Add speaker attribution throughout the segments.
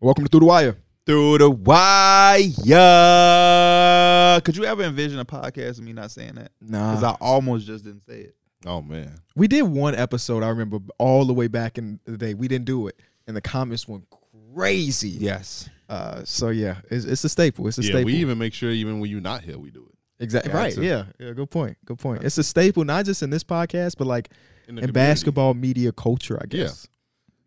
Speaker 1: Welcome to Through the Wire.
Speaker 2: Through the wire. Could you ever envision a podcast of me not saying that? Because
Speaker 1: Nah,
Speaker 2: I almost just didn't say it.
Speaker 3: Oh man.
Speaker 1: we did one episode. I remember all the way back in the day. We didn't do it, and the comments went crazy.
Speaker 2: Yes.
Speaker 1: Uh, so yeah, it's, it's a staple. It's a
Speaker 3: yeah,
Speaker 1: staple.
Speaker 3: we even make sure even when you're not here, we do it.
Speaker 1: exactly
Speaker 3: Yeah,
Speaker 1: right.
Speaker 3: it's a-
Speaker 1: Yeah, yeah. Good point. Good point. It's a staple, not just in this podcast, but like
Speaker 3: In,
Speaker 1: in
Speaker 3: the community.
Speaker 1: basketball media culture. I guess.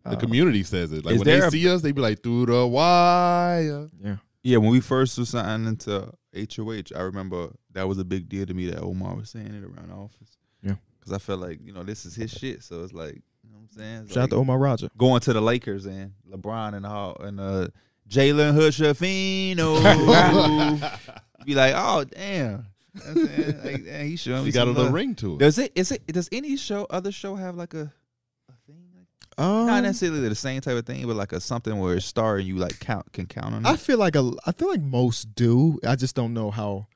Speaker 1: Uh,
Speaker 3: The community says it. Like
Speaker 2: Is
Speaker 3: when they
Speaker 2: there a-
Speaker 3: see us, they be like, through the wire.
Speaker 2: Yeah, when we first were signing into HOH, I remember that was a big deal to me that Omar was saying it around the office.
Speaker 1: Yeah.
Speaker 2: Because I felt like, you know, this is his shit. So it's like, you know what I'm saying? It's
Speaker 1: Shout out
Speaker 2: like
Speaker 1: to Omar Roger.
Speaker 2: Going to the Lakers and LeBron and all and uh Jalen Hushafino.
Speaker 3: he
Speaker 2: be like, oh damn. You know what I'm saying? Like, damn, he showing me
Speaker 3: got a
Speaker 2: some
Speaker 3: little
Speaker 2: love.
Speaker 3: ring to it.
Speaker 2: Does it is it does any show other show have like a, a thing like
Speaker 1: Um,
Speaker 2: not necessarily the same type of thing, but like a something where a star and you like count can count on
Speaker 1: Um, I
Speaker 2: it.
Speaker 1: feel like a. I feel like most do. I just don't know how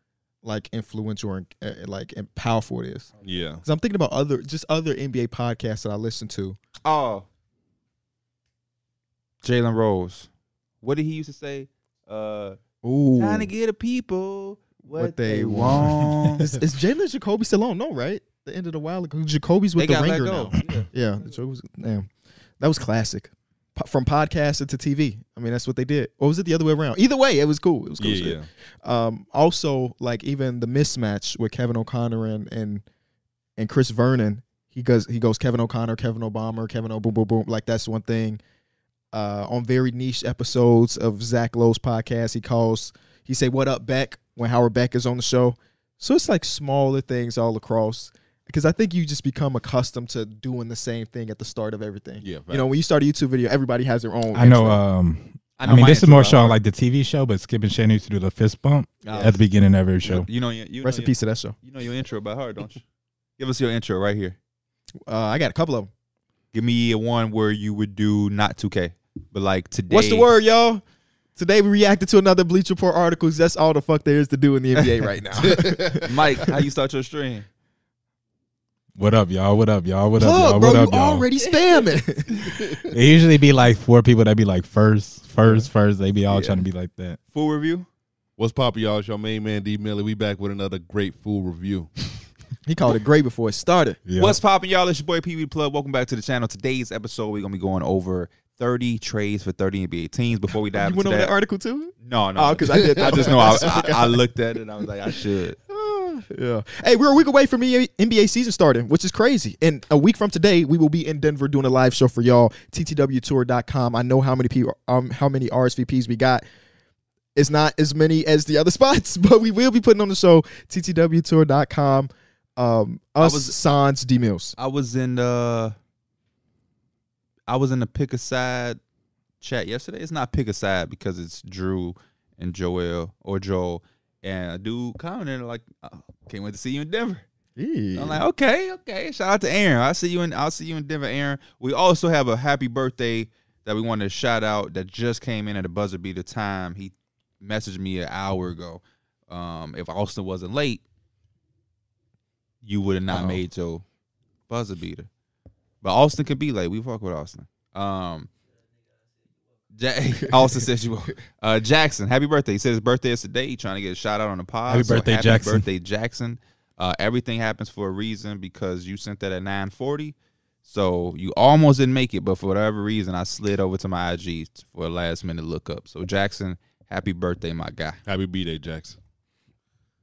Speaker 1: like influential and uh, like and powerful it is.
Speaker 3: Yeah.
Speaker 1: Because I'm thinking about other just other NBA podcasts that I listen to.
Speaker 2: Oh, Jalen Rose, what did he used to say? Uh,
Speaker 1: Ooh,
Speaker 2: trying to get the people what,
Speaker 1: What
Speaker 2: they,
Speaker 1: they
Speaker 2: want.
Speaker 1: is, is Jalen Jacoby still on? No, right? The end of the wild. Jacoby's
Speaker 2: they
Speaker 1: with the
Speaker 2: got let
Speaker 1: Ringer
Speaker 2: go.
Speaker 1: now. Yeah, the joke was damn. That was classic. Po- From podcasting to TV. I mean, that's what they did. Or was it the other way around? Either way, it was cool. It was cool.
Speaker 3: Yeah,
Speaker 1: shit.
Speaker 3: yeah.
Speaker 1: Um, also, like even the mismatch with Kevin O'Connor and and and Chris Vernon, he goes he goes Kevin O'Connor, Kevin Obama, Kevin O boom boom boom. Like that's one thing. Uh, on very niche episodes of Zach Lowe's podcast, he calls he say "What up, Beck?" when Howard Beck is on the show. So it's like smaller things all across. Because I think you just become accustomed to doing the same thing at the start of everything.
Speaker 3: Yeah,
Speaker 1: you know, when you start a YouTube video, everybody has their own.
Speaker 4: I know.
Speaker 1: intro.
Speaker 4: Um, I,
Speaker 2: know
Speaker 4: mean,
Speaker 2: my
Speaker 4: this is
Speaker 2: intro
Speaker 4: more
Speaker 2: out
Speaker 4: show
Speaker 2: loud.
Speaker 4: like the TV show, but Skip and Shannon used to do the fist bump
Speaker 2: Oh.
Speaker 4: at the beginning of every show.
Speaker 2: You know, you, you, know
Speaker 1: Rest in
Speaker 2: your,
Speaker 1: peace to that show.
Speaker 2: you know your intro by heart, don't you? Give us your intro right here.
Speaker 1: Uh, I got a couple of them.
Speaker 2: Give me one where you would do not 2K, but like today.
Speaker 1: What's the word, y'all? Today we reacted to another Bleach Report article. 'cause That's all the fuck there is to do in the NBA right now.
Speaker 2: Mike? How you start your stream?
Speaker 4: What up, y'all? What up, y'all? What up,
Speaker 1: Plug,
Speaker 4: y'all?
Speaker 1: bro,
Speaker 4: What
Speaker 1: you
Speaker 4: up, y'all?
Speaker 1: already spamming.
Speaker 4: it usually be like four people that be like first, first, first. They be all
Speaker 2: Yeah.
Speaker 4: trying to be like that.
Speaker 2: Full review.
Speaker 3: What's poppin', y'all? It's your main man D Miller. We back with another great food review.
Speaker 1: he called it great before it started.
Speaker 4: Yeah.
Speaker 2: What's poppin', y'all? It's your boy PB Plug. Welcome back to the channel. Today's episode, we're gonna be going over 30 trades for 30 NBA teams. Before we dive
Speaker 1: you
Speaker 2: into
Speaker 1: went over
Speaker 2: that,
Speaker 1: that article too?
Speaker 2: no, no,
Speaker 1: Oh, because I did.
Speaker 2: I just know I, I, I looked at it and I was like, I should.
Speaker 1: yeah. Hey, we're a week away from EA NBA season starting, which is crazy. And a week from today, we will be in Denver doing a live show for y'all. TTWtour.com. I know how many people, um, how many RSVPs we got. It's not as many as the other spots, but we will be putting on the show. TTWtour.com. Um, us,
Speaker 2: was-
Speaker 1: Sans, D Mills.
Speaker 2: I was in the, I was in the pick a side chat yesterday. It's not pick a side because it's Drew and Joel or Joel. And a dude commented like, oh, "Can't wait to see you in Denver." I'm like, okay, okay. Shout out to Aaron. I'll see you in I'll see you in Denver, Aaron. We also have a happy birthday that we want to shout out that just came in at a buzzer beater time. He messaged me an hour ago. Um, if Austin wasn't late, you would have not
Speaker 1: Uh-oh.
Speaker 2: made your buzzer beater. But Austin can be late. We fuck with Austin. Um Ja- Austin says you uh Jackson, happy birthday. He said his birthday is today. He trying to get a shout out on the pod.
Speaker 4: Happy birthday,
Speaker 2: happy
Speaker 4: Jackson.
Speaker 2: birthday, Jackson. Uh, everything happens for a reason because you sent that at 940. So you almost didn't make it, but for whatever reason, I slid over to my IG for a last minute look up. So Jackson, happy birthday, my guy.
Speaker 3: Happy B Day, Jackson.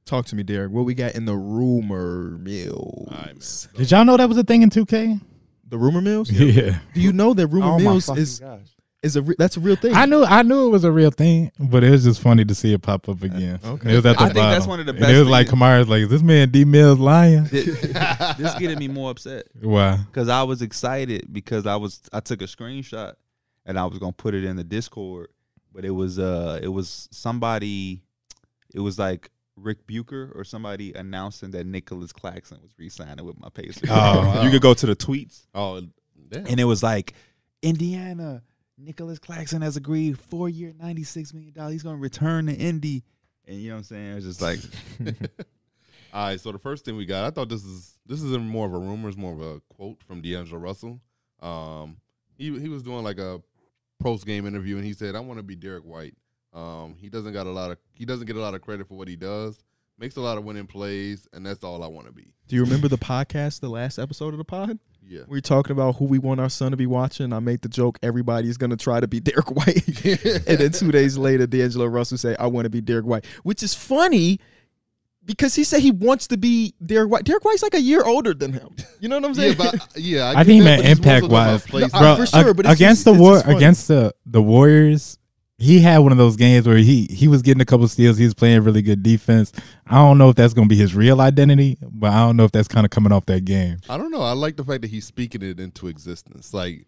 Speaker 1: Talk to me, Derek. What we got in the rumor mills?
Speaker 3: All right, man.
Speaker 4: Did y'all know that was a thing in 2K?
Speaker 1: The rumor mills?
Speaker 4: Yeah.
Speaker 1: Do you know that rumor mills
Speaker 2: fucking
Speaker 1: is
Speaker 2: gosh.
Speaker 1: is a re- that's a real thing?
Speaker 4: I knew I knew it was a real thing, but it was just funny to see it pop up again.
Speaker 1: okay.
Speaker 4: It was at the
Speaker 2: I think
Speaker 4: bottom.
Speaker 2: that's one of the
Speaker 4: And
Speaker 2: best
Speaker 4: It was like
Speaker 2: things-
Speaker 4: Kamara's like, is this man D Mills lying?
Speaker 2: Thi- this getting me more upset
Speaker 4: Why?
Speaker 2: because I was excited because I was I took a screenshot and I was gonna put it in the Discord, but it was uh it was somebody, it was like Rick Bucher or somebody announcing that Nicholas Claxton was re-signing with my Pacers.
Speaker 4: Oh.
Speaker 2: you could go to the tweets
Speaker 3: Oh, damn.
Speaker 2: and it was like Indiana. Nicholas Claxton has agreed four year, ninety six million dollars. He's gonna return to Indy, and you know what I'm saying. It's just like
Speaker 3: All right, so the first thing we got, I thought this is this isn't more of a rumor, it's more of a quote from D'Angelo Russell. Um, he he was doing like a post game interview and he said, "I want to be Derek White. Um, he doesn't got a lot of he doesn't get a lot of credit for what he does. Makes a lot of winning plays, and that's all I want to be."
Speaker 1: Do you remember the podcast, the last episode of the pod?
Speaker 3: Yeah.
Speaker 1: We were talking about who we want our son to be watching. I made the joke everybody's gonna try to be Derek White, and then two days later, D'Angelo Russell say, "I want to be Derek White," which is funny because he said he wants to be Derek White. Derek White's like a year older than him. You know what I'm
Speaker 3: yeah,
Speaker 1: saying?
Speaker 3: but yeah, I,
Speaker 4: I
Speaker 3: get
Speaker 4: think
Speaker 3: that, but it's more
Speaker 4: man,
Speaker 3: so
Speaker 4: impact
Speaker 3: about
Speaker 4: wise,
Speaker 3: plays.
Speaker 1: No, I- Uh, for sure,
Speaker 4: ag-
Speaker 1: but it's just-
Speaker 4: against the
Speaker 1: it's
Speaker 4: war,
Speaker 1: just funny.
Speaker 4: against the the Warriors, he had one of those games where he he was getting a couple steals. He was playing really good defense. I don't know if that's going to be his real identity, but I don't know if that's kind of coming off that game.
Speaker 3: I don't know. I like the fact that he's speaking it into existence. Like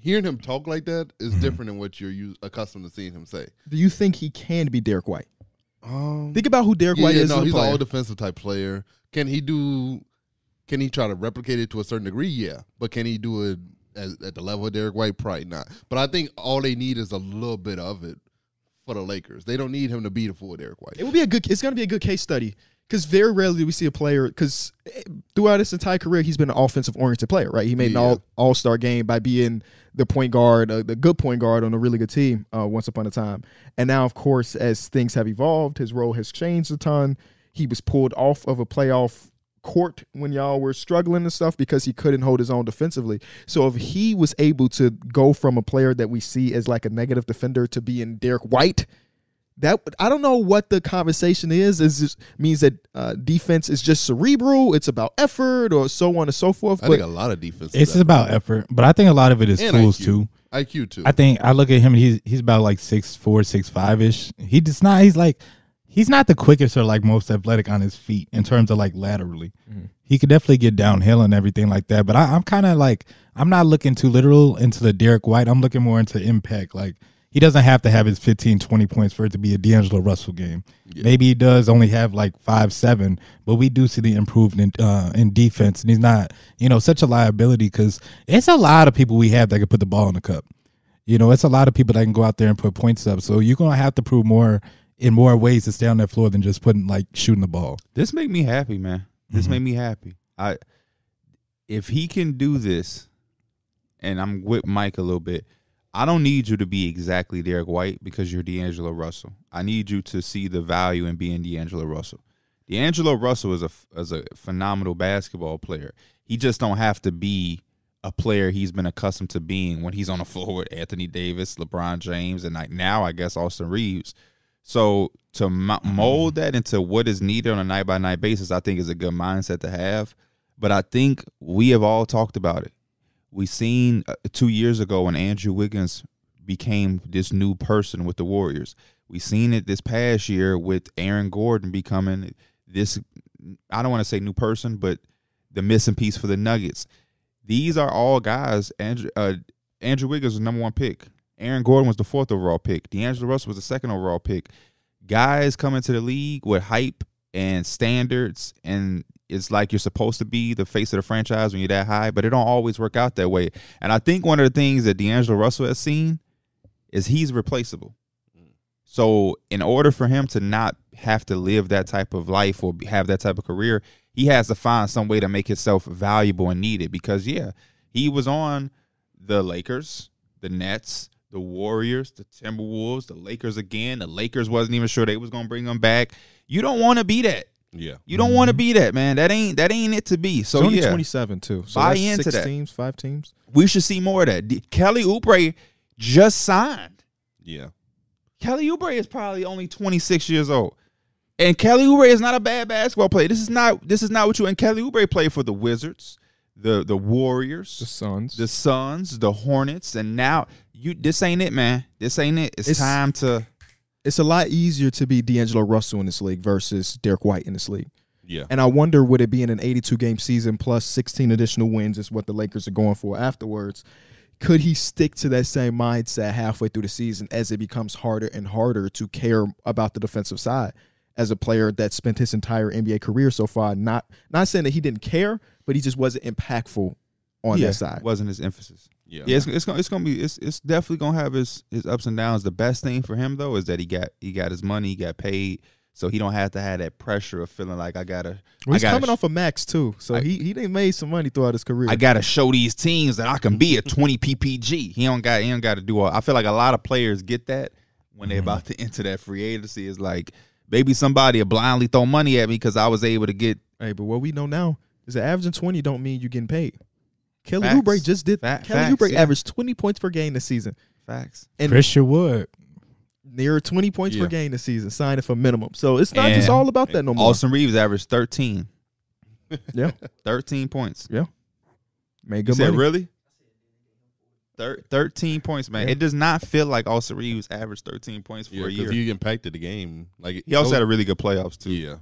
Speaker 3: hearing him talk like that is different than what you're used, accustomed to seeing him say.
Speaker 1: Do you think he can be Derek White?
Speaker 3: Um,
Speaker 1: Think about who Derek
Speaker 3: yeah,
Speaker 1: White
Speaker 3: yeah,
Speaker 1: is.
Speaker 3: no,
Speaker 1: as a
Speaker 3: he's an
Speaker 1: player.
Speaker 3: all defensive type player. Can he do? Can he try to replicate it to a certain degree? Yeah, but can he do it as, at the level of Derek White? Probably not. But I think all they need is a little bit of it for the Lakers. They don't need him to be the full Derek White.
Speaker 1: It would be a good. It's going to be a good case study because very rarely we see a player because throughout his entire career he's been an offensive oriented player, right? He made an
Speaker 3: Yeah.
Speaker 1: all All Star game by being the point guard, uh, the good point guard on a really good team uh, once upon a time, and now of course as things have evolved, his role has changed a ton. He was pulled off of a playoff court when y'all were struggling and stuff because he couldn't hold his own defensively. So if he was able to go from a player that we see as like a negative defender to being Derek White, that I don't know what the conversation is. Is just means that uh, defense is just cerebral. It's about effort or so on and so forth.
Speaker 3: I
Speaker 1: but
Speaker 3: think a lot of defense. is
Speaker 4: It's
Speaker 3: effort.
Speaker 4: about effort, but I think a lot of it is
Speaker 3: And
Speaker 4: tools
Speaker 3: IQ.
Speaker 4: too.
Speaker 3: IQ too.
Speaker 4: I think I look at him and he's he's about like six four, six five ish. He just not he's like he's not the quickest or like most athletic on his feet in terms of like laterally. He could definitely get downhill and everything like that. But I, I'm kind of like I'm not looking too literal into the Derek White. I'm looking more into impact. Like he doesn't have to have his 15, 20 points for it to be a D'Angelo Russell game. Maybe he does only have like five, seven, but we do see the improvement in, uh, in defense, and he's not, you know, such a liability because it's a lot of people we have that could put the ball in the cup. You know, it's a lot of people that can go out there and put points up. So you're gonna have to prove more in more ways to stay on that floor than just putting like shooting the ball.
Speaker 2: This make me happy, man. This make me happy. I if he can do this, and I'm with Mike a little bit. I don't need you to be exactly Derek White because you're D'Angelo Russell. I need you to see the value in being D'Angelo Russell. D'Angelo Russell is a is a phenomenal basketball player. He just don't have to be a player he's been accustomed to being when he's on the floor with Anthony Davis, LeBron James, and like now I guess Austin Reeves. So to mo- mold that into what is needed on a night by night basis, I think is a good mindset to have. But I think we have all talked about it. We seen uh, two years ago when Andrew Wiggins became this new person with the Warriors. We seen it this past year with Aaron Gordon becoming this. I don't want to say new person, but the missing piece for the Nuggets. These are all guys. Andrew uh, Andrew Wiggins was the number one pick. Aaron Gordon was the fourth overall pick. D'Angelo Russell was the second overall pick. Guys come into the league with hype and standards, and it's like you're supposed to be the face of the franchise when you're that high, but it don't always work out that way. And I think one of the things that D'Angelo Russell has seen is he's replaceable. So in order for him to not have to live that type of life or be- have that type of career, he has to find some way to make himself valuable and needed. Because yeah, he was on the Lakers, the Nets, the Warriors, the Timberwolves, the Lakers again. The Lakers wasn't even sure they was gonna bring him back. You don't want to be that.
Speaker 3: yeah.
Speaker 2: You don't want to be that man. That ain't that ain't it to be. So
Speaker 1: Mm-hmm. it's only
Speaker 2: yeah,
Speaker 1: 27 too. So
Speaker 2: Buy
Speaker 1: that's
Speaker 2: into
Speaker 1: six
Speaker 2: that.
Speaker 1: teams, five teams.
Speaker 2: we should see more of that. D- Kelly Oubre just signed.
Speaker 3: Yeah.
Speaker 2: Kelly Oubre is probably only 26 years old. And Kelly Oubre is not a bad basketball player. This is not this is not what you and Kelly Oubre played for the Wizards, the the
Speaker 1: The
Speaker 2: Warriors,
Speaker 1: Suns.
Speaker 2: the Suns, the Hornets, and now you this ain't it, man. This ain't it. It's,
Speaker 1: It's-
Speaker 2: time to
Speaker 1: it's a lot easier to be D'Angelo Russell in this league versus Derek White in this league.
Speaker 3: Yeah.
Speaker 1: And I wonder would it be in an 82 game season plus 16 additional wins is what the Lakers are going for afterwards. Could he stick to that same mindset halfway through the season as it becomes harder and harder to care about the defensive side as a player that spent his entire NBA career so far not not saying that he didn't care, but he just wasn't impactful on
Speaker 2: yeah,
Speaker 1: that side.
Speaker 2: wasn't his emphasis.
Speaker 3: Yeah.
Speaker 2: Yeah, it's, it's gonna it's gonna be it's it's definitely gonna have his his ups and downs. The best thing for him though is that he got he got his money, he got paid. so he don't have to have that pressure of feeling like I gotta
Speaker 1: Well, he's
Speaker 2: I gotta
Speaker 1: coming
Speaker 2: sh-
Speaker 1: off a max too, so
Speaker 2: I-
Speaker 1: he he done made some money throughout his career.
Speaker 2: I gotta show these teams that I can be a 20 PPG. He don't got he don't got to do all. I feel like a lot of players get that when they're about to enter that free agency. Is like maybe somebody will blindly throw money at me because I was able to get
Speaker 1: hey, but what we know now is that averaging twenty don't mean you getting paid. Kelly
Speaker 2: Facts.
Speaker 1: Oubre just did.
Speaker 2: Fact-
Speaker 1: Kelly
Speaker 2: facts,
Speaker 1: Oubre
Speaker 2: yeah.
Speaker 1: averaged twenty points per game this season,
Speaker 2: facts.
Speaker 1: and
Speaker 4: Christian Wood.
Speaker 1: near twenty points per
Speaker 3: Yeah.
Speaker 1: game this season, signing for minimum. So it's not just
Speaker 2: And-
Speaker 1: all about that no more.
Speaker 2: Austin Reeves averaged 13,
Speaker 1: yeah,
Speaker 2: 13 points.
Speaker 1: made
Speaker 2: You
Speaker 1: good
Speaker 2: said
Speaker 1: money.
Speaker 2: really? Thir- 13 points, man.
Speaker 1: Yeah.
Speaker 2: It does not feel like Austin Reeves averaged 13 points for
Speaker 3: Yeah,
Speaker 2: a
Speaker 3: 'cause
Speaker 2: year. He,
Speaker 3: he impacted the game. Like
Speaker 2: also
Speaker 3: those-
Speaker 2: had a really good playoffs too.
Speaker 3: yeah.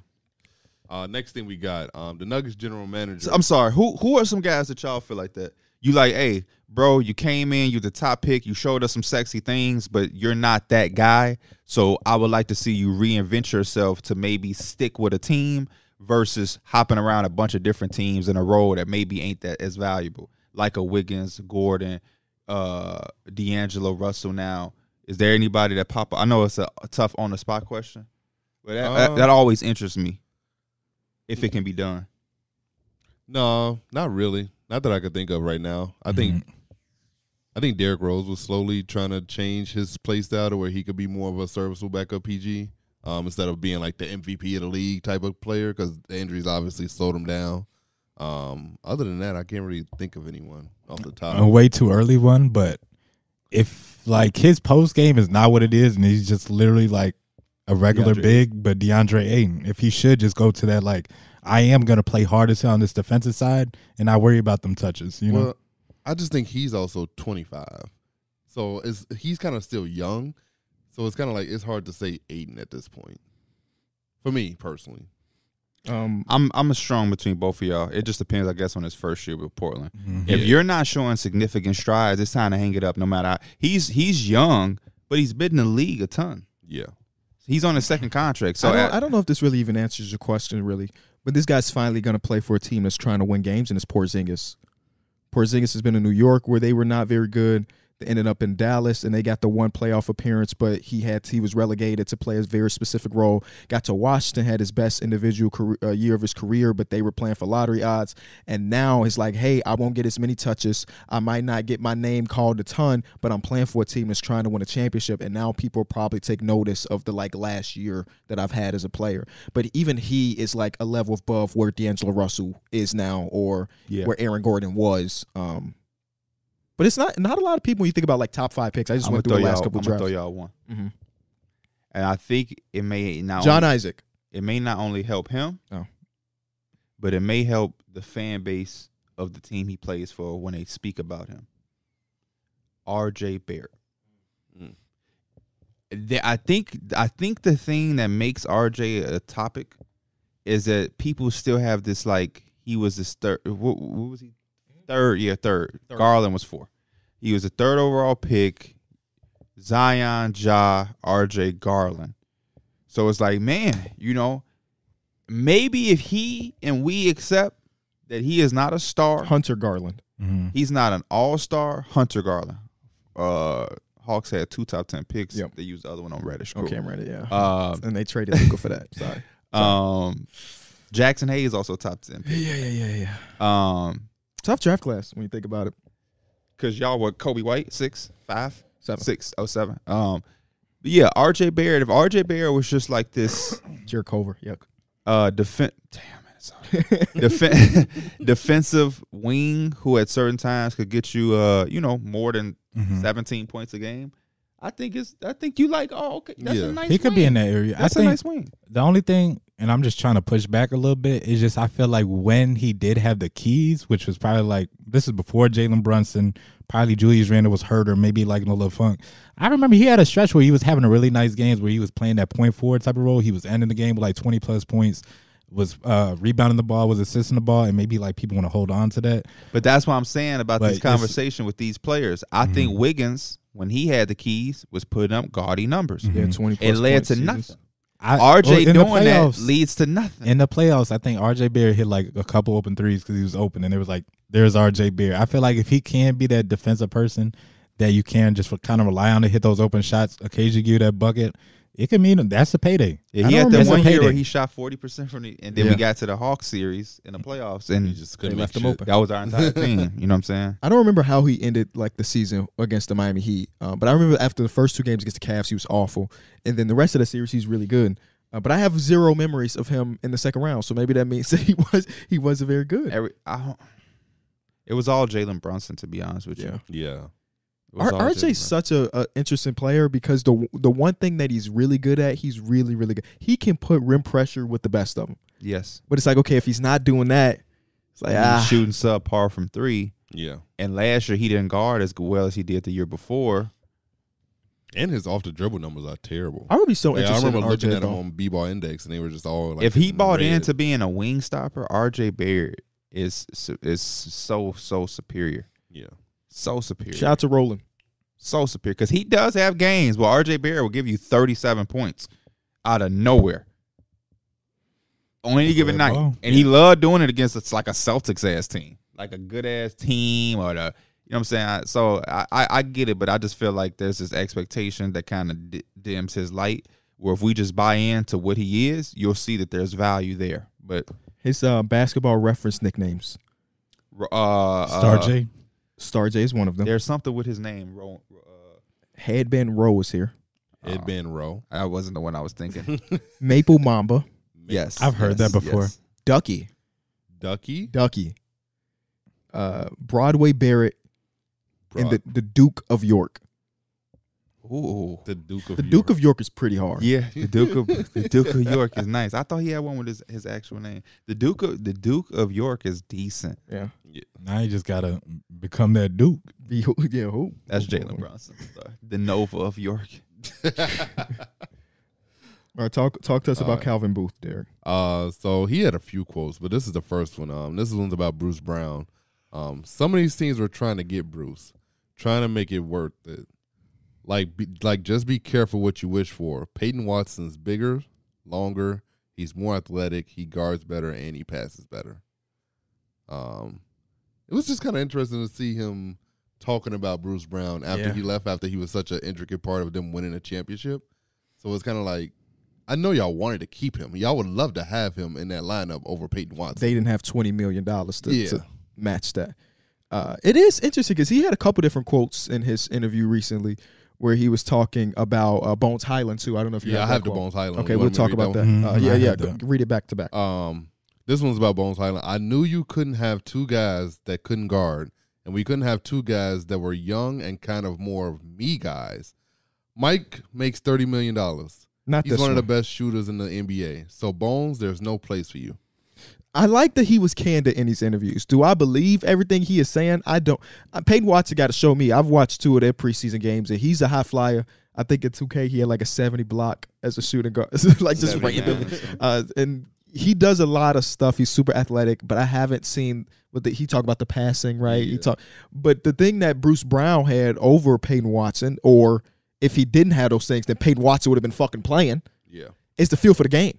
Speaker 3: Uh, next thing we got, um, the Nuggets general manager.
Speaker 2: So, I'm sorry. Who who are some guys that y'all feel like that? You like, hey, bro, you came in, you the top pick, you showed us some sexy things, but you're not that guy. So I would like to see you reinvent yourself to maybe stick with a team versus hopping around a bunch of different teams in a role that maybe ain't that as valuable, like a Wiggins, Gordon, uh, D'Angelo Russell. Now, is there anybody that pop? up? I know it's a, a tough on the spot question, but that, that,
Speaker 3: Uh,
Speaker 2: that always interests me if it can be done.
Speaker 3: no, not really. Not that I could think of right now. I think
Speaker 4: Mm-hmm.
Speaker 3: I think Derrick Rose was slowly trying to change his play style to where he could be more of a serviceable backup PG um, instead of being like the MVP of the league type of player because the injuries obviously slowed him down. Um, other than that, I can't really think of anyone off the top.
Speaker 4: a way too early one, but if like his post game is not what it is and he's just literally like a regular
Speaker 2: DeAndre
Speaker 4: big, but DeAndre Ayton, if he should just go to that like I am gonna play hard as hell on this defensive side and I worry about them touches, you know.
Speaker 3: Well, I just think he's also 25. So it's, he's kind of still young. So it's kind of like it's hard to say Aiden at this point. For me personally.
Speaker 1: Um,
Speaker 2: I'm I'm a strong between both of y'all. It just depends, I guess, on his first year with Portland.
Speaker 1: Mm-hmm.
Speaker 4: Mhm.
Speaker 2: If
Speaker 3: Yeah.
Speaker 2: you're not showing significant strides, it's time to hang it up. No matter how, he's he's young, but he's been in the league a ton.
Speaker 3: Yeah.
Speaker 2: He's on his second contract, so
Speaker 1: I don't,
Speaker 2: at-
Speaker 1: I don't know if this really even answers your question, really. But this guy's finally going to play for a team that's trying to win games, and it's Porzingis. Porzingis has been in New York where they were not very good. They ended up in Dallas, and they got the one playoff appearance, but he had he was relegated to play a very specific role. Got to Washington, had his best individual career, uh, year of his career, but they were playing for lottery odds. And now it's like, hey, I won't get as many touches. I might not get my name called a ton, but I'm playing for a team that's trying to win a championship. And now people probably take notice of the like last year that I've had as a player. But even he is like a level above where D'Angelo Russell is now, or
Speaker 2: Yeah.
Speaker 1: where Aaron Gordon was. Um, but it's not not a lot of people when you think about like top five picks. I just
Speaker 2: I'm
Speaker 1: went
Speaker 2: gonna
Speaker 1: through the
Speaker 2: throw
Speaker 1: last
Speaker 2: y'all-
Speaker 1: couple
Speaker 2: I'm gonna
Speaker 1: drafts.
Speaker 2: throw y'all one,
Speaker 1: Mhm.
Speaker 2: and I think it may not
Speaker 1: John
Speaker 2: only,
Speaker 1: Isaac.
Speaker 2: it may not only help him,
Speaker 1: Oh.
Speaker 2: but it may help the fan base of the team he plays for when they speak about him. R.J. Barrett.
Speaker 3: Mm.
Speaker 2: the, I think I think the thing that makes RJ a topic is that people still have this like he was this third what, what was he third yeah third.
Speaker 1: Third.
Speaker 2: Garland was four he was a third overall pick Zion Ja RJ Garland so it's like man you know maybe if he and we accept that he is not a star
Speaker 1: Hunter Garland.
Speaker 4: Mhm.
Speaker 2: He's not an all star. Hunter Garland. Uh, Hawks had two top ten picks.
Speaker 1: Yep.
Speaker 2: They used the other one on Reddish.
Speaker 1: Okay, I'm ready. Yeah.
Speaker 2: Um,
Speaker 1: and they traded Luca for that. Sorry.
Speaker 2: um, Jackson Hayes also top ten.
Speaker 1: Yeah, yeah, yeah, yeah.
Speaker 2: Um,
Speaker 1: Tough draft class when you think about it.
Speaker 2: cause y'all were Kobe White six five
Speaker 1: Seven.
Speaker 2: six oh seven. Um, but yeah, R.J. Barrett. If R.J. Barrett was just like this,
Speaker 1: Jerk over. Yuck.
Speaker 2: uh, defense. Damn. Minnesota. Defen- defensive wing who at certain times could get you uh you know more than
Speaker 4: Mhm.
Speaker 2: 17 points a game. I think it's I think you like oh okay that's
Speaker 3: Yeah.
Speaker 2: a nice
Speaker 4: He could be
Speaker 2: win.
Speaker 4: in that area.
Speaker 2: that's
Speaker 4: I
Speaker 2: a
Speaker 4: think
Speaker 2: nice wing.
Speaker 4: the only thing, and I'm just trying to push back a little bit, is just I feel like when he did have the keys, which was probably like this is before Jalen Brunson, probably Julius Randle was hurt or maybe like in a little funk. I remember he had a stretch where he was having a really nice games where he was playing that point forward type of role. He was ending the game with like 20 plus points, was uh, rebounding the ball, was assisting the ball, and maybe like people want to hold on to that.
Speaker 2: But that's what I'm saying about
Speaker 4: But
Speaker 2: this
Speaker 4: it's- Mm-hmm.
Speaker 2: conversation with these players. I think Wiggins when he had the keys was putting up gaudy numbers.
Speaker 4: Mhm.
Speaker 1: Yeah, 20 plus
Speaker 2: It led
Speaker 1: point
Speaker 2: to
Speaker 1: seasons.
Speaker 2: nothing.
Speaker 4: I, well,
Speaker 2: RJ
Speaker 4: in the
Speaker 2: doing that
Speaker 4: playoffs-
Speaker 2: leads to nothing.
Speaker 4: In the playoffs, I think RJ Bear hit like a couple open threes because he was open, and it was like, "There's RJ Bear." I feel like if he can be that defensive person that you can just kind of rely on to hit those open shots, occasionally give you that bucket, it could mean that's a payday.
Speaker 2: Yeah,
Speaker 4: I
Speaker 2: he
Speaker 4: don't
Speaker 2: had that
Speaker 4: remember-
Speaker 2: one
Speaker 4: it's a
Speaker 2: year where
Speaker 4: payday.
Speaker 2: he shot forty percent from the, and then
Speaker 1: Yeah.
Speaker 2: we got to the Hawks series in the playoffs, and
Speaker 5: You just couldn't
Speaker 2: they
Speaker 5: make
Speaker 2: left them
Speaker 5: shit.
Speaker 2: open. That was our entire team. You know what I'm saying?
Speaker 1: I don't remember how he ended like the season against the Miami Heat, uh, but I remember after the first two games against the Cavs, he was awful, and then the rest of the series he's really good. Uh, but I have zero memories of him in the second round, so maybe that means that he was he wasn't very good.
Speaker 2: Every I don't, it was all Jalen Brunson to be honest with you.
Speaker 1: Yeah.
Speaker 5: Yeah.
Speaker 2: It was
Speaker 1: R-
Speaker 2: all
Speaker 1: RJ's
Speaker 2: Jalen
Speaker 1: such a, a interesting player because the the one thing that he's really good at, he's really really good. He can put rim pressure with the best of them,
Speaker 2: Brunson. Yes,
Speaker 1: but it's like okay, if he's not doing that, it's like
Speaker 3: Mm,
Speaker 2: And
Speaker 1: ah,
Speaker 2: he's shooting subpar from three,
Speaker 5: Yeah.
Speaker 2: and last year he didn't guard as well as he did the year before.
Speaker 3: And his off the dribble numbers are terrible.
Speaker 1: I would be so
Speaker 3: Like, I
Speaker 1: interested.
Speaker 3: remember
Speaker 1: in RJ
Speaker 3: looking at him
Speaker 1: though.
Speaker 3: on B Ball Index, and they were just all like.
Speaker 2: if he
Speaker 3: in
Speaker 2: bought
Speaker 3: red.
Speaker 2: into being a wing stopper, RJ Barrett is is so so superior,
Speaker 5: Yeah.
Speaker 2: so superior.
Speaker 1: Shout out to Roland.
Speaker 2: so superior because he does have games where RJ Barrett will give you 37 points out of nowhere on any given night,
Speaker 4: ball.
Speaker 2: and he loved doing it against it's like a Celtics ass team, like a good ass team or the. You know what I'm saying? I- So I, I, I get it, but I just feel like there's this expectation that kind of d- dims his light. Where if we just buy into what he is, you'll see that there's value there. But
Speaker 1: His uh, basketball reference nicknames.
Speaker 2: uh, uh,
Speaker 4: Star J.
Speaker 1: Star J is one of them.
Speaker 2: there's something with his name. Ro- uh,
Speaker 1: Headband Row is here.
Speaker 3: Headband Row.
Speaker 2: that wasn't the one I was thinking.
Speaker 1: Maple Mamba.
Speaker 2: Yes,
Speaker 4: I've heard
Speaker 2: yes,
Speaker 4: that before.
Speaker 2: yes.
Speaker 1: Ducky.
Speaker 3: Ducky.
Speaker 1: Ducky. Uh, Broadway Barrett and the, the Duke of York.
Speaker 2: Ooh,
Speaker 5: The Duke of
Speaker 1: The
Speaker 5: York.
Speaker 1: Duke of York is pretty hard.
Speaker 2: yeah, the Duke of the Duke of York is nice. I thought he had one with his, his actual name. The Duke of the Duke of York is decent.
Speaker 1: Yeah.
Speaker 4: Now you just gotta become that Duke.
Speaker 1: The- yeah who?
Speaker 2: That's Jalen Brunson, sorry. the Nova of York.
Speaker 1: All right, talk talk to us about
Speaker 3: Uh,
Speaker 1: Calvin Booth, Derek.
Speaker 3: Uh, so he had a few quotes, but this is the first one. Um, this one's about Bruce Brown. Um, some of these teams were trying to get Bruce, trying to make it worth it. Like, be, like just be careful what you wish for. Peyton Watson's bigger, longer. He's more athletic. He guards better and he passes better. Um, it was just kind of interesting to see him talking about Bruce Brown after
Speaker 1: Yeah.
Speaker 3: he left. After he was such an intricate part of them winning a championship, so it's kind of like I know y'all wanted to keep him. Y'all would love to have him in that lineup over Peyton Watson.
Speaker 1: They didn't have twenty million dollars to,
Speaker 3: Yeah.
Speaker 1: to match that. Uh, it is interesting because he had a couple different quotes in his interview recently where he was talking about uh, Bones Highland too. I don't know if you
Speaker 3: yeah, I
Speaker 1: that
Speaker 3: have the
Speaker 1: quote.
Speaker 3: Bones Highland.
Speaker 1: Okay,
Speaker 3: You
Speaker 1: we'll
Speaker 3: want me to
Speaker 1: talk
Speaker 3: read
Speaker 1: about that.
Speaker 3: one? Mm-hmm.
Speaker 4: one?
Speaker 1: Uh,
Speaker 4: Mhm,
Speaker 1: yeah,
Speaker 4: I
Speaker 1: yeah.
Speaker 4: had
Speaker 1: go-
Speaker 4: that.
Speaker 1: Read it back to back.
Speaker 3: Um, this one's about Bones Highland. I knew you couldn't have two guys that couldn't guard, and we couldn't have two guys that were young and kind of more of me guys. Mike makes thirty million dollars.
Speaker 1: Not
Speaker 3: He's
Speaker 1: this
Speaker 3: one,
Speaker 1: one.
Speaker 3: of the best shooters in the NBA. So Bones, there's no place for you.
Speaker 1: I like that he was candid in these interviews. Do I believe everything he is saying? I don't. Uh, Peyton Watson got to show me. I've watched two of their preseason games, and he's a high flyer. I think in 2K he had like a 70 block as a shooting guard, like just
Speaker 2: 79.
Speaker 1: random. Uh, and he does a lot of stuff. He's super athletic, but I haven't seen what the, he talked about the passing, right? He talked, but the thing that Bruce Brown had over Peyton Watson, or if he didn't have those things, then Peyton Watson would have been fucking playing
Speaker 3: Yeah.
Speaker 1: is the feel for the game.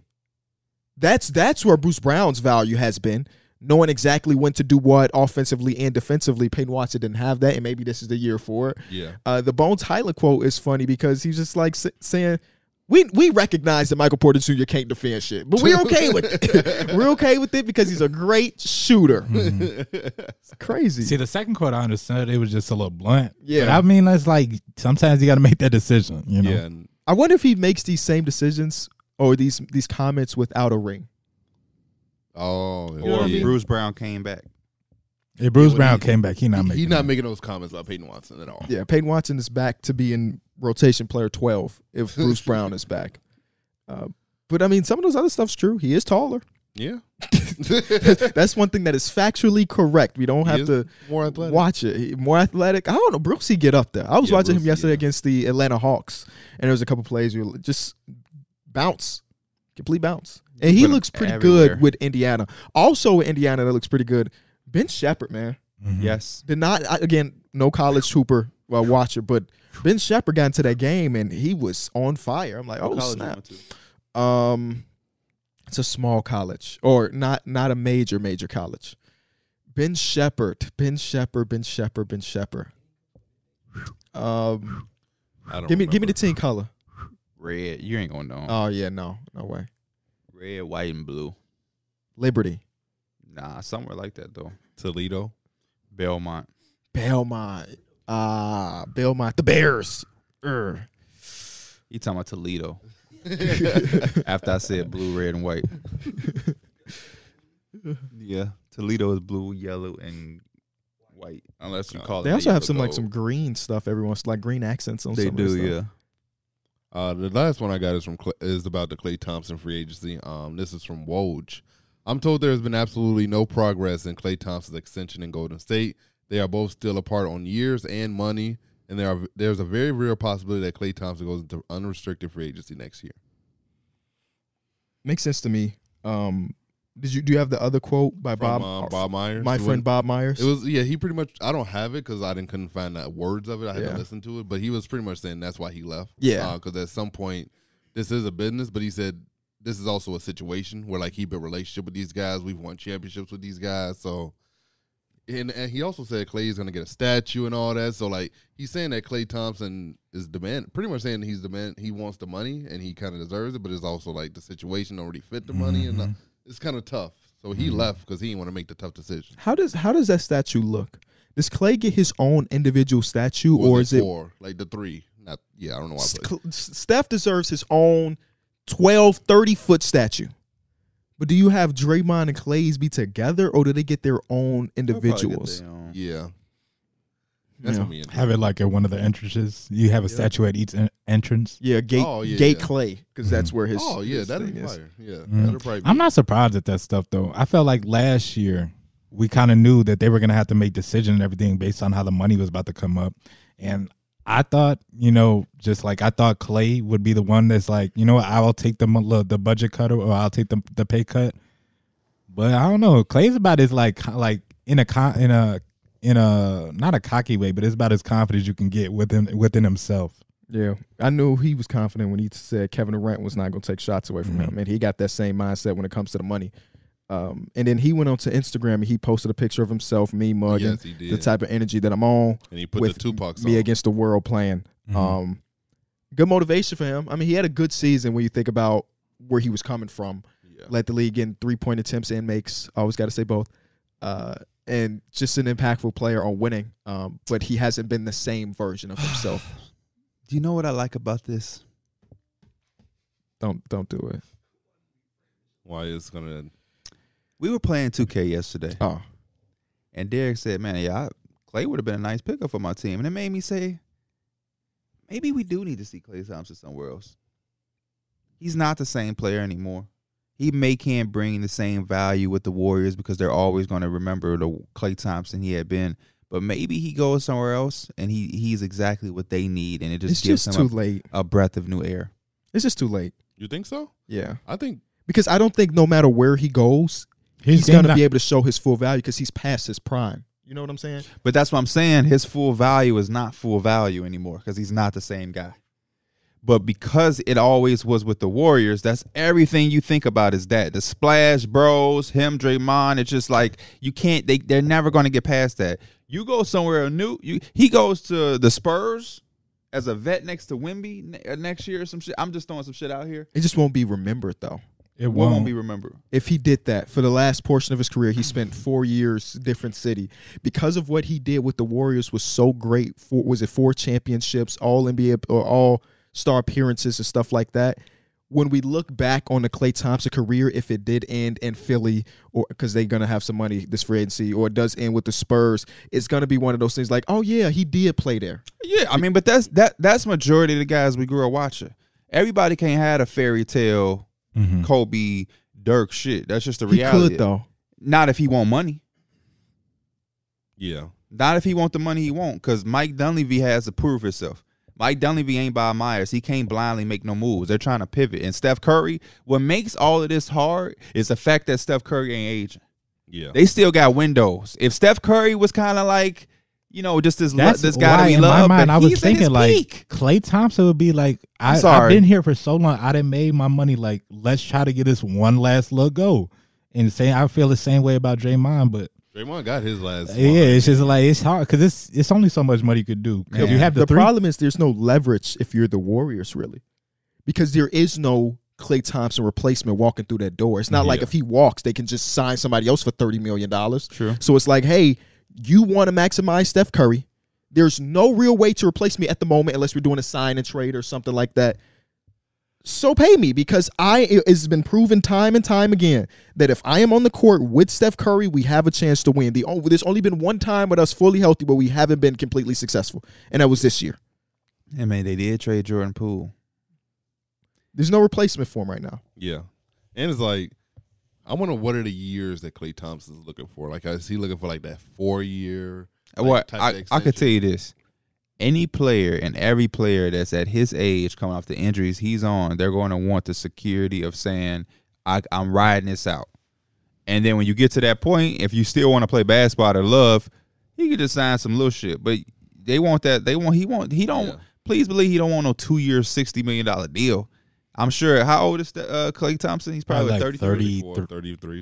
Speaker 1: That's that's where Bruce Brown's value has been, knowing exactly when to do what offensively and defensively. Peyton Watson didn't have that, and maybe this is the year for it.
Speaker 3: Yeah.
Speaker 1: Uh, the Bones Highland quote is funny because he's just like s- saying, "We we recognize that Michael Porter Jr. can't defend shit, but we're okay with it. we're okay with it because he's a great shooter. It's crazy.
Speaker 4: See, the second quote I understood it was just a little blunt.
Speaker 1: Yeah.
Speaker 4: but I mean, that's like sometimes you got to make that decision. You know,
Speaker 3: Yeah. And
Speaker 1: I wonder if he makes these same decisions or these these comments without a ring.
Speaker 3: oh,
Speaker 2: Or
Speaker 3: yeah.
Speaker 2: if Bruce Brown came back.
Speaker 4: if Bruce
Speaker 3: Yeah, when
Speaker 4: Brown
Speaker 3: he-
Speaker 4: came back, he not
Speaker 3: He-
Speaker 4: making.
Speaker 3: he's not
Speaker 4: it.
Speaker 3: making those comments about Peyton Watson at all.
Speaker 1: Yeah, Peyton Watson is back to being rotation player 12 if Bruce Brown is back. Uh, but I mean, some of those other stuff's true. He is taller.
Speaker 3: Yeah.
Speaker 1: That's one thing that is factually correct. We don't
Speaker 3: He
Speaker 1: have
Speaker 3: is
Speaker 1: to
Speaker 3: more athletic.
Speaker 1: watch it. He- more athletic. I don't know. Bruce, he get up there. I was
Speaker 3: Yeah,
Speaker 1: watching him
Speaker 3: Bruce,
Speaker 1: yesterday
Speaker 3: yeah.
Speaker 1: against the Atlanta Hawks, and there was a couple plays where just bounce, complete bounce. And he
Speaker 2: Put him
Speaker 1: looks pretty
Speaker 2: everywhere.
Speaker 1: good with Indiana. Also, with Indiana, that looks pretty good. Ben Shepard, man
Speaker 4: Mhm.
Speaker 2: Yes,
Speaker 1: did not I- again no college hooper well, watcher, but Ben Shepard got into that game and he was on fire. I'm like, oh
Speaker 2: College
Speaker 1: snap!
Speaker 2: went to.
Speaker 1: Um, it's a small college or not not a major major college. Ben Shepard, Ben Shepard, Ben Shepard, Ben Shepard. Um,
Speaker 3: I don't
Speaker 1: give me give me
Speaker 3: remember.
Speaker 1: the team color.
Speaker 2: Red. You ain't gonna know. 'em.
Speaker 1: Oh yeah, no, no way.
Speaker 2: Red, white, and blue.
Speaker 1: Liberty,
Speaker 2: Nah, somewhere like that though.
Speaker 3: Toledo.
Speaker 2: Belmont.
Speaker 1: Belmont, ah, Belmont, the Bears. Urgh.
Speaker 2: You talking about Toledo? After I said blue, red, and white. yeah, Toledo is blue, yellow, and white. Unless you call it.
Speaker 1: They
Speaker 2: the
Speaker 1: also have
Speaker 2: yellow
Speaker 1: some like
Speaker 2: gold.
Speaker 1: some green stuff every once, like green accents on.
Speaker 2: They
Speaker 1: some of the
Speaker 2: do,
Speaker 1: stuff.
Speaker 2: yeah.
Speaker 3: Uh, the last one I got is from Cla- is about the Clay Thompson free agency. Um, this is from Woj. I'm told there has been absolutely no progress in Clay Thompson's extension in Golden State. They are both still apart on years and money, and there are there's a very real possibility that Clay Thompson goes into unrestricted free agency next year.
Speaker 1: Makes sense to me. Um, did you do you have the other quote by
Speaker 3: From,
Speaker 1: Bob?
Speaker 3: um, Bob Myers,
Speaker 1: my
Speaker 3: who
Speaker 1: friend Bob Myers.
Speaker 3: It was yeah. He pretty much. I don't have it because I didn't couldn't find the words of it. I had
Speaker 1: Yeah.
Speaker 3: to listen to it, but he was pretty much saying that's why he left.
Speaker 1: Yeah.
Speaker 3: because at some point, this is a business, but he said this is also a situation where like he built relationship with these guys. We've won championships with these guys, so. And, and he also said Clay is going to get a statue and all that. So like he's saying that Clay Thompson is demand, pretty much saying he's demand. He wants the money and he kind of deserves it, but it's also like the situation don't really fit the money and uh,
Speaker 1: Mm-hmm.
Speaker 4: Mhm.
Speaker 3: it's kind of tough. So he left because he didn't want to make the tough decision.
Speaker 1: how does how does that statue look? Does Clay get his own individual statue, or is it
Speaker 3: four? Like the three? Not yeah. I don't know why. I
Speaker 1: S-
Speaker 3: put-
Speaker 1: Cl- S- Steph deserves his own 12, 30 foot statue. But do you have Draymond and Clay's be together, or do they get their own
Speaker 2: They'll probably get
Speaker 1: individuals?
Speaker 2: their own.
Speaker 3: yeah, that's
Speaker 1: yeah.
Speaker 3: what me. and-
Speaker 4: Have it like at one of the entrances. You have a
Speaker 1: Yeah.
Speaker 4: statue at each en- entrance.
Speaker 1: Yeah, gay,
Speaker 3: Oh, yeah,
Speaker 1: gay
Speaker 3: yeah.
Speaker 1: Clay, because that's where his.
Speaker 3: Oh yeah,
Speaker 1: his
Speaker 3: that'd
Speaker 1: thing
Speaker 3: be
Speaker 1: is.
Speaker 3: fire. Yeah,
Speaker 4: Mm.
Speaker 3: that'd probably. Be,
Speaker 4: I'm not surprised at that stuff though. I felt like last year we kind of knew that they were gonna have to make decisions and everything based on how the money was about to come up, and I thought you know just like I thought Clay would be the one that's like you know what I'll take the mo- the budget cut or I'll take the the pay cut, but I don't know Clay's about as like co- like in a co- in a in a not a cocky way, but it's about as confident as you can get within within himself.
Speaker 1: Yeah, I knew he was confident when he said Kevin Durant was not going to take shots away from
Speaker 3: Mm-hmm.
Speaker 1: him, and he got that same mindset when it comes to the money. Um, and then he went onto Instagram and he posted a picture of himself, me mugging,
Speaker 3: yes, he
Speaker 1: the
Speaker 3: did.
Speaker 1: type of energy that I'm on.
Speaker 3: and he put
Speaker 1: with
Speaker 3: the Tupac song. Mm-hmm.
Speaker 1: me against the world playing.
Speaker 4: Mhm.
Speaker 1: Um, good motivation for him. I mean, he had a good season when you think about where he was coming from.
Speaker 3: Yeah.
Speaker 1: Led the league in three point attempts and makes. Always got to say both. Uh, and just an impactful player on winning. Um, but he hasn't been the same version of himself.
Speaker 2: Do you know what I like about this?
Speaker 1: don't don't do it.
Speaker 3: Why it's gonna?
Speaker 2: We were playing 2K yesterday,
Speaker 1: Oh,
Speaker 2: and Derek said, "Man, yeah, I- Clay would have been a nice pickup for my team," and it made me say, "Maybe we do need to see Clay Thompson somewhere else. He's not the same player anymore. He may can't bring the same value with the Warriors because they're always going to remember the Clay Thompson he had been." But maybe he goes somewhere else, and he he's exactly what they need, and it just
Speaker 1: it's
Speaker 2: gives
Speaker 1: just too
Speaker 2: them
Speaker 1: late.
Speaker 2: a, a breath of new air.
Speaker 1: It's just too late.
Speaker 3: You think so?
Speaker 1: Yeah,
Speaker 3: I think.
Speaker 1: because I don't think no matter where he goes, he's,
Speaker 4: game
Speaker 1: going to
Speaker 4: not-
Speaker 1: be able to show his full value because he's past his prime. You know what I'm saying?
Speaker 2: But that's what I'm saying. His full value is not full value anymore because he's not the same guy. But because it always was with the Warriors, that's everything you think about is that the Splash Bros, him, Draymond. It's just like you can't. They they're never going to get past that. You go somewhere new. You he goes to the Spurs as a vet next to Wimby ne- uh, next year or some shit. I'm just throwing some shit out here.
Speaker 1: It just won't be remembered though.
Speaker 4: It
Speaker 2: What
Speaker 4: won't,
Speaker 2: won't be remembered?
Speaker 1: if he did that for the last portion of his career he spent four years different city because of what he did with the warriors was so great for was it four championships all nba or all star appearances and stuff like that when we look back on the clay thompson career if it did end in philly or because they're going to have some money this free agency or it does end with the spurs it's going to be one of those things like oh yeah he did play there
Speaker 2: Yeah, I mean, but that's that that's majority of the guys we grew up watching. Everybody can't have a fairy tale
Speaker 4: Mhm.
Speaker 2: Kobe, Dirk shit. That's just the
Speaker 1: he
Speaker 2: reality.
Speaker 1: could though
Speaker 2: Not if he want money.
Speaker 3: Yeah.
Speaker 2: Not if he want the money he want. Because Mike Dunleavy has to prove himself. Mike Dunleavy ain't Bob Myers. He can't blindly make no moves. They're trying to pivot. And Steph Curry, what makes all of this hard is the fact that Steph Curry ain't aging.
Speaker 3: Yeah.
Speaker 2: They still got windows. If Steph Curry was kind of like, you know, just this lo-
Speaker 4: That's
Speaker 2: this guy
Speaker 4: why
Speaker 2: we
Speaker 4: in
Speaker 2: love,
Speaker 4: my mind
Speaker 2: but
Speaker 4: I was
Speaker 2: he's at his
Speaker 4: thinking like
Speaker 2: peak.
Speaker 4: Clay Thompson would be like I, I've
Speaker 2: sorry.
Speaker 4: been here for so long. I didn't made my money. Like let's try to get this one last little go. And say I feel the same way about Draymond, but
Speaker 3: Draymond got his last.
Speaker 4: yeah, it's just like it's hard because it's it's only so much money you could do. 'Cause
Speaker 2: Man.
Speaker 4: you have the,
Speaker 1: the
Speaker 4: three.
Speaker 1: problem is there's no leverage if you're the warriors really because there is no Clay Thompson replacement walking through that door. It's not like
Speaker 2: Yeah.
Speaker 1: if he walks, they can just sign somebody else for thirty million dollars.
Speaker 2: True.
Speaker 1: So it's like, hey, you want to maximize Steph Curry. There's no real way to replace me at the moment unless we're doing a sign and trade or something like that. So pay me because I it- it's been proven time and time again that if I am on the court with Steph Curry, we have a chance to win. The on- there's only been one time with us fully healthy where we haven't been completely successful, and that was this year.
Speaker 2: Yeah, man, they did trade Jordan Poole.
Speaker 1: There's no replacement for him right now.
Speaker 3: Yeah, and it's like I wonder what are the years that Clay Thompson's looking for? Like, is he looking for like that four year? Like,
Speaker 2: what
Speaker 3: type
Speaker 2: I,
Speaker 3: of
Speaker 2: I could
Speaker 3: extension.
Speaker 2: tell you this. Any player and every player that's at his age coming off the injuries he's on, they're going to want the security of saying, I, I'm riding this out. And then when you get to that point, if you still want to play basketball to love, he could just sign some little shit. But they want that. They want, he want, he don't,
Speaker 3: Yeah.
Speaker 2: please believe he don't want no two year, $60 million deal. I'm sure. How old is the, uh, Clay Thompson? He's probably,
Speaker 4: Probably
Speaker 2: like 30,
Speaker 4: like
Speaker 3: 34,
Speaker 4: 33,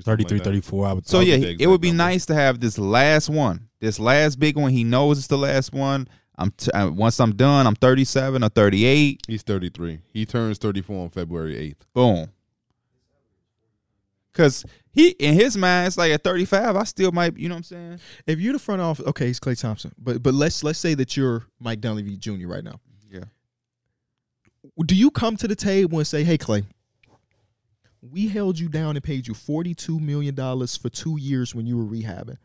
Speaker 3: 33, something like
Speaker 4: 33,
Speaker 3: that.
Speaker 4: 34, I would
Speaker 2: So
Speaker 4: think.
Speaker 2: yeah,
Speaker 3: get the
Speaker 2: it would
Speaker 3: exact
Speaker 2: be
Speaker 3: number.
Speaker 2: nice to have this last one, this last big one. He knows it's the last one. I'm t- I, once I'm done, I'm 37 or 38.
Speaker 3: He's thirty three. He turns thirty four on February eighth.
Speaker 2: Boom. Cause he in his mind, it's like at 35, I still might. You know what I'm saying?
Speaker 1: If you're the front office, okay, he's Clay Thompson, but but let's let's say that you're Mike Dunleavy Jr. right now.
Speaker 2: Yeah.
Speaker 1: Do you come to the table and say, "Hey, Clay, we held you down and paid you forty-two million dollars for two years when you were rehabbing.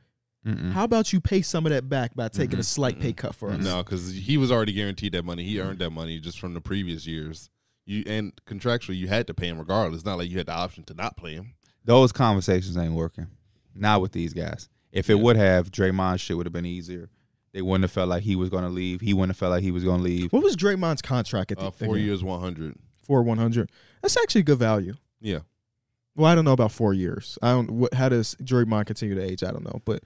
Speaker 3: Mm-hmm.
Speaker 2: Mm-mm.
Speaker 1: How about you pay some of that back by taking a slight pay cut for us?"
Speaker 3: Mm-hmm. No, because he was already guaranteed that money.
Speaker 1: Mm-hmm.
Speaker 3: He earned that money just from the previous years. You and contractually, you had to pay him regardless. It's not like you had the option to not play him.
Speaker 2: Those conversations ain't working. Not with these guys. If it would have, Draymond shit would have been easier. They wouldn't have felt like he was gonna leave. He wouldn't have felt like he was gonna leave.
Speaker 1: What was Draymond's contract at the
Speaker 3: Uh, four years, one hundred.
Speaker 1: four one hundred? That's actually good value.
Speaker 3: Yeah,
Speaker 1: Well, I don't know about four years. I don't. What, how does Draymond continue to age? I don't know, but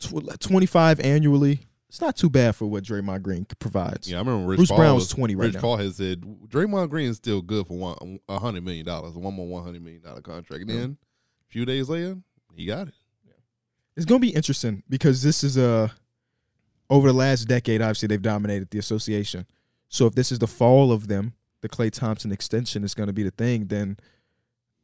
Speaker 1: tw- twenty-five annually. It's not too bad for what Draymond Green provides.
Speaker 3: yeah. I remember Rich
Speaker 1: Bruce
Speaker 3: Paul
Speaker 1: Brown was 20 right
Speaker 3: Rich
Speaker 1: now.
Speaker 3: Paul had said Draymond Green is still good for one a hundred million dollars, one more one hundred million dollar contract. And then a few days later, he got it.
Speaker 1: It's gonna be interesting because this is a over the last decade, obviously they've dominated the association. So if this is the fall of them, the Clay Thompson extension is gonna be the thing. Then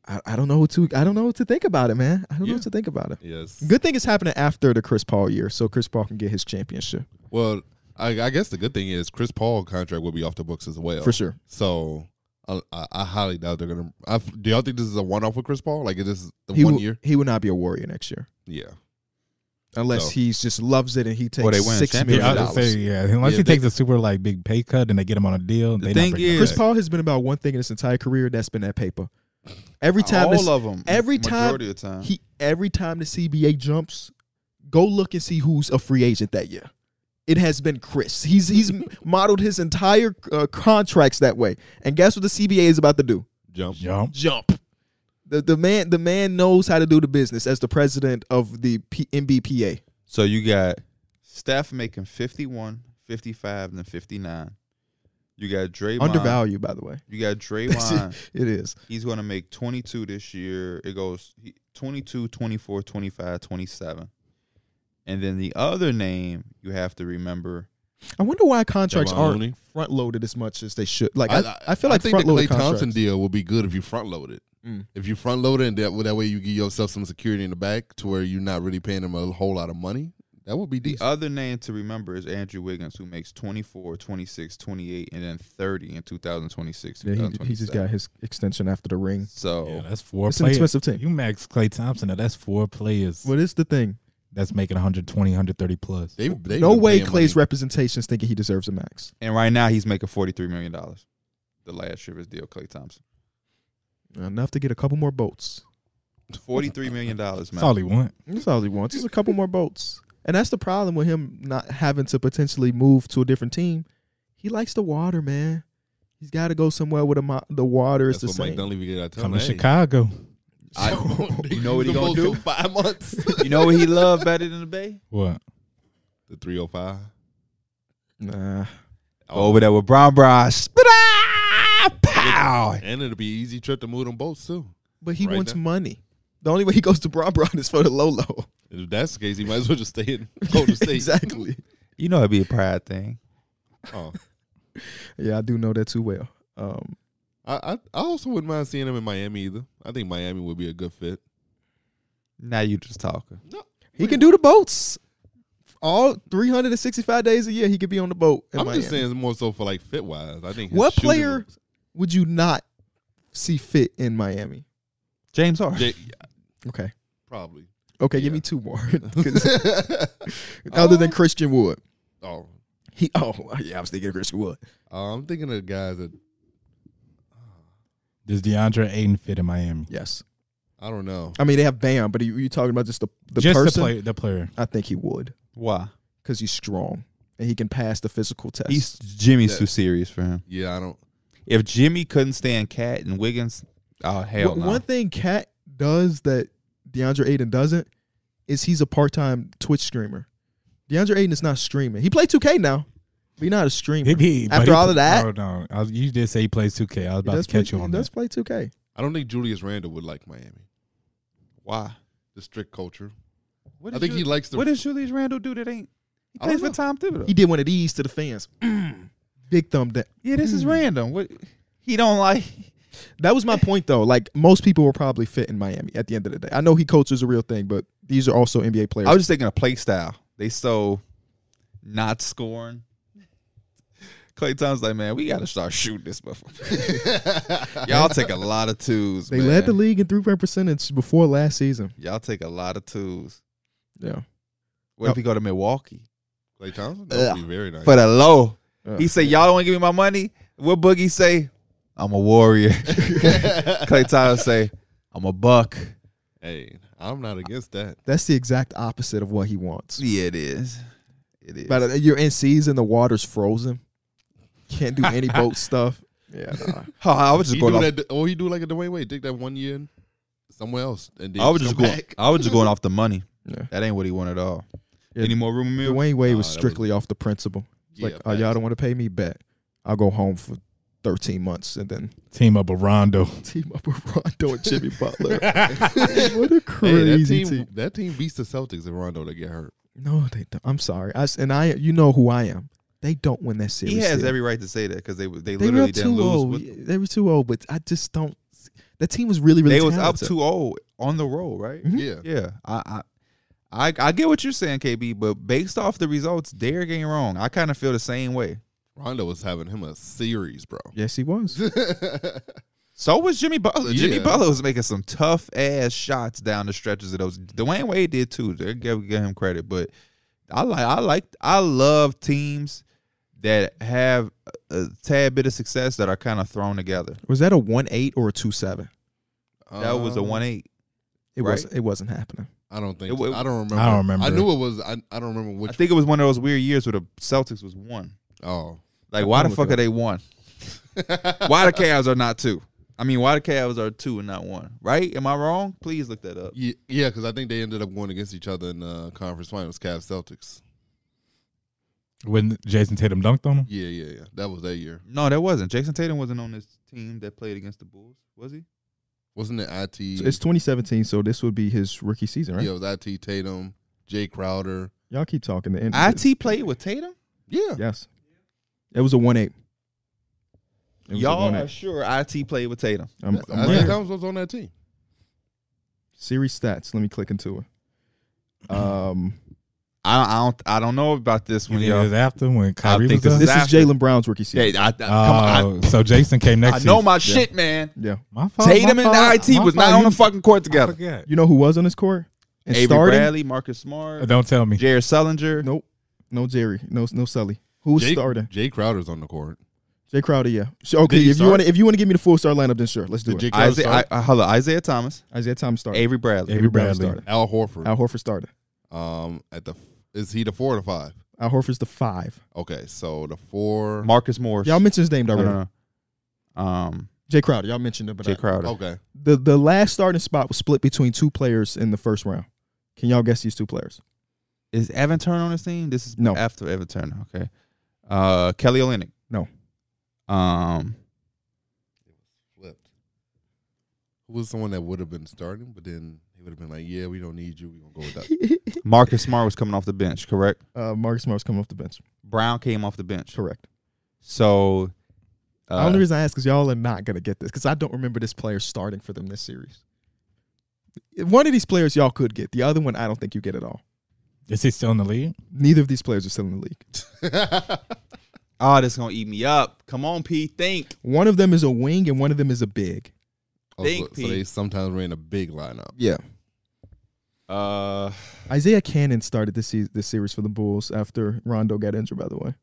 Speaker 1: I, I don't know what to I don't know what to think about it, man. I don't know
Speaker 3: Yeah.
Speaker 1: what to think about it.
Speaker 3: Yes,
Speaker 1: Good thing it's happening after the Chris Paul year, so Chris Paul can get his championship
Speaker 3: Well, I, I guess the good thing is Chris Paul contract will be off the books as well.
Speaker 1: for sure.
Speaker 3: So I, I, I highly doubt they're gonna. I, do y'all think this is a one off with Chris Paul? Like is this the
Speaker 1: He
Speaker 3: one
Speaker 1: will,
Speaker 3: year?
Speaker 1: he will not be a warrior next year
Speaker 3: Yeah.
Speaker 1: unless
Speaker 3: No.
Speaker 1: he's just loves it and he takes
Speaker 2: Well, they win a
Speaker 1: six
Speaker 2: championship.
Speaker 1: million
Speaker 4: Yeah, I would
Speaker 1: dollars.
Speaker 4: say, yeah. Unless
Speaker 3: Yeah,
Speaker 4: he
Speaker 3: they-
Speaker 4: takes a super like big pay cut and they get him on a deal,
Speaker 2: The
Speaker 4: they
Speaker 2: thing
Speaker 4: not bringing him
Speaker 2: is-
Speaker 1: Chris
Speaker 4: back.
Speaker 1: Paul has been about one thing in his entire career. That's been that paper. Every time this-
Speaker 2: All of them.
Speaker 1: every time
Speaker 2: Majority of the time.
Speaker 1: He every time the CBA jumps, go look and see who's a free agent that year. It has been Chris. He's he's modeled his entire uh, contracts that way. And guess what the CBA is about to do?
Speaker 3: Jump.
Speaker 4: jump.
Speaker 1: Jump. The the man the man knows how to do the business as the president of the P- NBPA.
Speaker 2: So you got Steph making 51, 55, and then 59. You got Draymond.
Speaker 1: Undervalued, by the way.
Speaker 2: You got Draymond.
Speaker 1: It is.
Speaker 2: He's going to make 22 this year. It goes he- 22, 24, 25, 27. And then the other name you have to remember.
Speaker 1: I wonder why contracts
Speaker 3: Javon
Speaker 1: aren't
Speaker 3: Looney?
Speaker 1: front loaded as much as they should. Like I, I, feel like
Speaker 3: think the
Speaker 1: front
Speaker 3: Clay
Speaker 1: loaded
Speaker 3: Thompson
Speaker 1: contracts.
Speaker 3: deal will be good if you front load it.
Speaker 1: Mm.
Speaker 3: If you front load it and that, that way you give yourself some security in the back to where you're not really paying him a whole lot of money, that would be
Speaker 2: The
Speaker 3: decent.
Speaker 2: other name to remember is Andrew Wiggins, who makes 24, 26, 28, and then 30 in 2026.
Speaker 1: Yeah, he, he just
Speaker 2: 2027.
Speaker 1: got his extension after the ring.
Speaker 2: So
Speaker 4: Yeah, that's four
Speaker 1: It's an
Speaker 4: players.
Speaker 1: expensive team.
Speaker 4: You max Clay Thompson. Now that's four players
Speaker 1: What is the thing?
Speaker 4: that's making 120, 130 plus.
Speaker 3: They, they
Speaker 1: no
Speaker 3: been
Speaker 1: way
Speaker 3: paying
Speaker 1: Clay's
Speaker 3: money.
Speaker 1: representations thinking he deserves a max.
Speaker 2: And right now he's making forty three million dollars. The last year of his deal, Clay Thompson.
Speaker 1: Enough to get a couple more boats.
Speaker 2: Forty three million dollars,
Speaker 4: That's all
Speaker 2: man.
Speaker 4: he want.
Speaker 1: That's all he wants. Just a couple more boats. And that's the problem with him not having to potentially move to a different team. He likes the water, man. He's got to go somewhere where the, mo- the water is
Speaker 3: That's what
Speaker 1: the
Speaker 3: Mike
Speaker 1: same.
Speaker 3: Dunleavy did. I tell
Speaker 4: Come
Speaker 3: him,
Speaker 4: to
Speaker 3: hey,
Speaker 4: Chicago.
Speaker 3: I,
Speaker 2: You know what he
Speaker 3: the
Speaker 2: gonna
Speaker 3: most
Speaker 2: do?
Speaker 3: in Five months.
Speaker 2: You know what he loved better than the Bay?
Speaker 4: What?
Speaker 3: the three hundred five.
Speaker 1: Nah.
Speaker 2: Over there with Brown Brown. Spit ah! Pow.
Speaker 3: And it'll be an easy trip to move them boats too.
Speaker 1: But he
Speaker 3: Right
Speaker 1: wants
Speaker 3: now.
Speaker 1: money. The only way he goes to Bron Bron is for the Lolo.
Speaker 3: If that's the case, he might as well just stay in Golden State.
Speaker 1: exactly.
Speaker 2: You know it'd be a pride thing.
Speaker 3: Oh,
Speaker 1: Yeah, I do know that too well. Um,
Speaker 3: I, I I also wouldn't mind seeing him in Miami either. I think Miami would be a good fit.
Speaker 2: Now you just talking.
Speaker 1: He can do the boats. All 365 days a year, he could be on the boat. in
Speaker 3: I'm just
Speaker 1: Miami.
Speaker 3: saying more so for like fit wise. I think his
Speaker 1: What
Speaker 3: shooting
Speaker 1: player
Speaker 3: was-
Speaker 1: would you not see fit in Miami?
Speaker 2: James Harden.
Speaker 3: J-
Speaker 1: Okay.
Speaker 3: probably.
Speaker 1: Okay, give
Speaker 3: Yeah.
Speaker 1: me two more. 'Cause other than Christian Wood.
Speaker 3: oh,
Speaker 1: He oh yeah, I was thinking of Christian Wood.
Speaker 3: uh, I'm thinking of the guys that
Speaker 4: Does DeAndre Aiden fit in Miami?
Speaker 1: Yes.
Speaker 3: I don't know.
Speaker 1: I mean they have Bam, but you you talking about just the, the
Speaker 4: Just the
Speaker 1: person?
Speaker 4: player. The player.
Speaker 1: I think he would.
Speaker 2: Why?
Speaker 1: Because he's strong and he can pass the physical test.
Speaker 2: He's Jimmy's
Speaker 3: Yeah.
Speaker 2: too serious for him.
Speaker 3: Yeah, I don't.
Speaker 2: If Jimmy couldn't stand Cat and Wiggins, oh hell
Speaker 1: One-
Speaker 2: no.
Speaker 1: One thing Cat does that DeAndre Aiden doesn't is he's a part time Twitch streamer. DeAndre Aiden is not streaming. He played 2K now, but he's not a streamer.
Speaker 4: He- he- but
Speaker 1: After
Speaker 4: he
Speaker 1: all of
Speaker 4: pl-
Speaker 1: that-
Speaker 4: oh, no, I was, you did say he plays 2K. I was about
Speaker 1: does
Speaker 4: to catch
Speaker 1: play,
Speaker 4: you on
Speaker 1: he does
Speaker 4: that.
Speaker 1: play 2K.
Speaker 3: I don't think Julius Randle would like Miami.
Speaker 2: Why?
Speaker 3: The strict culture.
Speaker 2: What
Speaker 3: I think he likes the.
Speaker 2: What does Julius Randle do that ain't? He
Speaker 3: I don't
Speaker 2: plays for
Speaker 3: know.
Speaker 2: Tom Thibodeau.
Speaker 1: He did one of these to the fans. Big thumb down.
Speaker 2: yeah, this is random. What? He don't like.
Speaker 1: That was my point though. Like most people will probably fit in Miami at the end of the day. I know he coaches a real thing, but these are also NBA players.
Speaker 2: I was just thinking of play style. They so not scoring. Clay Thompson's like, man, we got to start shooting this motherfucker. Y'all take a lot of twos.
Speaker 1: they
Speaker 2: man.
Speaker 1: led the league in three point percentage before last season.
Speaker 2: Y'all take a lot of twos.
Speaker 1: Yeah.
Speaker 2: What if we go to Milwaukee
Speaker 3: Clay Thompson. That would be very nice.
Speaker 2: for the low?
Speaker 1: Yeah.
Speaker 2: He say, y'all don't want to give me my money. What Boogie say? I'm a warrior. Clay Thompson say, I'm a buck.
Speaker 3: hey, I'm not against that.
Speaker 1: That's the exact opposite of what he wants.
Speaker 2: Yeah, it is. It is.
Speaker 1: But uh, you're in season, the water's frozen. Can't do any boat stuff. Yeah, nah.
Speaker 2: Oh, I was just
Speaker 3: He do
Speaker 2: going off.
Speaker 3: that, or he do like a Dwayne Wade. Take that one year and somewhere else, and then
Speaker 2: I was just
Speaker 3: come
Speaker 2: going.
Speaker 3: back.
Speaker 2: I was just going off the money.
Speaker 1: Yeah.
Speaker 2: That ain't what he wanted at all.
Speaker 1: Yeah.
Speaker 2: Any more rumor mill?
Speaker 1: Dwayne Wade
Speaker 3: Nah,
Speaker 1: was
Speaker 3: that was-
Speaker 1: strictly off the principle. It's like,
Speaker 3: Yeah,
Speaker 1: oh, y'all
Speaker 3: facts.
Speaker 1: don't want to pay me? Bet. I'll go home for 13 months and then
Speaker 4: Team up with Rondo.
Speaker 1: team up with Rondo and Jimmy Butler. what a crazy
Speaker 3: hey,
Speaker 1: team.
Speaker 3: that team, That team beats the Celtics if Rondo to get hurt.
Speaker 1: No, they don't. I'm sorry. I, s- and I, you know who I am. They don't win that series.
Speaker 2: He has
Speaker 1: still.
Speaker 2: every right to say that because they they,
Speaker 1: They were
Speaker 2: literally
Speaker 1: too
Speaker 2: didn't lose.
Speaker 1: old.
Speaker 2: with-
Speaker 1: they were too old, but I just don't. s- That team was really, really.
Speaker 2: they was up
Speaker 1: talented.
Speaker 2: too old on the road, right?
Speaker 1: Mhm.
Speaker 3: Yeah,
Speaker 2: Yeah, I, I I I get what you're saying, KB, but based off the results, Derek ain't wrong. I kind of feel the same way.
Speaker 3: Rondo was having him a series, bro.
Speaker 1: Yes, he was.
Speaker 2: So was Jimmy Butler. Jimmy
Speaker 3: Yeah.
Speaker 2: Butler was making some tough ass shots down the stretches of those. Dwayne Wade did too. They give, give him credit, but I like I like I love teams that have a, a tad bit of success that are kind of thrown together.
Speaker 1: was that a one eight or a two seven?
Speaker 2: That was a
Speaker 1: Oh.
Speaker 3: Um,
Speaker 2: one eight.
Speaker 1: It
Speaker 2: Right.
Speaker 1: was. It wasn't happening.
Speaker 3: I don't think.
Speaker 2: It wa-
Speaker 3: I don't remember.
Speaker 4: I don't remember.
Speaker 3: I knew it was. I, I don't remember
Speaker 2: I
Speaker 3: which.
Speaker 2: think it was one of those weird years where the Celtics was one.
Speaker 3: oh,
Speaker 2: Like, why the
Speaker 1: I'll look
Speaker 2: fuck
Speaker 1: it
Speaker 2: are they one? why the Cavs are not two? I mean, why the Cavs are two and not one? Right? Am I wrong? Please look that up.
Speaker 3: Ye- yeah, because I think they ended up going against each other in uh, conference finals. Cavs Celtics.
Speaker 4: When Jason Tatum dunked on him.
Speaker 3: Yeah, yeah, yeah. That was that year.
Speaker 2: No, that wasn't. Jason Tatum wasn't on this team that played against the Bulls, was he?
Speaker 3: Wasn't it it?
Speaker 1: So it's 2017, so this would be his rookie season, right?
Speaker 3: Yeah, it was it Tatum, Jay Crowder.
Speaker 1: Y'all keep talking. The end.
Speaker 2: It played with Tatum.
Speaker 3: Yeah,
Speaker 1: Yes. It was a one eight.
Speaker 2: Y'all are sure It played with Tatum?
Speaker 1: I'm,
Speaker 3: That's-
Speaker 1: I'm
Speaker 3: I
Speaker 1: right
Speaker 3: think
Speaker 1: here.
Speaker 3: Thomas was on that team.
Speaker 1: Series stats. Let me click into it. Um,
Speaker 2: I I don't I don't know about this
Speaker 4: You
Speaker 2: one,
Speaker 4: think it
Speaker 2: y'all.
Speaker 4: was after when Kyrie
Speaker 2: think
Speaker 4: was
Speaker 2: this
Speaker 1: this
Speaker 4: up?
Speaker 1: is
Speaker 2: after-
Speaker 1: Jalen Brown's rookie season.
Speaker 2: Hey, I, I- come on,
Speaker 4: Oh, so Jason came
Speaker 2: I,
Speaker 4: next.
Speaker 2: I know
Speaker 4: season.
Speaker 2: my shit, man.
Speaker 1: Yeah.
Speaker 4: My fault,
Speaker 2: Tatum
Speaker 4: my
Speaker 2: and
Speaker 4: fault,
Speaker 2: IT
Speaker 4: my
Speaker 2: was
Speaker 4: fault.
Speaker 2: not on the
Speaker 4: You-
Speaker 2: fucking court
Speaker 4: I
Speaker 2: together.
Speaker 4: forget. Uh,
Speaker 1: You know who was on his court? And
Speaker 2: Avery
Speaker 1: starting?
Speaker 2: Bradley, Marcus Smart,
Speaker 4: Don't tell me.
Speaker 2: Jared Sullinger.
Speaker 1: Nope. No Jerry. No no Sully. Who was
Speaker 3: Jay,
Speaker 1: starting?
Speaker 3: Jay Crowder's on the court.
Speaker 1: Jay Crowder, yeah. So, okay,
Speaker 3: Did he
Speaker 1: if you
Speaker 3: start?
Speaker 1: want to if you want to give me the full star lineup, then sure, let's do
Speaker 3: Did Jay
Speaker 1: it.
Speaker 3: Crowder
Speaker 2: Isaiah,
Speaker 3: start?
Speaker 2: I, I- hello, Isaiah Thomas,
Speaker 1: Isaiah Thomas started.
Speaker 2: Avery Bradley.
Speaker 4: Avery
Speaker 1: Brown
Speaker 4: Bradley.
Speaker 1: started.
Speaker 3: Al Horford.
Speaker 1: Al Horford started.
Speaker 3: Um, at the is he the four or the five?
Speaker 1: Al Horford's the five.
Speaker 3: Okay, so the four.
Speaker 2: Marcus Morris.
Speaker 1: Y'all mentioned his name already.
Speaker 2: No, no, no. Um,
Speaker 1: Jay Crowder. Y'all mentioned him, but
Speaker 2: Jay
Speaker 1: I- oh.
Speaker 2: Crowder.
Speaker 3: Okay,
Speaker 1: the the last starting spot was split between two players in the first round. Can y'all guess these two players?
Speaker 2: Is Evan Turner on this team? This is
Speaker 1: No.
Speaker 2: after Evan Turner. Okay. Uh, Kelly Olynyk.
Speaker 1: No.
Speaker 2: Um,
Speaker 3: flipped. Who was someone that would have been starting, but then he would have been like, "Yeah, we don't need you. We gonna go with that."
Speaker 2: Marcus Smart was coming off the bench, correct?
Speaker 1: uh, Marcus Smart's coming off the bench.
Speaker 2: Brown came off the bench.
Speaker 1: Correct.
Speaker 2: So
Speaker 1: the
Speaker 2: Uh,
Speaker 1: only reason I ask is y'all are not gonna get this because I don't remember this player starting for them this series. One of these players y'all could get. The other one I don't think you get at all.
Speaker 4: Is he still in the league?
Speaker 1: Neither of these players are still in the league.
Speaker 2: oh, this gonna eat me up. Come on, P. Think.
Speaker 1: One of them is a wing and one of them is a big.
Speaker 3: Oh, so,
Speaker 2: Think
Speaker 3: so they
Speaker 2: piece.
Speaker 3: sometimes ran a big lineup.
Speaker 1: Yeah.
Speaker 2: Uh,
Speaker 1: Isaiah Cannon started this se- this series for the Bulls after Rondo got injured. By the way,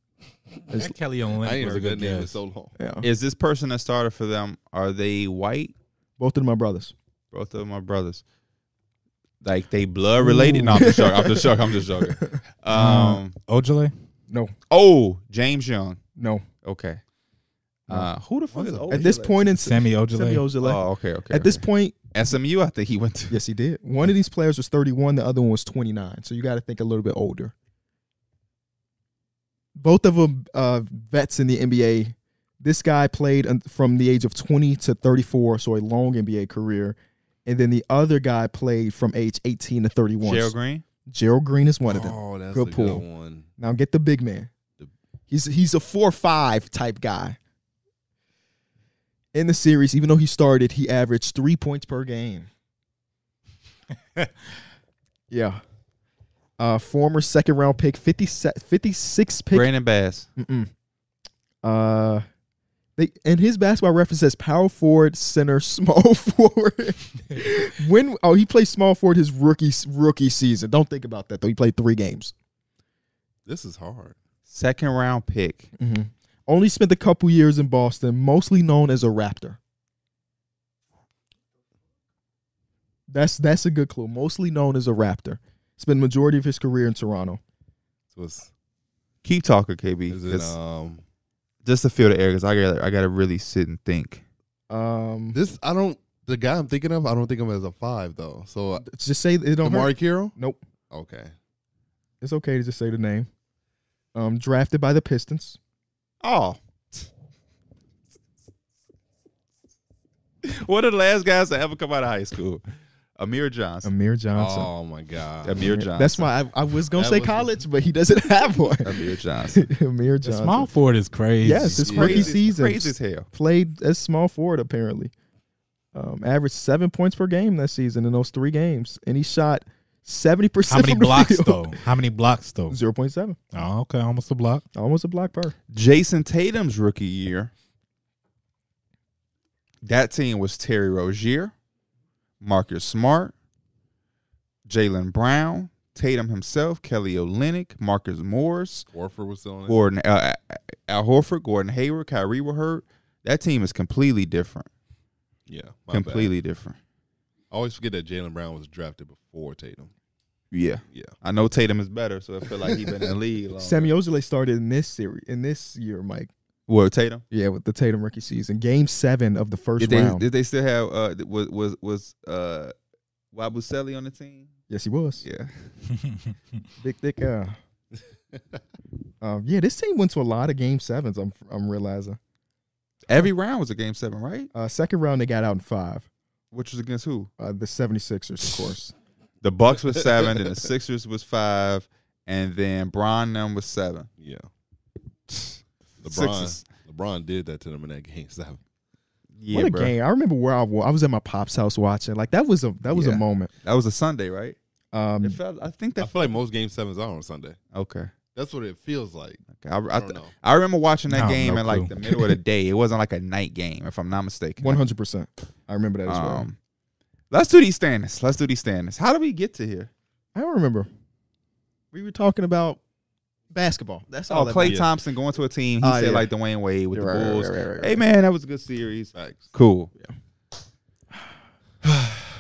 Speaker 1: Is-
Speaker 4: Kelly Olynyk
Speaker 3: I ain't
Speaker 4: was
Speaker 3: heard
Speaker 4: a good
Speaker 3: that name in
Speaker 4: guess.
Speaker 3: so long.
Speaker 1: yeah,
Speaker 2: is this person that started for them? Are they white?
Speaker 1: both of my brothers.
Speaker 2: Both of them are brothers. Like they blood related? No, I'm just joking. I'm just joking. I'm just joking. Um.
Speaker 4: Ojale?
Speaker 1: No,
Speaker 2: Oh, James Young.
Speaker 1: no.
Speaker 2: Okay. Uh, who the fuck
Speaker 4: One's
Speaker 2: is
Speaker 4: a-
Speaker 2: Ojale?
Speaker 1: At this point in
Speaker 4: Sammy Ojale?
Speaker 1: Sammy Ojale.
Speaker 2: Oh, okay, okay.
Speaker 1: At this
Speaker 2: okay.
Speaker 1: point,
Speaker 2: SMU, I think he went to.
Speaker 1: yes, he did. One of these players was 31, the other one was 29. So you got to think a little bit older. Both of them uh, vets in the NBA. This guy played un- from the age of 20 to 34, so a long NBA career. And then the other guy played from age 18 to 31.
Speaker 2: Gerald Green.
Speaker 1: Gerald Green is one of them.
Speaker 3: Oh, that's
Speaker 1: Good
Speaker 3: a
Speaker 1: pull.
Speaker 3: good one.
Speaker 1: Now get the big man.
Speaker 3: The-
Speaker 1: He's he's a four five type guy. In the series, even though he started, he averaged three points per game. yeah. Uh, former second round pick, 50 se- 56 pick.
Speaker 2: Brandon Bass.
Speaker 1: Mm-mm. Uh, they and his basketball reference says power forward, center, small forward. when oh he played small forward his rookie rookie season. Don't think about that though. He played three games.
Speaker 3: This is hard.
Speaker 2: Second round pick.
Speaker 1: hmm Only spent a couple years in Boston, mostly known as a Raptor. That's that's a good clue. Mostly known as a Raptor. Spent majority of his career in Toronto.
Speaker 3: So it's,
Speaker 2: Keep talking, KB.
Speaker 3: is it,
Speaker 2: That's-
Speaker 3: um,
Speaker 2: just to feel the air, because I got I got to really sit and think.
Speaker 1: Um,
Speaker 3: this I don't. The guy I'm thinking of, I don't think of him as a five though. So uh,
Speaker 1: just say it don't hurt.
Speaker 3: Amari Carroll.
Speaker 1: Nope.
Speaker 3: Okay.
Speaker 1: It's okay to just say the name. Um, drafted by the Pistons.
Speaker 2: Oh. One of the last guys to ever come out of high school, Amir Johnson.
Speaker 1: Amir Johnson.
Speaker 3: Oh my God.
Speaker 2: Amir Johnson.
Speaker 1: That's why I, I was gonna
Speaker 3: That
Speaker 1: say
Speaker 3: was-
Speaker 1: college, but he doesn't have one.
Speaker 2: Amir Johnson.
Speaker 1: Amir
Speaker 4: The
Speaker 1: Johnson.
Speaker 4: small forward is crazy.
Speaker 1: Yes, it's
Speaker 3: Yeah.
Speaker 1: rookie
Speaker 3: Crazy-
Speaker 1: season.
Speaker 2: Crazy as hell.
Speaker 1: played as small forward apparently. Um, averaged seven points per game that season in those three games, and he shot seventy
Speaker 4: How
Speaker 1: percent.
Speaker 4: many blocks though? How many blocks though?
Speaker 1: Zero point seven,
Speaker 4: Oh, okay, almost a block.
Speaker 1: almost a block per.
Speaker 2: Oh, Jason Tatum's rookie year. That team was Terry Rozier, Marcus Smart, Jalen Brown, Tatum himself, Kelly Olynyk, Marcus Morris,
Speaker 3: Warford was still on. it.
Speaker 2: Gordon uh, Al Horford, Gordon Hayward, Kyrie were hurt. That team is completely different.
Speaker 3: Yeah. my bad.
Speaker 2: completely different.
Speaker 3: I always forget that Jalen Brown was drafted before Tatum.
Speaker 2: Yeah,
Speaker 3: Yeah.
Speaker 2: I know Tatum is better, so I feel like he been in the league. Longer.
Speaker 1: Sammy Ojale started in this series in this year, Mike.
Speaker 2: well, Tatum.
Speaker 1: Yeah, with the Tatum rookie season, game seven of the first
Speaker 2: Did they,
Speaker 1: round.
Speaker 2: did they still have uh, th- was was was uh, Wabuseli on the team?
Speaker 1: yes, he was.
Speaker 2: Yeah.
Speaker 1: Thick, thick. Uh, um, yeah, this team went to a lot of game sevens. I'm I'm realizing.
Speaker 2: Every round was a game seven, right?
Speaker 1: Uh, second round they got out in five.
Speaker 2: Which was against who?
Speaker 1: Uh, the 76ers, of course.
Speaker 2: The Bucks was seven, then the Sixers was five, and then Bron them was seven.
Speaker 3: Yeah. LeBron.
Speaker 2: Sixers.
Speaker 3: LeBron did that to them in that game seven.
Speaker 2: Yeah,
Speaker 1: what a
Speaker 2: bruh.
Speaker 1: game! I remember where I was. I was at my pop's house watching. Like that was a that was a
Speaker 2: Yeah.
Speaker 1: moment.
Speaker 2: That was a Sunday, right?
Speaker 1: Um,
Speaker 2: It felt, I think
Speaker 3: I
Speaker 2: that.
Speaker 3: feel like most game sevens are on Sunday.
Speaker 2: Okay.
Speaker 3: That's what it feels like.
Speaker 2: okay. I, I,
Speaker 3: I
Speaker 2: th-
Speaker 3: don't know.
Speaker 2: I remember watching that
Speaker 4: No,
Speaker 2: game
Speaker 4: no
Speaker 2: in
Speaker 4: clue.
Speaker 2: like the middle of the day. It wasn't like a night game, if I'm not mistaken.
Speaker 1: One hundred percent. I remember that as well.
Speaker 2: Um, let's do these standings. Let's do these standings. How do we get to here?
Speaker 1: I don't remember. We were talking about basketball. That's all.
Speaker 2: Oh,
Speaker 1: that
Speaker 2: Clay
Speaker 1: matters.
Speaker 2: Thompson going to a team. He
Speaker 1: Oh,
Speaker 2: said
Speaker 1: yeah.
Speaker 2: like Dwayne Wade with
Speaker 1: Right, right,
Speaker 2: the Bulls.
Speaker 1: right, right, right,
Speaker 2: Hey man, that was a good series.
Speaker 3: Facts.
Speaker 2: Cool.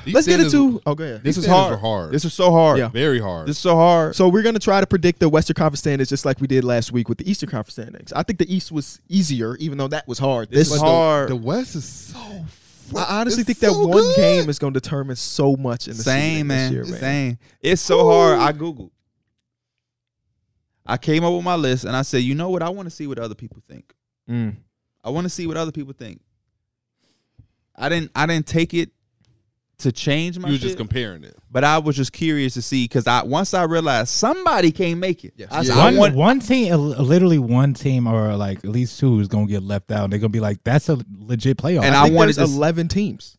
Speaker 3: These
Speaker 1: Let's get
Speaker 3: standards-
Speaker 1: into. Oh, go ahead.
Speaker 3: These
Speaker 2: This is
Speaker 3: standards
Speaker 2: hard.
Speaker 3: are hard.
Speaker 2: This is so hard.
Speaker 1: Yeah.
Speaker 3: very hard.
Speaker 2: This is so hard.
Speaker 1: So we're gonna try to predict the Western Conference standings just like we did last week with the Eastern Conference standings. I think the East was easier, even though that was hard. This,
Speaker 2: is
Speaker 3: But
Speaker 2: hard.
Speaker 3: The, the West is so. fl-
Speaker 1: I honestly
Speaker 3: it's
Speaker 1: think that
Speaker 3: so
Speaker 1: one
Speaker 3: good.
Speaker 1: game is gonna determine so much in the
Speaker 2: Same
Speaker 1: season
Speaker 2: man.
Speaker 1: This year, man.
Speaker 2: Same. It's so hard. I googled. I came up with my list and I said, you know what? I want to see what other people think.
Speaker 1: Mm.
Speaker 2: I want to see what other people think. I didn't. I didn't take it to change my
Speaker 3: You were
Speaker 2: shit,
Speaker 3: just comparing it.
Speaker 2: but I was just curious to see because I once I realized somebody can't make it.
Speaker 1: Yes.
Speaker 2: I, said,
Speaker 3: Yeah.
Speaker 2: I
Speaker 4: One,
Speaker 2: want
Speaker 4: one team, uh, literally one team, or like at least two is gonna get left out. They're gonna be like, "That's a legit playoff."
Speaker 2: And I
Speaker 4: I,
Speaker 1: think
Speaker 2: wanted
Speaker 1: there's
Speaker 2: to s-
Speaker 1: eleven teams.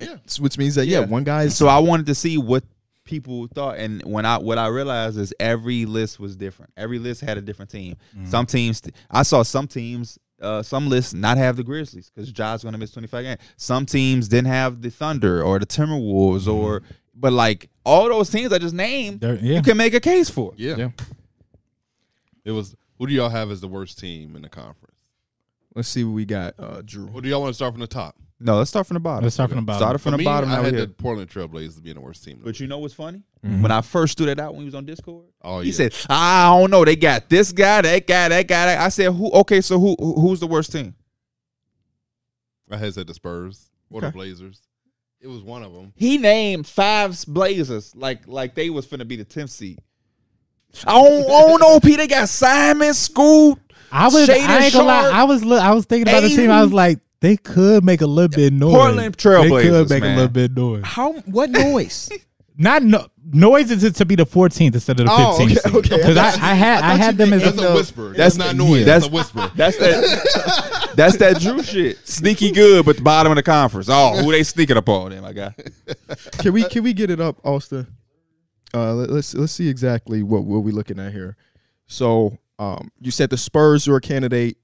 Speaker 3: Yeah.
Speaker 1: S- which means that yeah,
Speaker 2: Yeah.
Speaker 1: one guy is
Speaker 2: so I wanted to see what people thought, and when I what I realized is every list was different. Every list had a different team.
Speaker 4: Mm-hmm.
Speaker 2: Some teams I saw some teams. Uh, some lists not have the Grizzlies because Ja's going to miss 25 games. Some teams didn't have the Thunder or the Timberwolves
Speaker 4: Mm-hmm.
Speaker 2: or, but like all those teams I just named,
Speaker 4: They're- yeah.
Speaker 2: you can make a case for.
Speaker 3: Yeah.
Speaker 1: Yeah.
Speaker 3: It was who do y'all have as the worst team in the conference?
Speaker 1: Let's see what we got. Uh, Drew.
Speaker 3: Or do y'all want to start from the top?
Speaker 2: No, let's start from the bottom.
Speaker 4: Let's start from the bottom.
Speaker 2: Started from
Speaker 3: For
Speaker 2: the
Speaker 3: me,
Speaker 2: bottom.
Speaker 3: I
Speaker 2: now
Speaker 3: had
Speaker 2: here.
Speaker 3: the Portland Trailblazers being the worst team.
Speaker 2: But you know what's funny?
Speaker 4: Mm-hmm.
Speaker 2: When I first threw that out when he was on Discord,
Speaker 3: Oh,
Speaker 2: he
Speaker 3: yeah.
Speaker 2: said, "I don't know. They got this guy, that guy, that guy." That. I said, "Who? Okay, so who? who- Who's the worst team?"
Speaker 3: I had said the Spurs or the
Speaker 1: Okay.
Speaker 3: Blazers. It was one of them.
Speaker 2: He named five Blazers like like they was finna be the tenth seed. I don't, I don't know, P. They got Simon, Scoot.
Speaker 4: was,
Speaker 2: Shaden
Speaker 4: I ain't gonna lie.
Speaker 2: Sharp,
Speaker 4: I was, li- I was thinking about the team. I was
Speaker 2: Aiden.
Speaker 4: like, they could make a little bit noise.
Speaker 2: Portland
Speaker 4: They could
Speaker 2: Trailblazers,
Speaker 4: make a
Speaker 2: man.
Speaker 4: little bit noise.
Speaker 1: How? What noise?
Speaker 4: Not no, noise is it to be the 14th instead of the
Speaker 1: Oh,
Speaker 4: 15th.
Speaker 1: okay, okay.
Speaker 4: Because I, I had, I, had them as
Speaker 3: That's
Speaker 4: a,
Speaker 3: a whisper.
Speaker 2: That's-
Speaker 3: That's, not noise.
Speaker 2: yeah.
Speaker 3: That's,
Speaker 2: That's-
Speaker 3: a whisper.
Speaker 2: That's that. that's that Drew shit. Sneaky good, but the bottom of the conference. Oh, who they sneaking up on? Then my guy.
Speaker 1: can we can we get it up, Austin? Uh, let, us let's see exactly what what we looking at here. So, um, you said the Spurs are a candidate,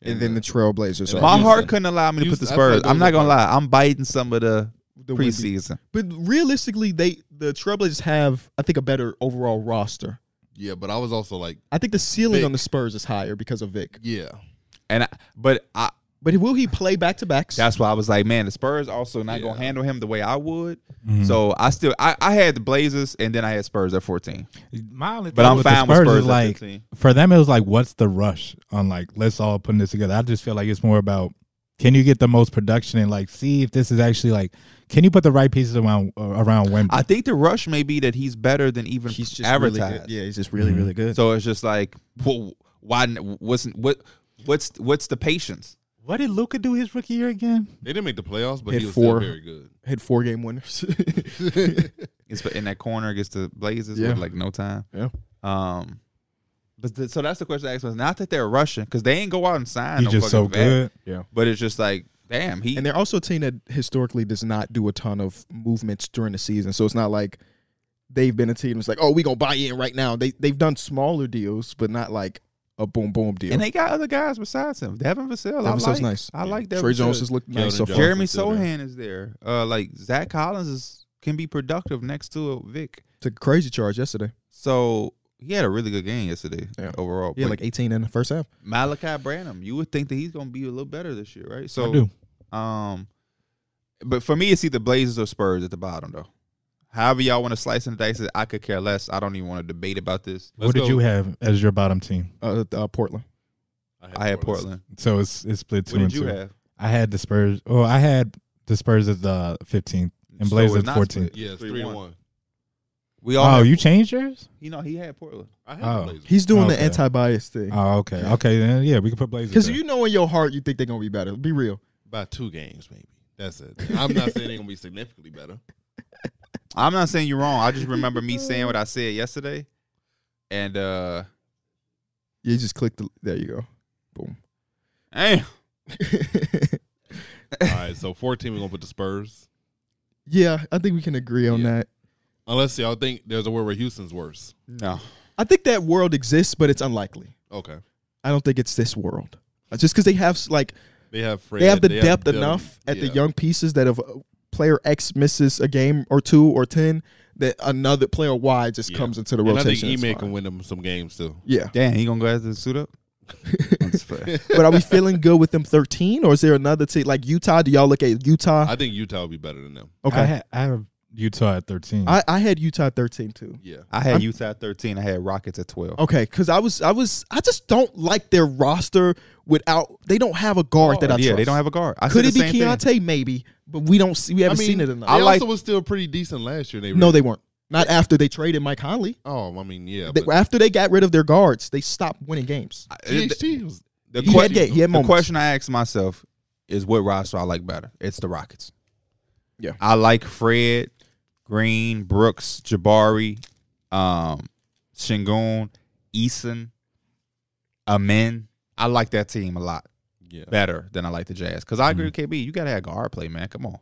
Speaker 1: and then the Trailblazers.
Speaker 3: and
Speaker 1: are.
Speaker 3: the
Speaker 2: My
Speaker 3: Houston.
Speaker 2: heart couldn't allow me to put the
Speaker 3: Houston, I put
Speaker 2: Spurs.
Speaker 3: those
Speaker 2: I'm not gonna
Speaker 3: apart.
Speaker 2: lie. I'm biting some of the,
Speaker 1: The would be-
Speaker 2: preseason.
Speaker 1: But realistically, they the Trailblazers have I think a better overall roster.
Speaker 3: Yeah, but I was also like,
Speaker 1: I think the ceiling
Speaker 3: Vic.
Speaker 1: on the Spurs is higher because of Vic.
Speaker 3: yeah.
Speaker 2: And I, but I
Speaker 1: But will he play back to backs?
Speaker 2: that's why I was like, man, the Spurs also not gonna
Speaker 3: Yeah.
Speaker 2: handle him the way I would.
Speaker 1: Mm-hmm.
Speaker 4: Mhm.
Speaker 2: So I still I, I had the Blazers and then I had Spurs at fourteen.
Speaker 4: My only
Speaker 2: But
Speaker 4: thing
Speaker 2: I'm
Speaker 4: with the
Speaker 2: fine with
Speaker 4: Spurs
Speaker 2: Spurs
Speaker 4: is
Speaker 2: at
Speaker 4: like
Speaker 2: 15.
Speaker 4: for them, it was like, what's the rush on like let's all put this together? I just feel like it's more about can you get the most production and like see if this is actually like can you put the right pieces around uh, around Wemby?
Speaker 2: I think the rush may be that he's better than even
Speaker 1: he's just really
Speaker 2: advertised.
Speaker 1: good. Yeah, he's just really
Speaker 4: Mhm.
Speaker 1: really good.
Speaker 2: So it's just like, wh- why? n- What's what? What's what's the patience?
Speaker 4: what did Luca do his rookie year again?
Speaker 3: They didn't make the playoffs, but
Speaker 1: Hit
Speaker 3: he was
Speaker 1: four.
Speaker 3: still very good.
Speaker 1: Hit four game winners.
Speaker 2: It's in that corner against the Blazers
Speaker 1: Yeah.
Speaker 2: with like no time.
Speaker 1: yeah.
Speaker 2: Um, but th- so that's the question I asked. Was not that they're rushing because they ain't go out and sign.
Speaker 4: He's
Speaker 2: no
Speaker 4: just
Speaker 2: fucking
Speaker 4: so
Speaker 2: vet,
Speaker 4: good.
Speaker 2: But it's just like, damn, he
Speaker 1: And they're also a team that historically does not do a ton of movements during the season. So it's not like they've been a team that's like, oh, we gonna buy in right now. They they've done smaller deals, but not like a boom boom deal.
Speaker 2: and they got other guys besides him. Devin Vassell, I
Speaker 1: Devin Vassell's
Speaker 2: like.
Speaker 1: nice.
Speaker 2: I like Devin.
Speaker 1: Trey Jones
Speaker 2: Vassell.
Speaker 1: has looked nice
Speaker 3: Keldon
Speaker 1: so far.
Speaker 3: Johnson.
Speaker 2: Jeremy
Speaker 3: still there.
Speaker 2: Sohan is there. Uh, like Zach Collins is can be productive next to Vic.
Speaker 1: Took a crazy charge yesterday.
Speaker 2: So he had a really good game yesterday
Speaker 1: Yeah.
Speaker 2: overall.
Speaker 1: Yeah,
Speaker 2: But
Speaker 1: like 18 in the first half.
Speaker 2: Malachi Branham, you would think that he's gonna be a little better this year, right? So
Speaker 4: I do.
Speaker 2: Um, but for me, it's either Blazers or Spurs at the bottom, though. However, y'all want to slice and dice it, I could care less. I don't even want to debate about this.
Speaker 4: What did you have as your bottom team?
Speaker 1: Uh, uh, Portland.
Speaker 2: I had Portland.
Speaker 4: So it's it's split two
Speaker 2: What
Speaker 4: and
Speaker 2: did you
Speaker 4: two.
Speaker 2: have?
Speaker 4: I had the Spurs. Oh, I had the Spurs at the fifteenth and
Speaker 2: So
Speaker 4: Blazers
Speaker 2: it's not
Speaker 4: 14th.
Speaker 2: split.
Speaker 3: Yeah, it's
Speaker 2: Three,
Speaker 3: 3 to
Speaker 2: one.
Speaker 3: 1.
Speaker 2: We all.
Speaker 4: Oh,
Speaker 2: had-
Speaker 4: you changed yours?
Speaker 2: You know, he had Portland.
Speaker 3: I had
Speaker 4: Oh.
Speaker 3: the Blazers.
Speaker 1: He's doing the
Speaker 4: Okay.
Speaker 1: anti-bias thing.
Speaker 4: Oh, okay, okay, then yeah, we can put Blazers.
Speaker 1: Because
Speaker 4: there.
Speaker 1: you know in your heart you think they're going to be better. Be real.
Speaker 3: By two games, maybe. That's it. I'm not saying they're going to be significantly better.
Speaker 2: I'm not saying you're wrong. I just remember me saying what I said yesterday, and uh,
Speaker 1: You just click the... There you go. Boom.
Speaker 2: eh,
Speaker 3: All right, so 14, we're going to put the Spurs.
Speaker 1: yeah, I think we can agree on
Speaker 3: Yeah.
Speaker 1: that.
Speaker 3: Unless y'all think there's a world where Houston's worse.
Speaker 2: no.
Speaker 1: I think that world exists, but it's unlikely.
Speaker 3: Okay.
Speaker 1: I don't think it's this world. Uh, Just because they have s- like
Speaker 3: They have Fred.
Speaker 1: they have the depth
Speaker 3: Dillon.
Speaker 1: enough at the
Speaker 3: Yeah.
Speaker 1: young pieces that if uh, player X misses a game or two or ten, that another player Y just
Speaker 3: Yeah.
Speaker 1: comes into the
Speaker 3: And I
Speaker 1: rotation.
Speaker 3: think
Speaker 1: It's
Speaker 3: E-Man
Speaker 1: fine.
Speaker 3: can win them some games, too.
Speaker 1: Yeah,
Speaker 2: Damn, he gonna go after the suit up. I'm just playing.
Speaker 1: but are we feeling good with them thirteen, or is there another team like Utah? Do y'all look at Utah?
Speaker 3: I think Utah will be better than them.
Speaker 1: Okay,
Speaker 4: I
Speaker 1: I had,
Speaker 4: had, I have Utah at thirteen.
Speaker 1: I, had Utah thirteen too.
Speaker 3: Yeah.
Speaker 2: I had Utah 13. I had Rockets at 12.
Speaker 1: Okay, because I was I was I just don't like their roster without they don't have a guard that I
Speaker 2: oh, yeah,
Speaker 1: trust.
Speaker 2: they don't have a guard. I
Speaker 1: Could
Speaker 2: said
Speaker 1: it
Speaker 2: the
Speaker 1: be
Speaker 2: same
Speaker 1: Keontae?
Speaker 2: thing.
Speaker 1: Maybe, but we don't see we haven't
Speaker 3: I mean,
Speaker 1: seen it enough.
Speaker 3: They
Speaker 2: I like-
Speaker 3: also was still pretty decent last year. They
Speaker 1: no, they weren't. Not after they traded Mike Conley.
Speaker 3: Oh, I mean, yeah.
Speaker 1: They-
Speaker 3: But
Speaker 1: after they got rid of their guards, they stopped winning games.
Speaker 2: I-
Speaker 3: THT was
Speaker 2: The,
Speaker 1: He
Speaker 2: que-
Speaker 1: had ga- he had
Speaker 2: the
Speaker 1: moments.
Speaker 2: question I asked myself is what roster I like better. It's the Rockets.
Speaker 1: Yeah.
Speaker 2: I like Fred, Green, Brooks, Jabari, um, Shingun, Eason, Amen. I like that team a lot
Speaker 3: Yeah.
Speaker 2: better than I like the Jazz. Because I agree with KB. You gotta have guard play, man. Come on.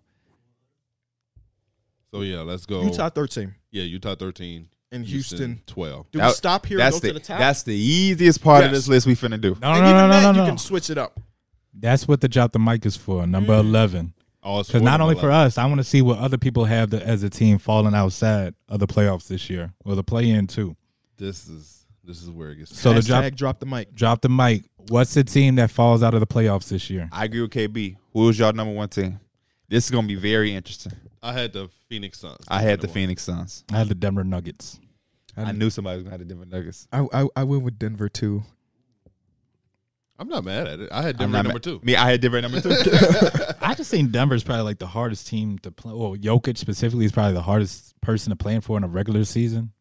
Speaker 3: So yeah, let's go.
Speaker 1: Utah 13
Speaker 3: Yeah, Utah thirteen.
Speaker 1: and Houston.
Speaker 3: twelve.
Speaker 1: Do we
Speaker 2: That-
Speaker 1: stop here and
Speaker 2: That's
Speaker 1: go
Speaker 2: the,
Speaker 1: to the top?
Speaker 2: that's the easiest part of
Speaker 1: Yes.
Speaker 2: this list we finna do.
Speaker 4: No, no,
Speaker 1: and
Speaker 4: no,
Speaker 1: even
Speaker 4: no,
Speaker 1: that,
Speaker 4: no,
Speaker 1: you
Speaker 4: no.
Speaker 1: can switch it up.
Speaker 4: That's what the drop the mic is for. Number
Speaker 1: Mm.
Speaker 4: eleven.
Speaker 3: Oh,
Speaker 4: Because not only for us, I want to see what other people have to, as a team falling outside of the playoffs this year or the play in too.
Speaker 3: this is this is where it gets.
Speaker 4: So the
Speaker 1: Hashtag
Speaker 4: drop,
Speaker 1: drop, the mic.
Speaker 4: drop the mic. What's the team that falls out of the playoffs this year?
Speaker 2: I agree with KB. Who is y'all number one team? This is gonna be very interesting.
Speaker 3: I had the Phoenix Suns.
Speaker 2: I had the
Speaker 3: Number one.
Speaker 2: Phoenix Suns.
Speaker 4: I had the Denver Nuggets.
Speaker 2: I knew somebody was gonna have the Denver Nuggets.
Speaker 1: I, I I went with Denver too.
Speaker 3: I'm not mad at it. I had
Speaker 2: I'm
Speaker 3: Denver
Speaker 2: not
Speaker 3: number
Speaker 2: mad-
Speaker 3: two.
Speaker 2: Me, I had Denver at number two.
Speaker 4: I just think Denver's probably like the hardest team to play. Well, Jokic specifically is probably the hardest person to play for in a regular season.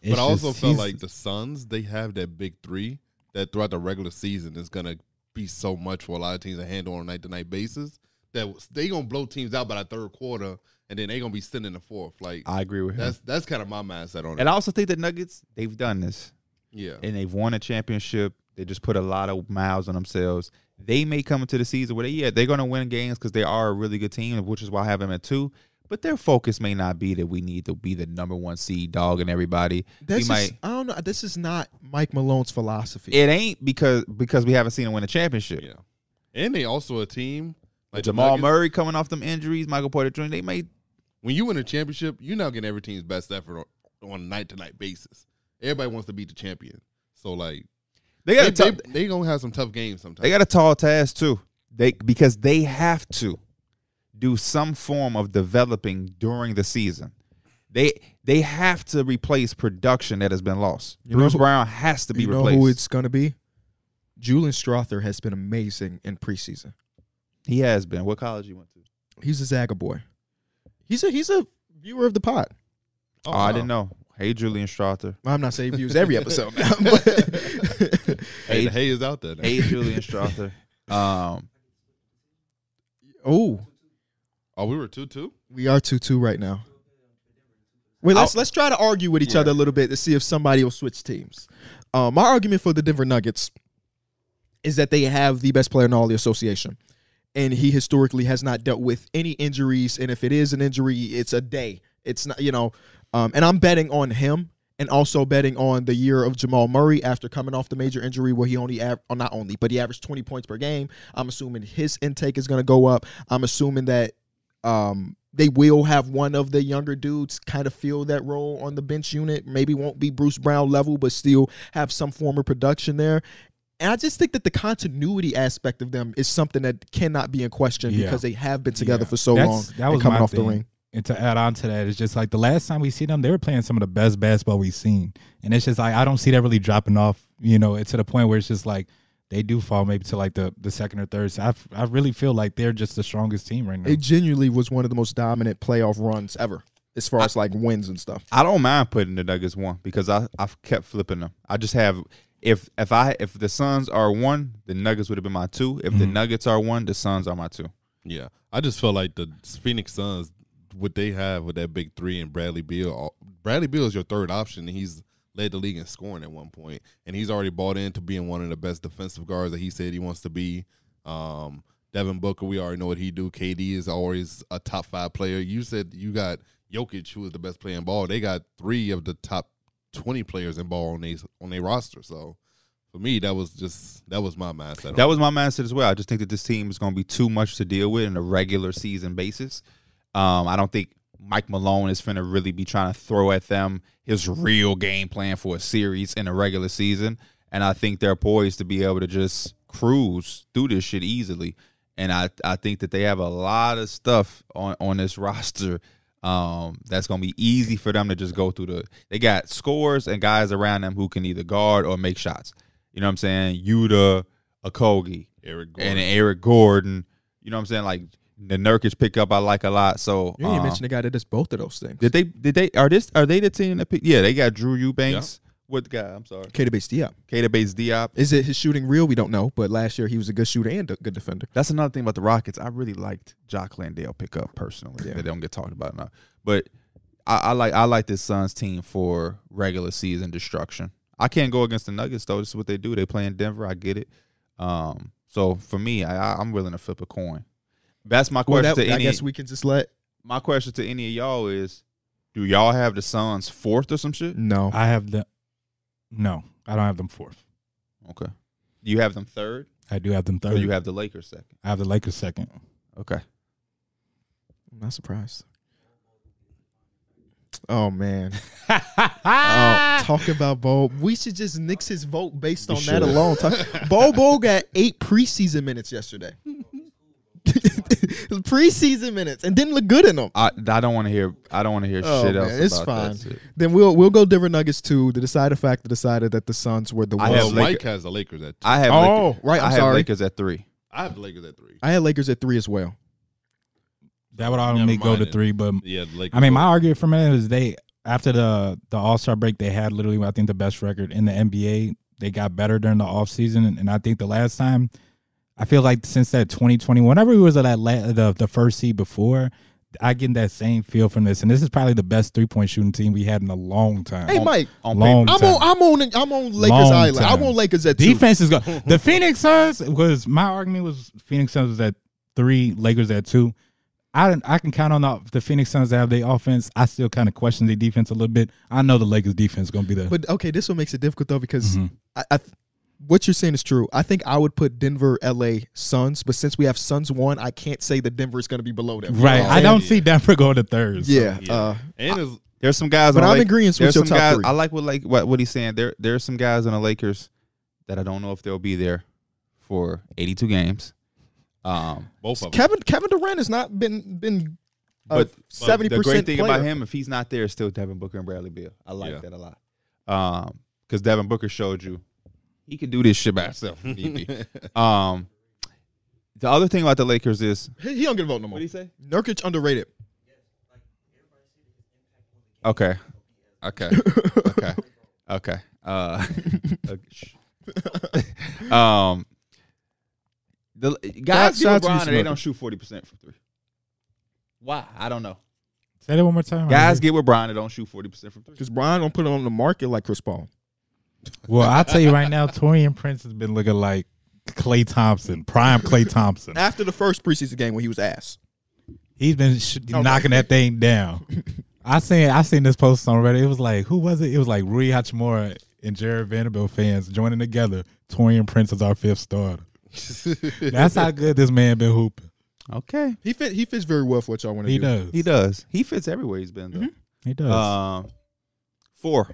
Speaker 4: It's
Speaker 3: But I also
Speaker 4: just-
Speaker 3: felt
Speaker 4: he's-
Speaker 3: like the Suns, they have that big three that throughout the regular season is gonna be so much for a lot of teams to handle on a night to night basis that was- they gonna blow teams out by the third quarter and then they gonna be sitting in the fourth. Like
Speaker 2: I agree with him.
Speaker 3: that's that's kind of my mindset on it.
Speaker 2: and I also think the Nuggets, they've done this.
Speaker 3: yeah.
Speaker 2: and they've won a championship. They just put a lot of miles on themselves. They may come into the season where they yeah they're gonna win games because they are a really good team, which is why I have them at two. But their focus may not be that we need to be the number one seed dog and everybody.
Speaker 1: That's just,
Speaker 2: we might
Speaker 1: I don't know. This is not Mike Malone's philosophy.
Speaker 2: it ain't because because we haven't seen them win a championship.
Speaker 3: Yeah. And they also a team like the
Speaker 2: Jamal
Speaker 3: Nuggets.
Speaker 2: Murray coming off them injuries, Michael Porter Jr. They may
Speaker 3: When you win a championship, you're not getting every team's best effort on, on a night to night basis. Everybody wants to beat the champion. So like
Speaker 2: they got
Speaker 3: they,
Speaker 2: a tough,
Speaker 3: they, they gonna have some tough games sometimes.
Speaker 2: They got a tall task too. They because they have to do some form of developing during the season. They they have to replace production that has been lost.
Speaker 1: You
Speaker 2: Bruce
Speaker 1: know-
Speaker 2: Brown has to be
Speaker 1: you know
Speaker 2: replaced.
Speaker 1: who it's gonna be? Julian Strother has been amazing in preseason.
Speaker 2: he has been. What college you went to?
Speaker 1: He's a Zaga boy. He's a he's a viewer of the pod.
Speaker 2: Oh, I didn't know. Hey, Julian Strother.
Speaker 1: Well, I'm not saying he views every episode now, but
Speaker 3: Hey, the hay is out there. Now.
Speaker 2: Hey, Julian Strother. Um,
Speaker 1: oh,
Speaker 3: Oh, we were two two.
Speaker 1: we are two two right now. Wait, let's let's try to argue with each other a little bit to see if somebody will switch teams. Uh, my argument for the Denver Nuggets is that they have the best player in all the association, and he historically has not dealt with any injuries. And if it is an injury, it's a day. It's not you know, um, and I'm betting on him, and also betting on the year of Jamal Murray after coming off the major injury where he only av- well, not only but he averaged 20 points per game. I'm assuming his intake is going to go up. I'm assuming that um, they will have one of the younger dudes kind of fill that role on the bench unit. Maybe won't be Bruce Brown level, but still have some form of production there. And I just think that the continuity aspect of them is something that cannot be in question
Speaker 4: Yeah.
Speaker 1: because they have been together for so
Speaker 4: That's-
Speaker 1: long.
Speaker 4: That
Speaker 1: and
Speaker 4: was
Speaker 1: coming
Speaker 4: my
Speaker 1: off
Speaker 4: thing.
Speaker 1: the ring.
Speaker 4: And to add on to that, it's just like the last time we see them, they were playing some of the best basketball we've seen, and it's just like I don't see that really dropping off. You know, it's to the point where it's just like they do fall maybe to like the the second or third. So I f- I really feel like they're just the strongest team right now.
Speaker 1: It genuinely was one of the most dominant playoff runs ever, as far as like wins and stuff.
Speaker 2: I don't mind putting the Nuggets one because I I've kept flipping them. I just have if if I if the Suns are one, the Nuggets would have been my two. If the Nuggets are one, the Suns are my two.
Speaker 3: Yeah, I just felt like the Phoenix Suns, what they have with that big three and Bradley Beal. all- Bradley Beal is your third option, and he's led the league in scoring at one point, and he's already bought into being one of the best defensive guards that he said he wants to be. Um, Devin Booker, we already know what he do. KD is always a top five player. You said you got Jokic, who is the best player in ball. They got three of the top twenty players in ball on they on their roster. So for me, that was just that was my mindset.
Speaker 2: That was my mindset as well. I just think that this team is going to be too much to deal with in a regular season basis. Um, I don't think Mike Malone is going to really be trying to throw at them his real game plan for a series in a regular season. And I think they're poised to be able to just cruise through this shit easily. And I, I think that they have a lot of stuff on, on this roster um, that's going to be easy for them to just go through the. They got scores and guys around them who can either guard or make shots. You know what I'm saying? Yuta, Akogi,
Speaker 3: Eric Gordon.
Speaker 2: and Eric Gordon. You know what I'm saying? Like the Nurkic pickup, I like a lot. So
Speaker 1: You didn't
Speaker 2: uh,
Speaker 1: mention the guy Uh-huh. that does both of those things.
Speaker 2: did they? Did they? Are this? Are they the team that? Pick, yeah, they got Drew Eubanks, What guy? I'm sorry.
Speaker 1: Kade Bates Diop.
Speaker 2: Kata Bates Diop.
Speaker 1: Is it his shooting real? We don't know. But last year he was a good shooter and a good defender.
Speaker 2: That's another thing about the Rockets. I really liked Jock Landale pickup personally. They don't get talked about enough. But I, I like I like this Suns team for regular season destruction. I can't go against the Nuggets though. This is what they do. They play in Denver. I get it. Um, so for me, I, I, I'm willing to flip a coin. That's my
Speaker 1: Well,
Speaker 2: question
Speaker 1: that-
Speaker 2: to
Speaker 1: I
Speaker 2: any.
Speaker 1: guess we can just let.
Speaker 2: my question to any of y'all is, do y'all have the Suns fourth or some shit?
Speaker 1: No,
Speaker 4: I have the no. I don't have them fourth.
Speaker 2: Okay. Do you have them third,
Speaker 4: I do have them
Speaker 2: or
Speaker 3: Oh,
Speaker 4: third.
Speaker 2: you have the Lakers second?
Speaker 4: I have the Lakers second.
Speaker 2: Okay.
Speaker 1: I'm not surprised. Oh man! Oh,
Speaker 4: oh,
Speaker 1: talk about Bo. We should just nix his vote based
Speaker 2: We
Speaker 1: on
Speaker 2: should.
Speaker 1: that alone. Talk, Bo Bo got eight preseason minutes yesterday. preseason minutes, and didn't look good in them.
Speaker 2: I I don't want to hear I don't want to hear
Speaker 1: Oh,
Speaker 2: shit
Speaker 1: man,
Speaker 2: else.
Speaker 1: it's
Speaker 2: about
Speaker 1: fine.
Speaker 2: That shit.
Speaker 1: Then we'll we'll go Denver Nuggets two. The decided factor decided that the Suns were the
Speaker 2: I
Speaker 1: worst.
Speaker 2: have
Speaker 3: Well,
Speaker 2: Laker-
Speaker 3: Mike has the Lakers at. Two.
Speaker 2: I have
Speaker 1: Oh,
Speaker 2: Lakers.
Speaker 1: right,
Speaker 2: I
Speaker 1: I'm
Speaker 2: have
Speaker 1: sorry.
Speaker 2: Lakers at three.
Speaker 3: I have the Lakers at three.
Speaker 1: I had Lakers at three as well.
Speaker 4: that would only
Speaker 3: Never
Speaker 4: go to
Speaker 3: mind it.
Speaker 4: three, but
Speaker 3: Yeah, the Lakers.
Speaker 4: I mean, my argument from it is they after the the All Star break, they had literally I think the best record in the NBA. They got better during the offseason, and, and I think the last time, I feel like since that 2020, whenever we was at that la- the the first seed before, I get that same feel from this, and this is probably the best three point shooting team we had in a long time.
Speaker 1: Hey Mike,
Speaker 2: On
Speaker 4: long
Speaker 1: I'm
Speaker 4: time.
Speaker 1: on I'm on I'm on Lakers
Speaker 4: Long
Speaker 1: Island.
Speaker 4: time.
Speaker 1: I'm on Lakers at two.
Speaker 4: Defense is good. The Phoenix Suns was my argument was Phoenix Suns was at three, Lakers at two. I don't, I can count on the, the Phoenix Suns to have their offense. I still kind of question their defense a little bit. I know the Lakers defense going to be the
Speaker 1: But okay, this one makes it difficult though because
Speaker 4: Mhm.
Speaker 1: I, I th- what you're saying is true. I think I would put Denver, LA, Suns, but since we have Suns one, I can't say that Denver is going to be below them.
Speaker 4: right.
Speaker 1: Oh,
Speaker 4: I don't
Speaker 3: yeah.
Speaker 4: see Denver going to third. so-
Speaker 1: Yeah.
Speaker 3: Yeah.
Speaker 1: Uh,
Speaker 3: and it's,
Speaker 2: There's some guys,
Speaker 1: But
Speaker 2: on
Speaker 1: I'm
Speaker 2: the
Speaker 1: in agreeance with
Speaker 2: There's
Speaker 1: your
Speaker 2: some
Speaker 1: top
Speaker 2: guys.
Speaker 1: three.
Speaker 2: I like what like what, what he's saying. There there's some guys on the Lakers that I don't know if they'll be there for 82 games. Um,
Speaker 3: both of them.
Speaker 1: Kevin Kevin Durant has not been been
Speaker 2: But- but
Speaker 1: seventy
Speaker 2: the
Speaker 1: percent.
Speaker 2: great thing about him, if he's not there, it's still Devin Booker and Bradley Beal. I like
Speaker 3: Yeah.
Speaker 2: that a lot. Um, because Devin Booker showed you he can do this shit by himself. if need be. um, the other thing about the Lakers is
Speaker 1: he, he don't get a vote no more.
Speaker 2: say?
Speaker 1: Nurkic underrated.
Speaker 2: Okay. Okay. Okay. okay. Uh, okay. Shh. um, the guys
Speaker 1: shout out to you,
Speaker 2: shout, LeBron and they
Speaker 1: Snooker.
Speaker 2: don't shoot forty percent from three. Why? I don't know.
Speaker 4: Say that one more time.
Speaker 2: Guys get with Brian and don't shoot forty percent from three.
Speaker 1: Because Brian don't put it on the market like Chris Paul.
Speaker 4: well, I'll tell you right now, Torian Prince has been looking like Clay Thompson, prime Clay Thompson.
Speaker 1: After the first preseason game when he was ass.
Speaker 4: He's been sh- knocking that thing down. I seen I seen this post on Reddit. It was like who was it? It was like Rui Hachimura and Jared Vanderbilt fans joining together. Torian Prince is our fifth starter. That's how good this man been hooping.
Speaker 2: Okay.
Speaker 1: He fit he fits very well for what y'all want to
Speaker 4: He
Speaker 1: do.
Speaker 4: does.
Speaker 2: He does. Mm-hmm. He fits everywhere he's been though.
Speaker 4: He does.
Speaker 2: Um, four.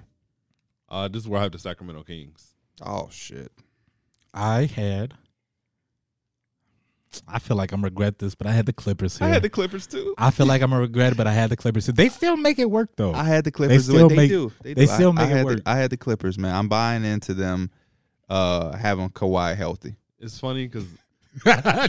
Speaker 3: Uh, this is where I have the Sacramento Kings.
Speaker 2: Oh shit.
Speaker 4: I had. I feel like I'm gonna regret this, but I had the Clippers here.
Speaker 2: I had the Clippers too.
Speaker 4: I feel like I'm gonna regret it, but I had the Clippers. They still make it work though.
Speaker 2: I had the Clippers.
Speaker 4: still
Speaker 2: what they
Speaker 4: make-
Speaker 2: do. They,
Speaker 4: they
Speaker 2: do. I-
Speaker 4: still
Speaker 2: I,
Speaker 4: make it
Speaker 2: had
Speaker 4: work.
Speaker 2: The, I had the Clippers, man. I'm buying into them uh having Kawhi healthy.
Speaker 3: It's funny because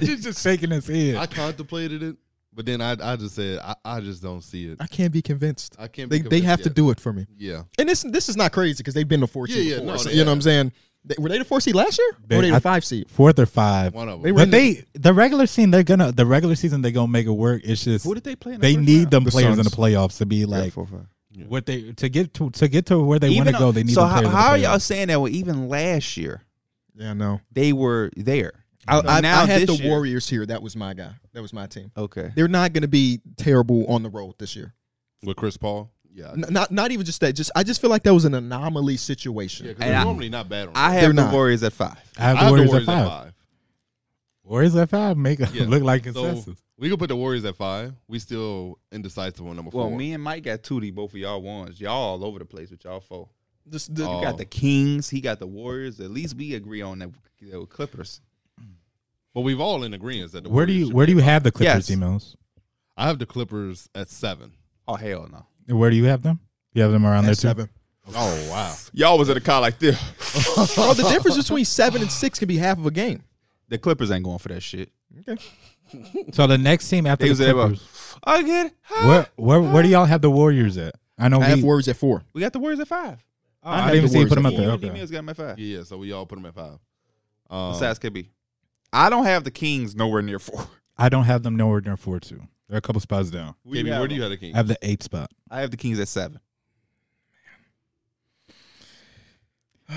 Speaker 4: He's just shaking his head.
Speaker 3: I contemplated it, but then I I just said I, I just don't see it.
Speaker 1: I can't be convinced.
Speaker 3: I can't.
Speaker 1: They
Speaker 3: be
Speaker 1: they have to
Speaker 3: convinced
Speaker 1: do it for me.
Speaker 3: yet. Yeah,
Speaker 1: And this this is not crazy because they've been the four
Speaker 3: Yeah,
Speaker 1: seed
Speaker 3: yeah,
Speaker 1: before.
Speaker 3: no,
Speaker 1: so
Speaker 3: they-
Speaker 1: You know what I'm saying? They- were they the four seed last year?
Speaker 4: They-
Speaker 1: were they the
Speaker 4: I-
Speaker 1: five seed?
Speaker 4: Fourth or five.
Speaker 3: one of
Speaker 1: They
Speaker 3: them.
Speaker 1: were in
Speaker 4: But
Speaker 1: the-
Speaker 4: they the regular season they're gonna the regular season they're gonna make it work. It's just
Speaker 2: Who did they play? In the
Speaker 4: they
Speaker 2: first
Speaker 4: need
Speaker 2: round?
Speaker 4: them
Speaker 1: The
Speaker 4: players in
Speaker 1: Suns.
Speaker 4: the playoffs to be
Speaker 2: Yeah,
Speaker 4: like
Speaker 2: four or five.
Speaker 4: what they to get to to get to where they want to
Speaker 2: Even
Speaker 4: go.
Speaker 2: though-
Speaker 4: They need
Speaker 2: so
Speaker 4: them
Speaker 2: how,
Speaker 4: players.
Speaker 2: how are
Speaker 4: in the
Speaker 2: y'all
Speaker 4: playoffs.
Speaker 2: saying that? Well, even last year
Speaker 1: Yeah, no.
Speaker 2: they were there.
Speaker 1: I, I,
Speaker 2: now
Speaker 1: I had the
Speaker 2: this year-
Speaker 1: Warriors here. That was my guy. That was my team.
Speaker 2: Okay.
Speaker 1: They're not going to be terrible on the road this year.
Speaker 3: with Chris Paul. Yeah,
Speaker 1: N- not not even just that. Just I just feel like that was an anomaly situation.
Speaker 3: yeah, because
Speaker 2: And I-
Speaker 3: they're normally not bad on.
Speaker 2: I
Speaker 1: They're
Speaker 2: have the
Speaker 1: not.
Speaker 2: Warriors at five.
Speaker 3: I
Speaker 4: I have the
Speaker 3: have the
Speaker 4: Warriors,
Speaker 3: Warriors
Speaker 4: at
Speaker 3: at
Speaker 4: five.
Speaker 3: five.
Speaker 4: Warriors at five make it
Speaker 3: Yeah.
Speaker 4: look like
Speaker 3: So
Speaker 4: consensus.
Speaker 3: we could put the Warriors at five. We still indecisive on number
Speaker 2: Well,
Speaker 3: four.
Speaker 2: me and Mike got two D. Both of y'all ones. Y'all all over the place with y'all four.
Speaker 1: Just the-
Speaker 3: Oh.
Speaker 2: You got the Kings. He got the Warriors. At least we agree on that. They were Clippers.
Speaker 3: but we've all in agreement that the
Speaker 4: where do
Speaker 3: Warriors
Speaker 4: you
Speaker 3: should
Speaker 4: where do
Speaker 3: be
Speaker 4: you
Speaker 3: at
Speaker 4: have the Clippers
Speaker 2: Yes.
Speaker 4: emails?
Speaker 3: five. I have the Clippers at seven.
Speaker 2: Oh hell no.
Speaker 4: Where do you have them? You have them around there
Speaker 1: at
Speaker 4: too.
Speaker 1: seven.
Speaker 3: Oh wow!
Speaker 2: Y'all was at a car like this.
Speaker 1: Bro, the difference between seven and six can be half of a game.
Speaker 2: the Clippers ain't going for that shit.
Speaker 4: So the next team after
Speaker 2: They was
Speaker 4: the
Speaker 2: there.
Speaker 4: Clippers,
Speaker 2: I get it.
Speaker 4: where, where where do y'all have the Warriors at? I know
Speaker 1: I have
Speaker 4: we,
Speaker 1: Warriors at four.
Speaker 2: We got the Warriors at five.
Speaker 1: I
Speaker 4: Oh, I,
Speaker 1: had
Speaker 4: didn't
Speaker 1: the
Speaker 4: even see you put him up
Speaker 1: Warriors
Speaker 4: there.
Speaker 1: at
Speaker 2: Lee
Speaker 4: Okay.
Speaker 2: Mills got him at five.
Speaker 3: Yeah, yeah, so we all put him at five.
Speaker 2: What's
Speaker 3: Um,
Speaker 2: Besides KB. I don't have the Kings nowhere near four.
Speaker 4: I don't have them nowhere near four two. They're a couple spots down.
Speaker 2: Where
Speaker 3: KB,
Speaker 2: you have
Speaker 3: where do you
Speaker 2: them?
Speaker 3: have the king?
Speaker 4: I have the eight spot.
Speaker 2: I have the Kings at seven.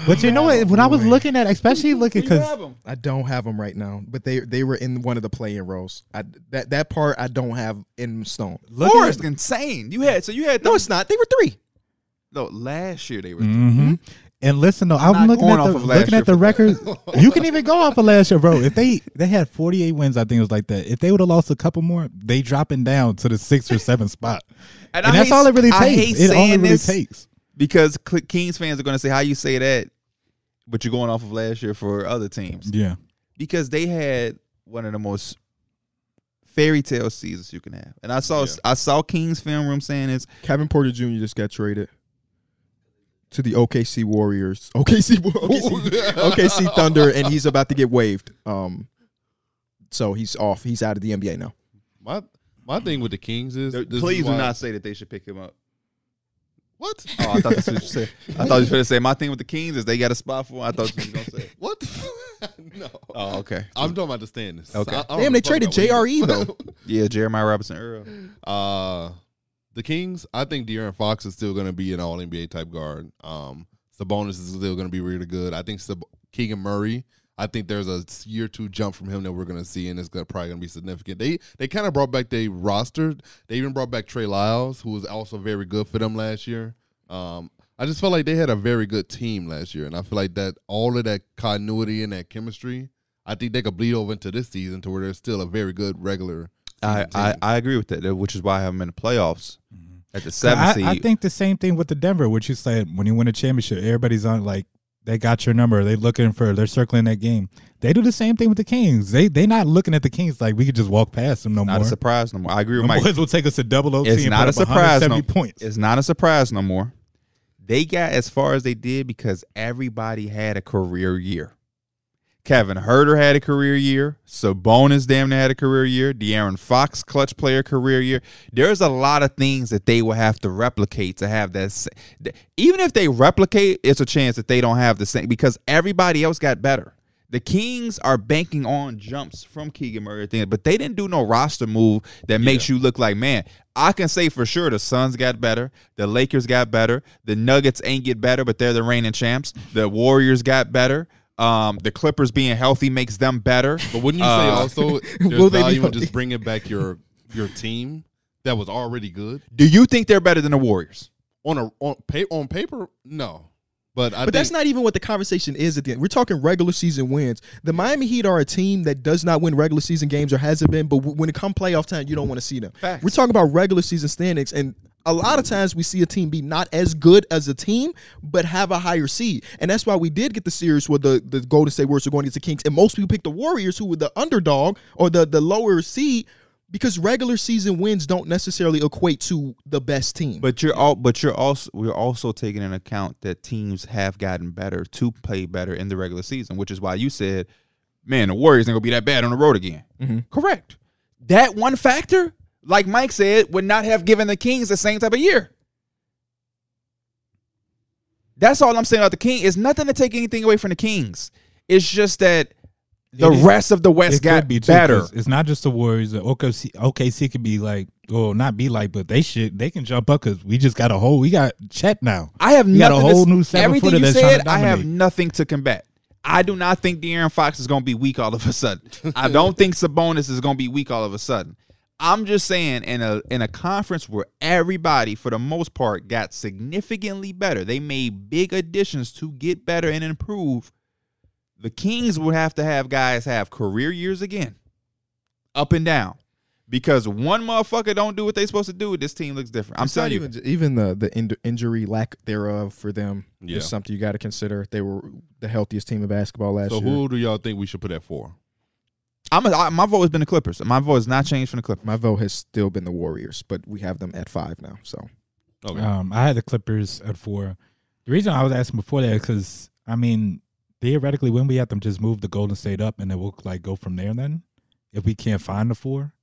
Speaker 4: But you know what? When I was looking at, especially looking, because
Speaker 1: I don't have them right now, but they they were in one of the play-in roles. I that that part I don't have in stone.
Speaker 2: Four is insane. You had so you had
Speaker 1: No,
Speaker 2: no,
Speaker 1: it's not. They were three.
Speaker 2: no last year they were
Speaker 4: hmm And listen though, I'm,
Speaker 2: Mm-hmm. not
Speaker 4: looking
Speaker 2: going
Speaker 4: at
Speaker 2: off
Speaker 4: the
Speaker 2: of last
Speaker 4: looking
Speaker 2: year
Speaker 4: at the
Speaker 2: for
Speaker 4: record. you can even go off of last year, bro. If they they had 48 wins, I think it was like that. If they would have lost a couple more, they dropping down to the sixth or seventh spot, and,
Speaker 2: I
Speaker 4: that's
Speaker 2: hate-
Speaker 4: all it really
Speaker 2: I
Speaker 4: takes.
Speaker 2: hate
Speaker 4: It only
Speaker 2: saying
Speaker 4: really
Speaker 2: this
Speaker 4: takes.
Speaker 2: because Cl- Kings fans are going to say how you say that, but you're going off of last year for other teams
Speaker 4: Yeah,
Speaker 2: because they had one of the most fairy tale seasons you can have. And I saw I saw Kings film room saying this.
Speaker 1: Kevin Porter Jr. just got traded to the OKC Warriors. OKC Wa- OKC, OKC Thunder, and he's about to get waived. Um, so he's off. He's out of the NBA now.
Speaker 3: my my thing with the Kings is this is
Speaker 2: Please do
Speaker 3: why-
Speaker 2: not say that they should pick him up.
Speaker 3: What?
Speaker 2: Oh, I thought that's what you said. I thought you were going to say my thing with the Kings is they got a spot for. him. I thought you were going to say.
Speaker 3: What? no.
Speaker 2: Oh, okay.
Speaker 3: I'm talking about the standings.
Speaker 2: Okay.
Speaker 3: I- I don't
Speaker 1: Damn, they
Speaker 3: give a fuck
Speaker 1: traded
Speaker 3: about what
Speaker 1: JRE
Speaker 3: you-
Speaker 1: though.
Speaker 2: Yeah, Jeremiah Robinson Earl.
Speaker 3: Uh, the Kings, I think De'Aaron Fox is still going to be an All NBA type guard. Um, Sabonis is still going to be really good. I think Sab- Keegan Murray. I think there's a year two jump from him that we're going to see, and it's gonna, probably going to be significant. They they kind of brought back their roster. They even brought back Trey Lyles, who was also very good for them last year. Um, I just felt like they had a very good team last year, and I feel like that all of that continuity and that chemistry, I think they could bleed over into this season to where they're still a very good regular.
Speaker 2: I, I, I agree with that, that- which is why I have him in the playoffs at the seven
Speaker 4: I,
Speaker 2: seed.
Speaker 4: I think the same thing with the Denver, which you said when you win a championship, everybody's on like they got your number. They looking for they're circling that game. They do the same thing with the Kings. They they not looking at the Kings like we could just walk past them no
Speaker 2: not a
Speaker 4: more.
Speaker 2: surprise no more. I agree with
Speaker 4: The
Speaker 2: Mike.
Speaker 4: boys will take us to double OT
Speaker 2: It's
Speaker 4: and
Speaker 2: not
Speaker 4: put
Speaker 2: a
Speaker 4: up
Speaker 2: surprise. No,
Speaker 4: 170 points.
Speaker 2: It's not a surprise no more. They got as far as they did because everybody had a career year. Kevin Herter had a career year. Sabonis damn near had a career year. De'Aaron Fox, clutch player career year. There's a lot of things that they will have to replicate to have that. sa- th- Even if they replicate, it's a chance that they don't have the same because everybody else got better. The Kings are banking on jumps from Keegan Murray, at the end, but they didn't do no roster move that makes you look like, man, I can say for sure the Suns got better, the Lakers got better, the Nuggets ain't get better, but they're the reigning champs. The Warriors got better. Um, the Clippers being healthy makes them better.
Speaker 3: But wouldn't you
Speaker 2: Uh,
Speaker 3: say also there's
Speaker 1: will they be
Speaker 3: value in
Speaker 1: healthy?
Speaker 3: just bringing back your your team that was already good
Speaker 2: Do you think they're better than the Warriors?
Speaker 3: on a on, pa- on paper? No, but I
Speaker 1: But
Speaker 3: think,
Speaker 1: that's not even what the conversation is at the end. We're talking regular season wins. The Miami Heat are a team that does not win regular season games or hasn't been, but w- when it come playoff time, you don't want to see them.
Speaker 2: Facts.
Speaker 1: We're talking about regular season standings, and a lot of times we see a team be not as good as a team, but have a higher seed. And that's why we did get the series where the, the Golden State Warriors are going against the Kings, and most people picked the Warriors, who were the underdog or the, the lower seed, because regular season wins don't necessarily equate to the best team.
Speaker 2: But you're all but you're also we're also taking into account that teams have gotten better to play better in the regular season, which is why you said, Man, the Warriors ain't gonna be that bad on the road again. Correct. That one factor, like Mike said, would not have given the Kings the same type of year. That's all I'm saying about the King. It's nothing to take anything away from the Kings. It's just that the
Speaker 4: It is-
Speaker 2: rest of the West
Speaker 4: It
Speaker 2: got
Speaker 4: could be too,
Speaker 2: better.
Speaker 4: 'cause It's not just the Warriors. The OKC, OKC could be like, well, not be like, but they should. They can jump up because we just got a whole. We got Chet now.
Speaker 2: I have
Speaker 4: We got
Speaker 2: nothing.
Speaker 4: a
Speaker 2: to
Speaker 4: whole
Speaker 2: s-
Speaker 4: new seven
Speaker 2: everything
Speaker 4: footer
Speaker 2: you
Speaker 4: that's trying
Speaker 2: said,
Speaker 4: to
Speaker 2: I have
Speaker 4: dominate.
Speaker 2: nothing to combat. I do not think De'Aaron Fox is going to be weak all of a sudden. I don't think Sabonis is going to be weak all of a sudden. I'm just saying, in a in a conference where everybody, for the most part, got significantly better, they made big additions to get better and improve. The Kings would have to have guys have career years again, up and down, because one motherfucker don't do what they supposed to do. This team looks different. I'm
Speaker 1: It's
Speaker 2: telling
Speaker 1: not
Speaker 2: you,
Speaker 1: even even the the in- injury lack thereof for them
Speaker 3: Yeah.
Speaker 1: is something you got to consider. They were the healthiest team in basketball last
Speaker 3: So
Speaker 1: year.
Speaker 3: who do y'all think we should put at four?
Speaker 2: I'm a, I, my vote has been the Clippers. My vote has not changed from the Clippers.
Speaker 1: My vote has still been the Warriors, but we have them at five now. So
Speaker 3: Okay,
Speaker 4: Um, I had the Clippers at four. The reason I was asking before that because I mean, theoretically, when we have them, just move the Golden State up, and then we'll like go from there. Then, if we can't find the four,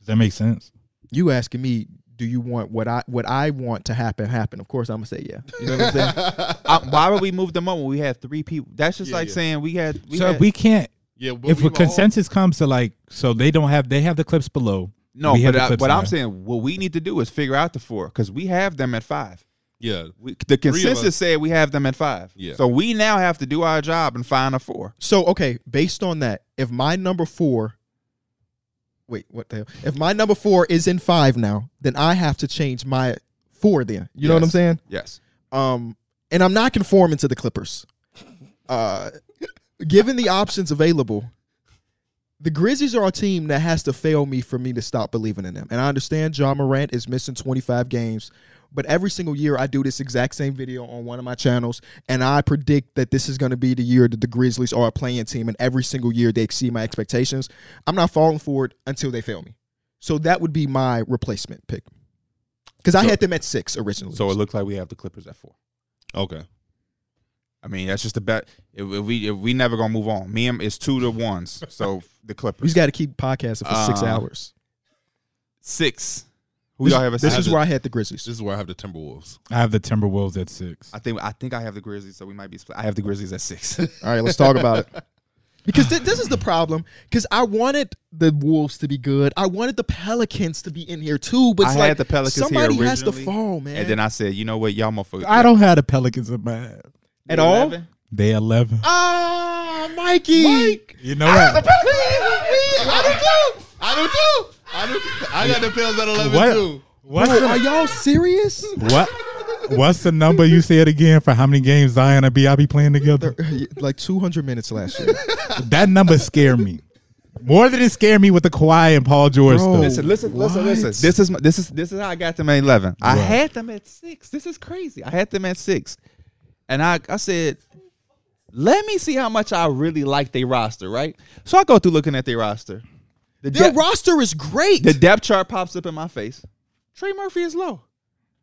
Speaker 4: does that make sense?
Speaker 1: you asking me, do you want what I what I want to happen happen? Of course, I'm gonna say yeah. You know what I'm saying?
Speaker 2: I, why would we move them up when we had three people? That's just
Speaker 3: Yeah,
Speaker 2: like
Speaker 3: yeah.
Speaker 2: saying we had. We
Speaker 4: so
Speaker 2: had-
Speaker 4: if we can't,
Speaker 3: yeah, but
Speaker 4: if
Speaker 3: we
Speaker 4: a
Speaker 3: all-
Speaker 4: consensus comes to like, so they don't have, they have the clips below.
Speaker 2: no,
Speaker 4: we had
Speaker 2: but
Speaker 4: the
Speaker 2: I,
Speaker 4: clips
Speaker 2: what
Speaker 4: in
Speaker 2: I'm
Speaker 4: there.
Speaker 2: saying, what we need to do is figure out the four because we have them at five.
Speaker 3: yeah,
Speaker 2: We, the
Speaker 3: of
Speaker 2: consensus
Speaker 3: us.
Speaker 2: said we have them at five.
Speaker 3: Yeah.
Speaker 2: So we now have to do our job and find a four.
Speaker 1: So okay, based on that, if my number four, wait, what the hell? If my number four is in five now, then I have to change my four. Then you know what I'm
Speaker 2: Yes.
Speaker 1: saying?
Speaker 2: Yes.
Speaker 1: Um, and I'm not conforming to the Clippers. Uh, given the options available, the Grizzlies are a team that has to fail me for me to stop believing in them. And I understand John Morant is missing 25 games, but every single year I do this exact same video on one of my channels, and I predict that this is going to be the year that the Grizzlies are a playing team, and every single year they exceed my expectations. I'm not falling for it until they fail me. So that would be my replacement pick. Because I
Speaker 2: So-
Speaker 1: had them at six originally.
Speaker 2: So it looks like we have the Clippers at four.
Speaker 3: okay.
Speaker 2: I mean, that's just the bet. If, if we if we never gonna move on, me and it's two to ones. So the Clippers.
Speaker 1: We just got to keep podcasting for six
Speaker 2: Uh,
Speaker 1: hours.
Speaker 2: six. Who
Speaker 1: This,
Speaker 2: y'all have? At
Speaker 1: this
Speaker 2: six?
Speaker 1: is where I had the Grizzlies.
Speaker 3: This is where I have the Timberwolves.
Speaker 4: I have the Timberwolves at six.
Speaker 2: I think I think I have the Grizzlies, so we might be split. I have the Grizzlies at six.
Speaker 1: All right, let's talk about it. Because thi- this is the problem. Because I wanted the Wolves to be good. I wanted the Pelicans to be in here too. But
Speaker 2: I
Speaker 1: it's
Speaker 2: had
Speaker 1: like
Speaker 2: the Pelicans here
Speaker 1: somebody has to
Speaker 2: originally,
Speaker 1: fall, man.
Speaker 2: and then I said, you know what, y'all motherfuckers.
Speaker 4: I don't have the Pelicans in my head.
Speaker 1: at all?
Speaker 4: They eleven.
Speaker 1: Ah, Mikey. Mike.
Speaker 4: You know what?
Speaker 3: I do too. I do too. I do. I got the pills at eleven
Speaker 4: What?
Speaker 3: too.
Speaker 4: What's
Speaker 1: Are
Speaker 4: the,
Speaker 1: y'all serious?
Speaker 4: what? What's the number? You said again for how many games Zion and B.I. be playing together?
Speaker 1: like 200 minutes last year.
Speaker 4: That number scared me more than it scared me with the Kawhi and Paul George
Speaker 1: Bro.
Speaker 4: stuff.
Speaker 2: Listen, listen, listen,
Speaker 1: Oh, What?
Speaker 2: listen. This is my, this is this is how I got them at eleven. I
Speaker 4: Right.
Speaker 2: had them at six. This is crazy. I had them at six, and I I said, let me see how much I really like their roster, right? So I go through looking at their roster. The
Speaker 1: Their
Speaker 2: depth,
Speaker 1: roster is great.
Speaker 2: the depth chart pops up in my face. Trey Murphy is low.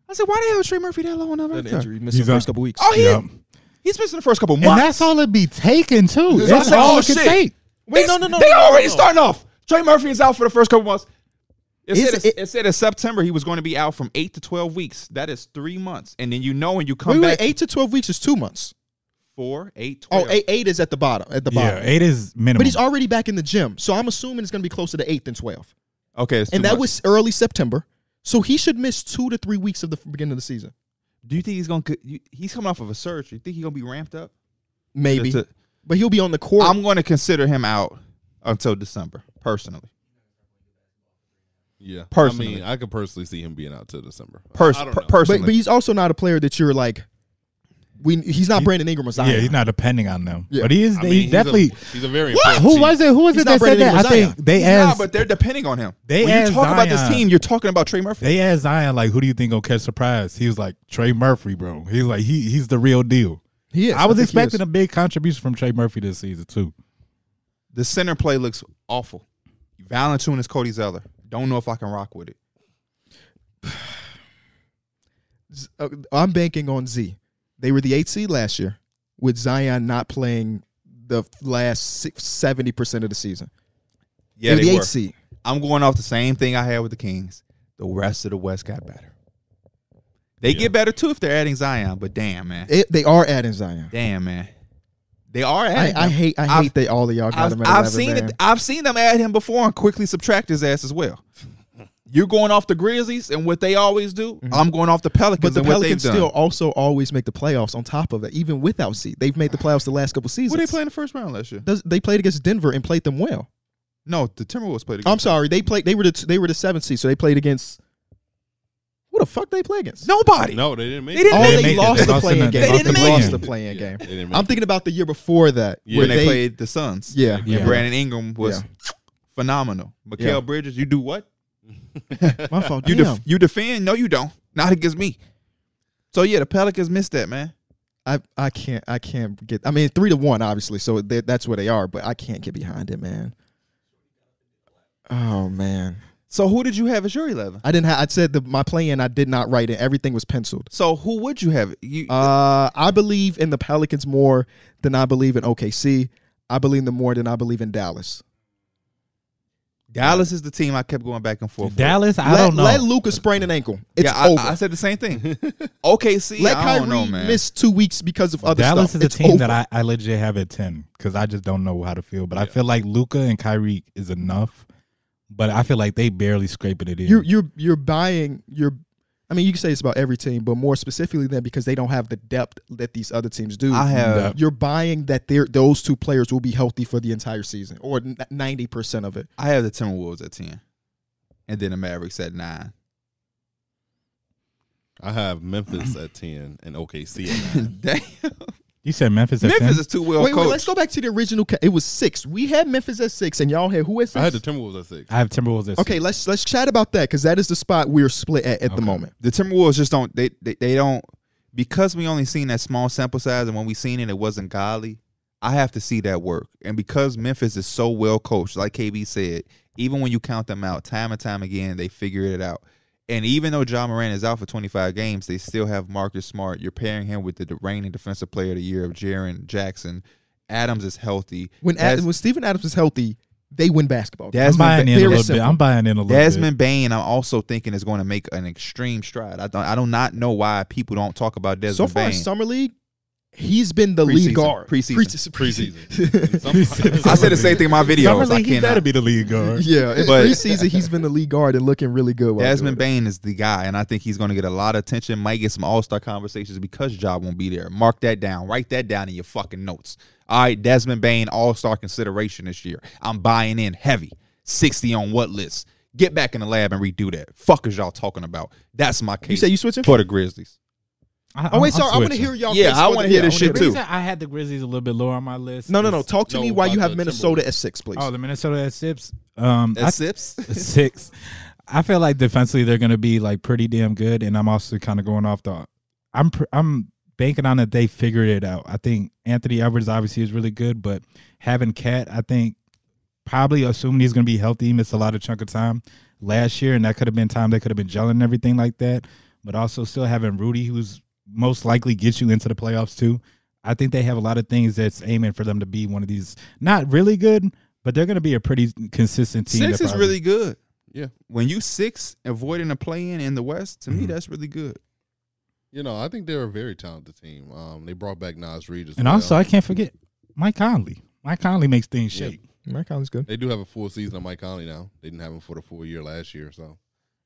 Speaker 2: I said, why the hell is Trey Murphy that low on that roster?
Speaker 1: missed
Speaker 4: He's the first out.
Speaker 1: couple weeks.
Speaker 2: Oh, he
Speaker 4: Yep.
Speaker 2: he's missing the first couple months.
Speaker 4: And that's all it be taking too.
Speaker 3: That's
Speaker 4: That's
Speaker 2: all
Speaker 4: all it
Speaker 2: shit.
Speaker 4: can take.
Speaker 1: Wait,
Speaker 2: They-
Speaker 1: no, no, no.
Speaker 2: They
Speaker 1: no, no,
Speaker 2: already
Speaker 1: no.
Speaker 2: starting off. Trey Murphy is out for the first couple months. It
Speaker 1: Is
Speaker 2: said,
Speaker 1: it-
Speaker 2: it said in September he was going to be out from eight to twelve weeks. That is three months, and then you know when you
Speaker 1: Wait,
Speaker 2: come
Speaker 1: wait,
Speaker 2: back
Speaker 1: eight to 12 weeks is two months.
Speaker 2: four, eight,
Speaker 1: Oh,
Speaker 2: 12.
Speaker 1: eight, eight is at the bottom. At the bottom.
Speaker 4: Yeah, eight is minimum.
Speaker 1: But he's already back in the gym, so I'm assuming it's going to be closer to eight than twelve.
Speaker 2: Okay, it's
Speaker 1: And
Speaker 2: two
Speaker 1: that was
Speaker 2: months.
Speaker 1: early September, so he should miss two to three weeks of the f- beginning of the season.
Speaker 2: Do you think he's going? to He's coming off of a surge. You think he's going to be ramped up?
Speaker 1: Maybe,
Speaker 2: That's it.
Speaker 1: but he'll be on the court.
Speaker 2: I'm going to consider him out until December, personally.
Speaker 3: Yeah,
Speaker 2: Personally.
Speaker 3: I mean, I could personally see him being out till December.
Speaker 2: Pers-
Speaker 3: I don't
Speaker 2: per-
Speaker 3: know.
Speaker 1: but,
Speaker 2: personally,
Speaker 1: but he's also not a player that you're like. We he's not Brandon Ingram or Zion.
Speaker 4: yeah, he's not depending on them.
Speaker 1: Yeah.
Speaker 4: But he is
Speaker 3: I
Speaker 4: he
Speaker 3: mean, he's a-
Speaker 4: definitely
Speaker 3: he's a very important
Speaker 4: who
Speaker 3: team.
Speaker 4: was it? Who was
Speaker 1: He's
Speaker 4: it
Speaker 1: not
Speaker 4: that said
Speaker 1: Brandon
Speaker 4: that? I
Speaker 1: Ingram
Speaker 4: think
Speaker 1: Zion.
Speaker 4: they
Speaker 2: He's not,
Speaker 4: asked
Speaker 2: but they're depending on him.
Speaker 4: They
Speaker 2: when you
Speaker 4: asked
Speaker 2: talk about this
Speaker 4: Zion.
Speaker 2: team, you're talking about Trey Murphy.
Speaker 4: they asked Zion like who do you think gonna catch surprise? He was like Trey Murphy, bro. He's like he he's the real deal.
Speaker 1: He is.
Speaker 4: I was
Speaker 1: think he
Speaker 4: expecting
Speaker 1: is.
Speaker 4: a big contribution from Trey Murphy this season too.
Speaker 2: The center play looks awful. Valentunas, Cody Zeller. Don't know if I can rock with it.
Speaker 1: Z- uh, I'm banking on Z. They were the eight seed last year with Zion not playing the last seventy percent of the season.
Speaker 2: Yeah,
Speaker 1: They're
Speaker 2: they
Speaker 1: the
Speaker 2: were.
Speaker 1: eight seed.
Speaker 2: I'm going off the same thing I had with the Kings. The rest of the West got better. They get better too if they're adding Zion, but damn man,
Speaker 1: It- they are adding Zion.
Speaker 2: damn man, they are
Speaker 1: I,
Speaker 2: adding.
Speaker 1: I
Speaker 2: him.
Speaker 1: hate. I hate
Speaker 2: I've-
Speaker 1: that all of y'all got
Speaker 2: I've,
Speaker 1: him. At
Speaker 2: I've
Speaker 1: 11,
Speaker 2: seen
Speaker 1: man.
Speaker 2: it. I've seen them add him before and quickly subtract his ass as well. You're going off the Grizzlies and what they always do. I'm going off the
Speaker 1: Mm-hmm. But
Speaker 2: Pelicans
Speaker 1: the
Speaker 2: and
Speaker 1: Pelicans
Speaker 2: what they've
Speaker 1: still
Speaker 2: done.
Speaker 1: also always make the playoffs. On top of that, even without Z, they've made the playoffs the last couple seasons.
Speaker 2: Who they play in the first round last year?
Speaker 1: Does- they played against Denver and played them well.
Speaker 2: No, the Timberwolves played.
Speaker 1: I'm
Speaker 2: Against
Speaker 1: sorry, they played. They were the t- they were the seventh seed, so they played against. Who the fuck they play against?
Speaker 2: nobody.
Speaker 3: No, they didn't make.
Speaker 2: They didn't
Speaker 1: oh,
Speaker 2: They
Speaker 1: they,
Speaker 4: make it.
Speaker 1: lost
Speaker 4: They
Speaker 1: the
Speaker 4: lost in
Speaker 1: playing
Speaker 4: the-
Speaker 1: game.
Speaker 4: they
Speaker 1: They,
Speaker 2: didn't make
Speaker 1: lost
Speaker 4: it.
Speaker 1: the playing game.
Speaker 3: They didn't make
Speaker 1: I'm thinking about the year before that.
Speaker 3: Yeah.
Speaker 2: when
Speaker 1: where
Speaker 2: they,
Speaker 1: they
Speaker 2: played the Suns.
Speaker 1: Yeah,
Speaker 2: And
Speaker 4: Yeah.
Speaker 2: Brandon Ingram was
Speaker 1: Yeah.
Speaker 2: phenomenal. Mikael
Speaker 1: Yeah.
Speaker 2: Bridges, you do what?
Speaker 1: my fault.
Speaker 2: You
Speaker 1: Damn.
Speaker 2: def- you defend? No, you don't. Not against me. So yeah, the Pelicans missed that man.
Speaker 1: I I can't I can't get. I mean, three to one, obviously. So they, that's where they are. But I can't get behind it, man. Oh man,
Speaker 2: So who did you have as your eleven?
Speaker 1: I didn't. Ha- I said the, my plan. I did not write it. Everything was penciled.
Speaker 2: So who would you have? You
Speaker 1: Uh, I believe in the Pelicans more than I believe in OKC. I believe in them more than I believe in Dallas.
Speaker 2: Dallas is the team I kept going back and forth. with.
Speaker 4: Dallas, I
Speaker 1: let,
Speaker 4: don't know.
Speaker 1: Let Luca sprain an ankle. It's
Speaker 2: yeah, I,
Speaker 1: over.
Speaker 2: I said the same thing. OKC,
Speaker 1: let
Speaker 2: I
Speaker 1: Kyrie
Speaker 2: don't know, man.
Speaker 1: miss two weeks because of other
Speaker 4: Dallas
Speaker 1: stuff.
Speaker 4: is a
Speaker 1: It's
Speaker 4: team
Speaker 1: over.
Speaker 4: that I, I legit have at ten because I just don't know how to feel. But I feel like Luca and Kyrie is enough. But I feel like they barely scraping it in.
Speaker 1: you're you're you're buying you're I mean you can say it's about every team, but more specifically than because they don't have the depth that these other teams do.
Speaker 2: I have
Speaker 1: you're buying that they're, those two players will be healthy for the entire season or ninety percent of it.
Speaker 2: I have the Timberwolves at ten, and then the Mavericks at nine.
Speaker 3: I have Memphis at ten and OKC at nine.
Speaker 2: Damn,
Speaker 4: you said Memphis at
Speaker 2: Memphis
Speaker 4: 10?
Speaker 2: is too well
Speaker 1: wait, wait,
Speaker 2: coached.
Speaker 1: let's go back to the original. Ca- it was six. We had Memphis at six, and y'all had who at six?
Speaker 3: I had the Timberwolves at six.
Speaker 4: I have Timberwolves at
Speaker 1: okay, let's let's chat about that because that is the spot we're split at at the
Speaker 4: Okay.
Speaker 1: moment.
Speaker 2: the Timberwolves just don't they, they they don't because we only seen that small sample size and when we seen it it wasn't godly. I have to see that work. And because Memphis is so well coached, like KB said, even when you count them out time and time again, they figure it out. And even though John Moran is out for 25 games, they still have Marcus Smart. You're pairing him with the reigning defensive player of the year of Jaron Jackson. Adams is healthy.
Speaker 1: When Ad,
Speaker 2: That's-
Speaker 1: when Steven Adams is healthy, they win basketball. games.
Speaker 4: six.
Speaker 2: Desmond
Speaker 4: I'm buying
Speaker 2: Ba-
Speaker 4: in a
Speaker 1: very
Speaker 4: little bit.
Speaker 1: simple.
Speaker 4: I'm buying in a little
Speaker 2: Desmond Bain, I'm also thinking is going to make an extreme stride. I don't, I do not know why people don't talk about Desmond
Speaker 1: so far
Speaker 2: Bain.
Speaker 1: in summer league, he's been the
Speaker 2: Preseason.
Speaker 1: lead guard
Speaker 2: Preseason.
Speaker 1: Preseason.
Speaker 3: Preseason.
Speaker 4: bit.
Speaker 2: I said the same thing in my videos.
Speaker 4: Summer
Speaker 2: I
Speaker 4: league, he
Speaker 2: cannot.
Speaker 4: better be the league guard.
Speaker 1: Yeah, in
Speaker 2: But-
Speaker 1: preseason he's been the lead guard and looking really good. while
Speaker 2: Desmond
Speaker 1: doing
Speaker 2: Bain is the guy, and I think he's going to get a lot of attention. Might get some All Star conversations because Job won't be there. Mark that down. Write that down in your fucking notes. All right, Desmond Bain All Star consideration this year. I'm buying in heavy. Sixty on what list? Get back in the lab and redo that. Fuck is y'all talking about? That's my
Speaker 1: it.
Speaker 2: case.
Speaker 1: You say you switching?
Speaker 2: for the Grizzlies.
Speaker 4: I,
Speaker 1: Oh wait,
Speaker 4: I'm- I'm
Speaker 1: sorry. I want to
Speaker 4: switching.
Speaker 1: hear y'all.
Speaker 2: Yeah,
Speaker 1: case
Speaker 2: I
Speaker 1: for
Speaker 2: wanna
Speaker 1: the-
Speaker 2: hear
Speaker 1: yeah,
Speaker 2: this
Speaker 1: I
Speaker 2: shit
Speaker 1: wanna
Speaker 2: too.
Speaker 1: hear
Speaker 4: The reason I had the Grizzlies a little bit lower on my list.
Speaker 1: it. No, no,
Speaker 4: is-
Speaker 1: no. Talk to
Speaker 3: No,
Speaker 1: me why you
Speaker 3: about
Speaker 1: have
Speaker 3: the
Speaker 1: Minnesota
Speaker 3: Timberwolves.
Speaker 1: at six, please.
Speaker 4: Oh, the Minnesota at six. Um, I
Speaker 2: That's sips.
Speaker 4: six. I feel like defensively they're going to be like pretty damn good, and I'm also kind of going off the. I'm pr- I'm banking on that they figure it out. I think Anthony Edwards obviously is really good, but having Cat, I think probably assuming he's going to be healthy, missed a lot of chunk of time last year, and that could have been time they could have been gelling and everything like that. But also still having Rudy, who's most likely gets you into the playoffs too. I think they have a lot of things that's aiming for them to be one of these not really good, but they're going to be a pretty consistent team.
Speaker 2: Six
Speaker 4: that
Speaker 2: is
Speaker 4: probably-
Speaker 2: really good.
Speaker 3: Yeah.
Speaker 2: When you six avoiding a play in in the West, to me
Speaker 4: Mhm.
Speaker 2: that's really good.
Speaker 3: You know, I think they're a very talented team. Um, they brought back Nas Reed as
Speaker 4: And
Speaker 3: well.
Speaker 4: also, I can't forget Mike Conley. Mike Conley makes things
Speaker 3: Yeah.
Speaker 4: shake.
Speaker 1: Mike Conley's good.
Speaker 3: They do have a full season of Mike Conley now. They didn't have him for the full year last year, so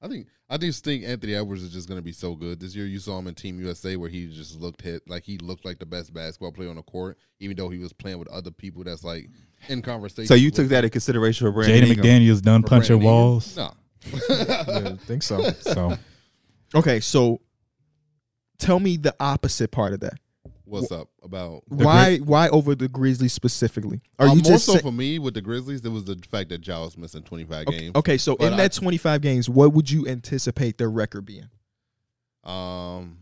Speaker 3: I think I just think Anthony Edwards is just going to be so good this year. You saw him in Team USA where he just looked hit like he looked like the best basketball player on the court, even though he was playing with other people that's like in conversation.
Speaker 2: So you
Speaker 3: with-
Speaker 2: took that in consideration for Brandon
Speaker 4: Jaden
Speaker 2: Ingram.
Speaker 4: McDaniels done
Speaker 3: for
Speaker 4: punching
Speaker 3: Brandon Ingram.
Speaker 4: walls.
Speaker 1: I
Speaker 3: No,
Speaker 1: think so.
Speaker 4: So
Speaker 1: Okay, so tell me the opposite part of that.
Speaker 3: what's up about?
Speaker 1: why why over the Grizzlies specifically? Are
Speaker 3: Uh,
Speaker 1: you
Speaker 3: more
Speaker 1: just
Speaker 3: so
Speaker 1: say-
Speaker 3: for me with the Grizzlies? It was the fact that Ja was missing twenty five
Speaker 1: okay,
Speaker 3: games.
Speaker 1: okay, so
Speaker 3: But
Speaker 1: in
Speaker 3: I-
Speaker 1: that 25 games, what would you anticipate their record being?
Speaker 3: Um,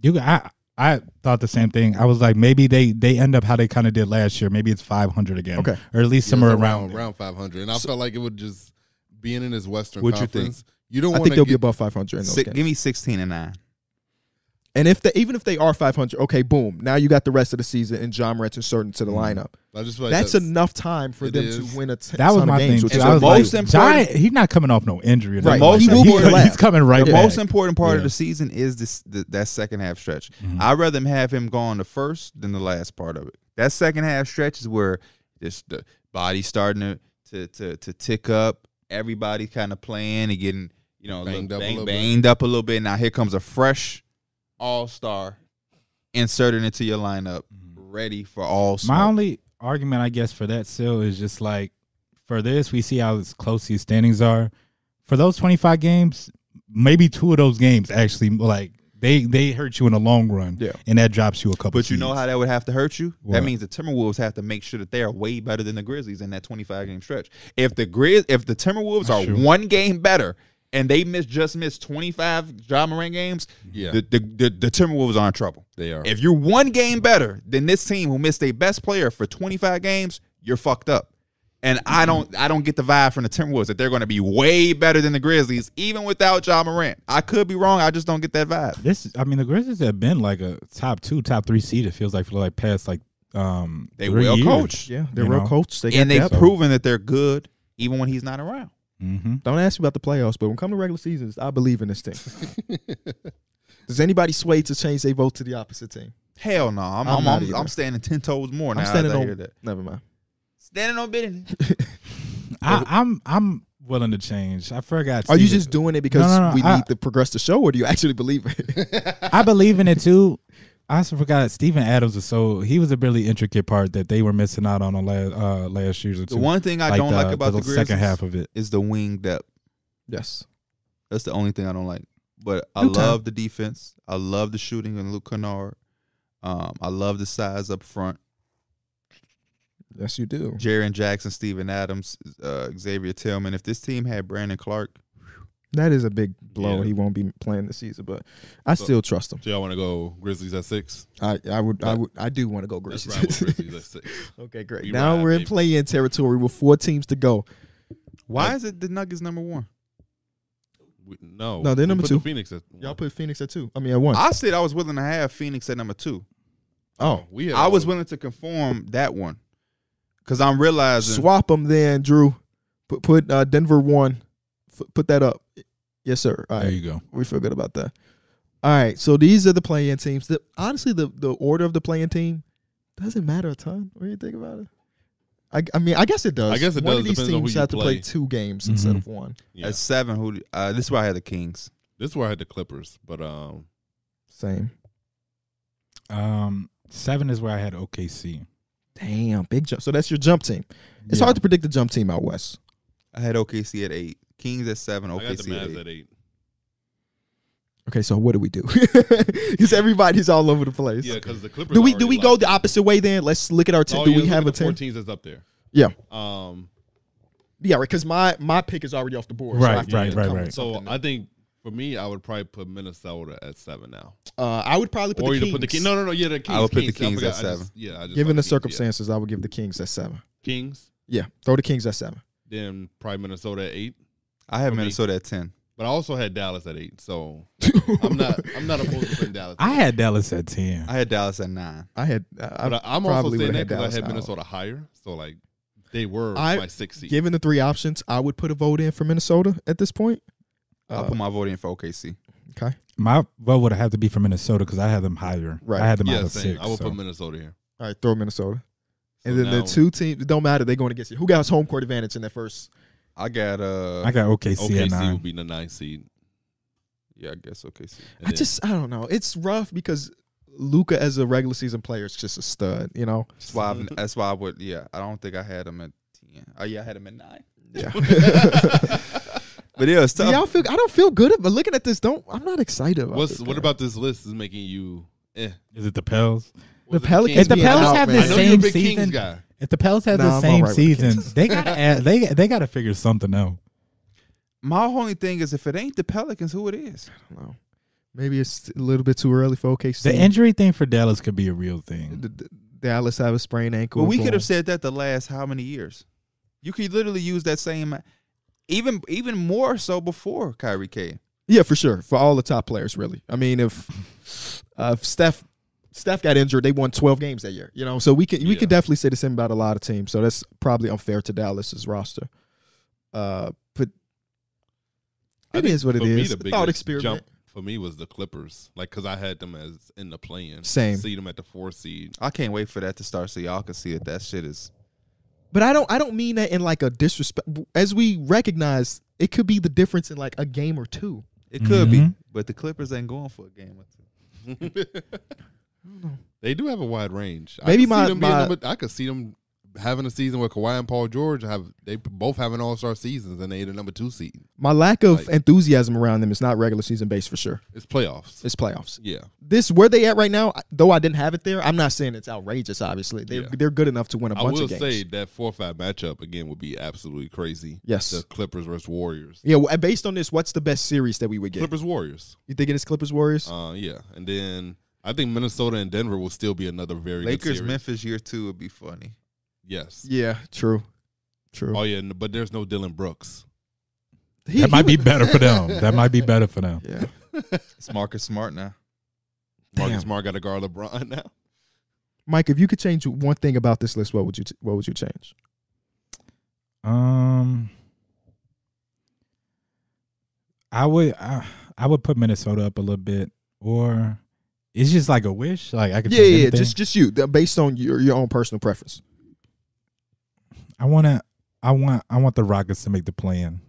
Speaker 4: you, I, I thought the same thing. I was like, maybe they they end up how they kind of did last year. Maybe it's five hundred again,
Speaker 1: Okay.
Speaker 4: or at least
Speaker 3: yeah,
Speaker 4: somewhere
Speaker 3: so
Speaker 4: around. there.
Speaker 3: around five hundred, and I felt like it would just being in his Western
Speaker 2: What you think?
Speaker 3: Conference. You, don't
Speaker 1: I
Speaker 3: want
Speaker 1: think
Speaker 3: to
Speaker 1: they'll
Speaker 3: get
Speaker 1: be above 500 in those
Speaker 2: Six,
Speaker 1: games.
Speaker 2: give me sixteen and nine.
Speaker 1: and if they even if they are 500, okay, boom. Now you got the rest of the season and John Morant's inserted to the lineup.
Speaker 3: I just feel like
Speaker 1: that's, enough time for
Speaker 3: Mm-hmm. it
Speaker 1: them
Speaker 3: is.
Speaker 1: to win a t-
Speaker 4: That was
Speaker 1: ton
Speaker 4: my
Speaker 1: of games,
Speaker 4: thing.
Speaker 1: which
Speaker 4: too.
Speaker 1: is
Speaker 4: I was
Speaker 2: the
Speaker 1: amazing.
Speaker 2: most
Speaker 4: like,
Speaker 2: important-
Speaker 4: Giant, he's not coming off no injury. or
Speaker 1: Right.
Speaker 4: nothing
Speaker 2: Most
Speaker 4: like that.
Speaker 2: people
Speaker 4: He
Speaker 1: are
Speaker 4: co-
Speaker 1: left.
Speaker 4: he's coming right
Speaker 2: the
Speaker 4: back.
Speaker 2: most important part of
Speaker 4: Yeah.
Speaker 2: the season is this the, that second half stretch.
Speaker 3: Mm-hmm.
Speaker 4: Mhm.
Speaker 2: I'd rather them have him go on the first than the last part of it. That second half stretch is where this the body starting to to to, to tick up. Everybody kind of playing and getting you know
Speaker 3: Banged
Speaker 2: look,
Speaker 3: up a
Speaker 2: bang-
Speaker 3: little bit.
Speaker 2: banged up a little bit. Now here comes a fresh all star inserted into your lineup,
Speaker 4: Mm-hmm.
Speaker 2: ready for all.
Speaker 4: My
Speaker 2: smoke.
Speaker 4: only argument, I guess, for that still is just like for this, we see how close these standings are. For those twenty five games, maybe two of those games actually like they they hurt you in the long run,
Speaker 1: Yeah.
Speaker 4: and that drops you a couple.
Speaker 2: But you know
Speaker 4: seeds.
Speaker 2: how that would have to hurt you?
Speaker 4: What?
Speaker 2: That means the Timberwolves have to make sure that they are way better than the Grizzlies in that 25 game stretch. If the Grizz if the Timberwolves are
Speaker 4: true.
Speaker 2: one game better and they miss just missed 25 John Moran games,
Speaker 3: Yeah.
Speaker 2: the, the, the, the Timberwolves are in trouble.
Speaker 3: They are.
Speaker 2: If you're one game better than this team who missed their best player for 25 games, you're fucked up. And
Speaker 4: Mm-hmm.
Speaker 2: I don't I don't get the vibe from the Timberwolves that they're going to be way better than the Grizzlies, even without John Morant. I could be wrong. I just don't get that vibe.
Speaker 4: this. I mean, the Grizzlies have been like a top two, top three seed. It feels like for like past like um
Speaker 2: They
Speaker 4: three
Speaker 2: well
Speaker 4: years.
Speaker 2: coached.
Speaker 1: Yeah, they're
Speaker 4: You
Speaker 1: real
Speaker 4: know?
Speaker 1: coach. They got
Speaker 2: and they've
Speaker 1: depth.
Speaker 2: proven that they're good even when he's not around.
Speaker 4: Mm-hmm.
Speaker 1: Don't ask me about the playoffs, but when come to regular seasons, I believe in this team. Does anybody sway to change their vote to the opposite team?
Speaker 2: Hell no, I'm
Speaker 1: I'm
Speaker 2: I'm,
Speaker 1: not
Speaker 2: I'm,
Speaker 1: either.
Speaker 2: I'm standing ten toes more now.
Speaker 1: I'm standing
Speaker 2: as I hear
Speaker 1: on.
Speaker 2: that.
Speaker 1: Never mind.
Speaker 2: standing on business.
Speaker 4: I, I'm I'm willing to change. I forgot.
Speaker 1: Are you
Speaker 4: Steven-
Speaker 1: just doing it because
Speaker 4: No, no, no,
Speaker 1: we
Speaker 4: I-
Speaker 1: need to progress the show, or do you actually believe it?
Speaker 4: I believe in it too. I also forgot Stephen Adams was so he was a really intricate part that they were missing out on the last uh, last years or two.
Speaker 2: The one thing I don't like about the, Grizzlies
Speaker 4: second half of it.
Speaker 2: is the wing depth.
Speaker 1: yes.
Speaker 2: That's the only thing I don't like. But I
Speaker 4: New time.
Speaker 2: love the defense. I love the shooting and Luke Kennard. Um, I love the size up front.
Speaker 1: Yes, you do.
Speaker 2: Jaron Jackson, Steven Adams, uh, Xavier Tillman. If this team had Brandon Clark,
Speaker 1: That is a big blow.
Speaker 2: Yeah.
Speaker 1: He won't be playing this season, but I still trust him.
Speaker 3: So y'all want to go Grizzlies at six?
Speaker 1: I, I would I
Speaker 3: But-
Speaker 1: would I do want to go
Speaker 3: Let's
Speaker 1: Grizzlies.
Speaker 3: ride with Grizzlies at six.
Speaker 1: okay, great.
Speaker 3: We
Speaker 1: now
Speaker 3: ride,
Speaker 1: we're in
Speaker 3: baby.
Speaker 1: play-in territory with four teams to go.
Speaker 2: why
Speaker 3: Like-
Speaker 2: is it the Nuggets number one?
Speaker 3: We, no,
Speaker 1: No, they're
Speaker 3: we
Speaker 1: number
Speaker 3: put the
Speaker 1: two.
Speaker 3: Phoenix at
Speaker 1: Y'all put Phoenix at two. I mean at one.
Speaker 2: I said I was willing to have Phoenix at number two.
Speaker 1: oh,
Speaker 3: we. had
Speaker 2: I was
Speaker 3: all-
Speaker 2: willing to conform that one because I'm realizing
Speaker 1: swap them then, Drew. Put put uh, Denver one. F- put that up. Yes, sir. All
Speaker 4: There
Speaker 1: right,
Speaker 4: you go.
Speaker 1: we feel good about that. All right, so these are the play-in teams. The, honestly, the the order of the play-in team doesn't matter a ton when you think about it. I, I mean, I guess it does.
Speaker 3: I guess it
Speaker 1: One
Speaker 3: does,
Speaker 1: of these
Speaker 3: depends on who
Speaker 1: teams
Speaker 3: you
Speaker 1: have to play
Speaker 3: play. Mm-hmm.
Speaker 1: two games
Speaker 4: Mhm.
Speaker 1: instead of one.
Speaker 3: Yeah.
Speaker 2: at seven. Who uh, this is why I had the Kings.
Speaker 3: This is where I had the Clippers, but um,
Speaker 1: Same.
Speaker 4: Um, seven is where I had OKC.
Speaker 1: Damn, big jump. So that's your jump team. It's hard to predict the jump team out west.
Speaker 2: I had OKC at eight, Kings at seven,
Speaker 3: I got the
Speaker 2: OKC at
Speaker 3: Mavs
Speaker 2: eight.
Speaker 3: at eight.
Speaker 1: Okay, so what do we do? Because everybody's all over the place.
Speaker 3: Yeah, because the Clippers.
Speaker 1: do we do
Speaker 3: already
Speaker 1: we go
Speaker 3: locked
Speaker 1: the opposite way then? Let's look at our team.
Speaker 3: Oh,
Speaker 1: do
Speaker 3: yeah,
Speaker 1: we
Speaker 3: look
Speaker 1: have
Speaker 3: at
Speaker 1: a
Speaker 3: the four
Speaker 1: team?
Speaker 3: teams that's up there?
Speaker 1: Yeah.
Speaker 3: Um.
Speaker 1: Yeah, right. Because my my pick is already off the board. so I
Speaker 4: Right,
Speaker 1: have to
Speaker 4: right,
Speaker 1: come
Speaker 4: right,
Speaker 1: up
Speaker 4: right.
Speaker 1: with
Speaker 3: So
Speaker 1: something.
Speaker 3: I think for me, I would probably put Minnesota at seven now,
Speaker 1: uh, I would probably put
Speaker 3: or
Speaker 1: the
Speaker 3: either
Speaker 1: Kings.
Speaker 3: put the Kings. No, no, no. Yeah, the Kings.
Speaker 2: would put the Kings
Speaker 3: Kings, forgot,
Speaker 2: at
Speaker 3: I just-
Speaker 2: seven.
Speaker 3: yeah, I just
Speaker 1: Given the
Speaker 3: thought Kings, yeah.
Speaker 1: circumstances, I would give the Kings at seven.
Speaker 3: Kings,
Speaker 1: Yeah, throw the Kings at seven.
Speaker 3: then probably Minnesota at eight.
Speaker 2: I have
Speaker 3: For me.
Speaker 2: Minnesota at ten.
Speaker 3: But I also had Dallas at eight, so I'm not. I'm not opposed to putting Dallas.
Speaker 4: I had Dallas at ten.
Speaker 2: I had Dallas at nine.
Speaker 1: I had. Uh,
Speaker 3: but I, I'm also
Speaker 1: probably
Speaker 3: saying
Speaker 1: would've
Speaker 3: that
Speaker 1: had
Speaker 3: because I
Speaker 1: Dallas
Speaker 3: had
Speaker 1: out.
Speaker 3: Minnesota higher, so like they were
Speaker 1: I-
Speaker 3: my sixth seed.
Speaker 1: given the three options, I would put a vote in for Minnesota at this point.
Speaker 2: I'll
Speaker 1: Uh,
Speaker 2: put my vote in for OKC.
Speaker 1: okay.
Speaker 4: My vote would have to be for Minnesota because I had them higher.
Speaker 1: Right.
Speaker 4: I had them out
Speaker 3: yeah,
Speaker 4: of
Speaker 3: same.
Speaker 4: six.
Speaker 3: I would
Speaker 4: so.
Speaker 3: put Minnesota here.
Speaker 1: All right, throw Minnesota.
Speaker 3: So
Speaker 1: and then the
Speaker 3: now-
Speaker 1: two teams it don't matter. They're going against you. Who got home court advantage in that first?
Speaker 2: I got uh,
Speaker 4: I got OKC, at
Speaker 3: OKC
Speaker 4: nine.
Speaker 3: would be the ninth seed.
Speaker 2: yeah, I guess OKC.
Speaker 3: and
Speaker 1: I
Speaker 3: then-
Speaker 1: just I don't know. It's rough because Luca as a regular season player is just a stud. You know.
Speaker 2: That's why. I've, that's why I would. Yeah, I don't think I had him at ten. Oh yeah, I had him at nine.
Speaker 1: Yeah.
Speaker 3: Uh,
Speaker 2: But yeah, it's
Speaker 1: Do
Speaker 2: tough.
Speaker 1: y'all feel? I don't feel good about looking at this. Don't. I'm not excited. About
Speaker 3: what's
Speaker 1: this,
Speaker 3: what
Speaker 1: man.
Speaker 3: about this list is making you? Eh.
Speaker 4: Is it the Pels?
Speaker 1: the
Speaker 3: Was it
Speaker 1: Pelicans?
Speaker 4: If the
Speaker 1: being
Speaker 4: Pelicans
Speaker 1: out,
Speaker 4: have
Speaker 1: man.
Speaker 4: the
Speaker 3: I know you're a
Speaker 4: same
Speaker 3: big Kings
Speaker 4: season,
Speaker 3: guy.
Speaker 4: if the Pels have
Speaker 1: Nah, I'm
Speaker 4: the same
Speaker 1: alright with the
Speaker 4: season,
Speaker 1: Kings.
Speaker 4: they gotta add, they they gotta figure something out.
Speaker 2: My only thing is if it ain't the Pelicans, who it is?
Speaker 1: I don't know. Maybe it's a little bit too early for OKC.
Speaker 4: The injury thing for Dallas could be a real thing.
Speaker 1: D- D- Dallas have a sprained ankle.
Speaker 2: But we
Speaker 1: Boom.
Speaker 2: could have said that the last how many years? You could literally use that same, even even more so before Kyrie came.
Speaker 1: Yeah, for sure. For all the top players, really. I mean, if uh, if Steph Steph got injured, they won twelve games that year. You know, so we can we
Speaker 3: Yeah.
Speaker 1: can definitely say the same about a lot of teams. So that's probably unfair to Dallas's roster. Uh, but
Speaker 3: I
Speaker 1: it
Speaker 3: think
Speaker 1: is what it
Speaker 3: for me,
Speaker 1: is.
Speaker 3: the
Speaker 1: Thought
Speaker 3: biggest
Speaker 1: experiment.
Speaker 3: jump for me was the Clippers, like because I had them as in the playing.
Speaker 1: Same.
Speaker 3: See them at the four seed.
Speaker 2: I can't wait for that to start so y'all can see that that shit is.
Speaker 1: But I don't I don't mean that in like a disrespect. As we recognize, it could be the difference in like a game or two.
Speaker 2: It could be,
Speaker 1: Mm-hmm.
Speaker 4: Mhm.
Speaker 2: but the Clippers ain't going for a game or two.
Speaker 3: They do have a wide range.
Speaker 1: Maybe
Speaker 3: I could see
Speaker 1: my-
Speaker 3: them being
Speaker 1: my-
Speaker 3: number- I could see them having a season where Kawhi and Paul George have they both have an All Star seasons and they the number two seed.
Speaker 1: My lack of
Speaker 3: Like-
Speaker 1: enthusiasm around them is not regular season based for sure.
Speaker 3: It's playoffs.
Speaker 1: It's playoffs.
Speaker 3: yeah,
Speaker 1: this where they at right now. Though I didn't have it there, I'm not saying it's outrageous. Obviously, they're
Speaker 3: Yeah.
Speaker 1: they're good enough to win a
Speaker 3: I
Speaker 1: bunch
Speaker 3: will
Speaker 1: of games.
Speaker 3: say that four or five matchup again would be absolutely crazy.
Speaker 1: Yes.
Speaker 3: the Clippers versus Warriors.
Speaker 1: yeah, well, based on this, what's the best series that we would get?
Speaker 3: Clippers Warriors.
Speaker 1: You thinking it's Clippers Warriors?
Speaker 3: Uh, yeah, and then I think Minnesota and Denver will still be another very good
Speaker 2: Lakers
Speaker 3: series.
Speaker 2: Memphis year two would be funny.
Speaker 3: Yes.
Speaker 1: yeah, true, true.
Speaker 3: Oh yeah, n- but there's no Dylan Brooks.
Speaker 1: He-
Speaker 4: That might
Speaker 1: he-
Speaker 4: be better for them. That might be better for them.
Speaker 1: Yeah,
Speaker 2: It's Marcus Smart now.
Speaker 3: Marcus
Speaker 1: damn.
Speaker 3: Smart got to guard LeBron now.
Speaker 1: Mike, if you could change one thing about this list, what would you t- what would you change?
Speaker 4: Um, I would I, I would put Minnesota up a little bit, or it's just like a wish. Like I could
Speaker 1: Yeah,
Speaker 4: take
Speaker 1: yeah,
Speaker 4: anything.
Speaker 1: just just you, th- based on your your own personal preference.
Speaker 4: I want to. I want. I want the Rockets to make the plan.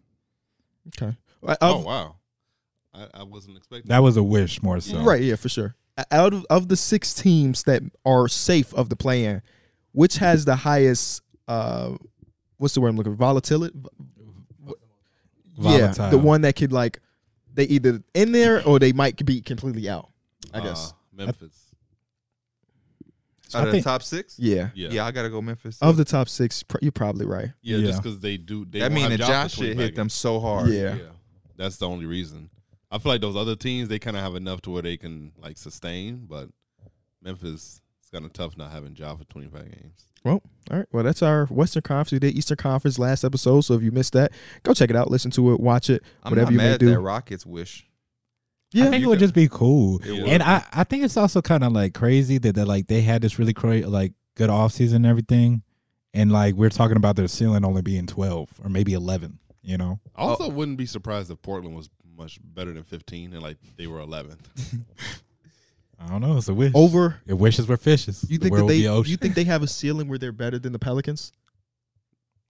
Speaker 1: Okay. Uh, Of,
Speaker 3: Oh wow, I, I wasn't expecting.
Speaker 4: That was a wish more so.
Speaker 1: Right, yeah, for sure. O- Out of, of the six teams that are safe of the play-in, which has the highest uh what's the word I'm looking for? Volatility? Yeah, the
Speaker 4: Volatile.
Speaker 1: one that could like they either in there or they might be completely out. I guess.
Speaker 3: Uh, Memphis.
Speaker 4: I
Speaker 2: Out of the
Speaker 4: think-
Speaker 2: top six?
Speaker 1: Yeah.
Speaker 3: Yeah,
Speaker 2: I gotta go Memphis.
Speaker 1: Of the top six, pr- you're probably right.
Speaker 3: yeah,
Speaker 4: Yeah.
Speaker 3: just because they do. They
Speaker 2: that
Speaker 3: won't
Speaker 2: means that
Speaker 3: have
Speaker 2: Josh
Speaker 3: to swing
Speaker 2: shit
Speaker 3: back
Speaker 2: hit
Speaker 3: in.
Speaker 2: them so hard.
Speaker 1: Yeah.
Speaker 3: Yeah. that's the only reason. I feel like those other teams they kind of have enough to where they can like sustain, but Memphis it's kind of tough not having Ja for twenty five games.
Speaker 1: Well, all right. Well, that's our Western Conference. We did Eastern Conference last episode, so if you missed that, go check it out, listen to it, watch it,
Speaker 2: I'm
Speaker 1: whatever
Speaker 2: not
Speaker 1: you
Speaker 2: mad
Speaker 1: may
Speaker 2: at that
Speaker 1: do.
Speaker 2: Rockets wish.
Speaker 4: I
Speaker 1: Yeah.
Speaker 4: think
Speaker 2: You
Speaker 4: it would
Speaker 2: can-
Speaker 4: just be cool.
Speaker 2: It
Speaker 3: Yeah.
Speaker 2: would.
Speaker 4: And I, I think it's also kind of like crazy that that like they had this really cra- like good offseason and everything, and like we're talking about their ceiling only being twelve or maybe eleven. You know,
Speaker 3: I also wouldn't be surprised if Portland was much better than fifteen and like they were eleventh.
Speaker 4: I don't know. It's a wish.
Speaker 1: Over.
Speaker 4: It wishes were fishes.
Speaker 1: You
Speaker 4: the
Speaker 1: think that
Speaker 4: world
Speaker 1: they
Speaker 4: be ocean.
Speaker 1: you think they have a ceiling where they're better than the Pelicans?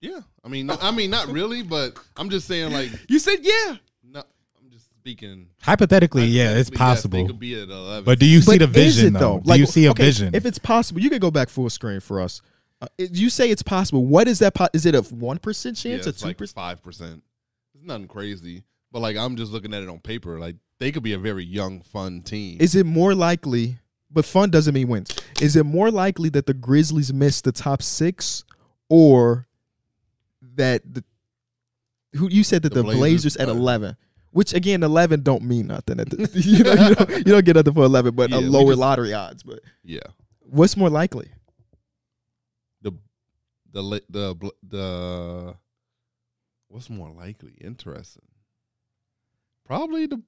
Speaker 3: yeah, I mean, no- I mean, not really, but I'm just saying like,
Speaker 2: You said yeah.
Speaker 3: no, I'm just speaking.
Speaker 4: Hypothetically, yeah, it's
Speaker 3: hypothetically, yes, They
Speaker 4: possible.
Speaker 3: could be at eleven.
Speaker 4: But do you see
Speaker 1: But
Speaker 4: the
Speaker 1: is
Speaker 4: vision
Speaker 1: it,
Speaker 4: though? do you see a
Speaker 1: okay,
Speaker 4: vision?
Speaker 1: If it's possible, you can go back full screen for us. Uh, it- you say it's possible. What is that? Po- is it a one percent
Speaker 3: yeah,
Speaker 1: chance? a
Speaker 3: it's
Speaker 1: two
Speaker 3: like
Speaker 1: percent?
Speaker 3: five percent. It's nothing crazy, but like I'm just looking at it on paper. Like they could be a very young, fun team.
Speaker 1: Is it more likely? But fun doesn't mean wins. Is it more likely that the Grizzlies miss the top six, or that the who you said that the,
Speaker 3: The
Speaker 1: Blazers,
Speaker 3: Blazers,
Speaker 1: at
Speaker 3: uh,
Speaker 1: eleven? Which again, eleven don't mean nothing. At the, you, know, you, don't, you don't get nothing for eleven, but
Speaker 3: Yeah,
Speaker 1: a
Speaker 3: we
Speaker 1: lower
Speaker 3: just-
Speaker 1: lottery odds. But
Speaker 3: yeah.
Speaker 1: what's more likely?
Speaker 3: the the li- the bl- the what's more likely interesting probably the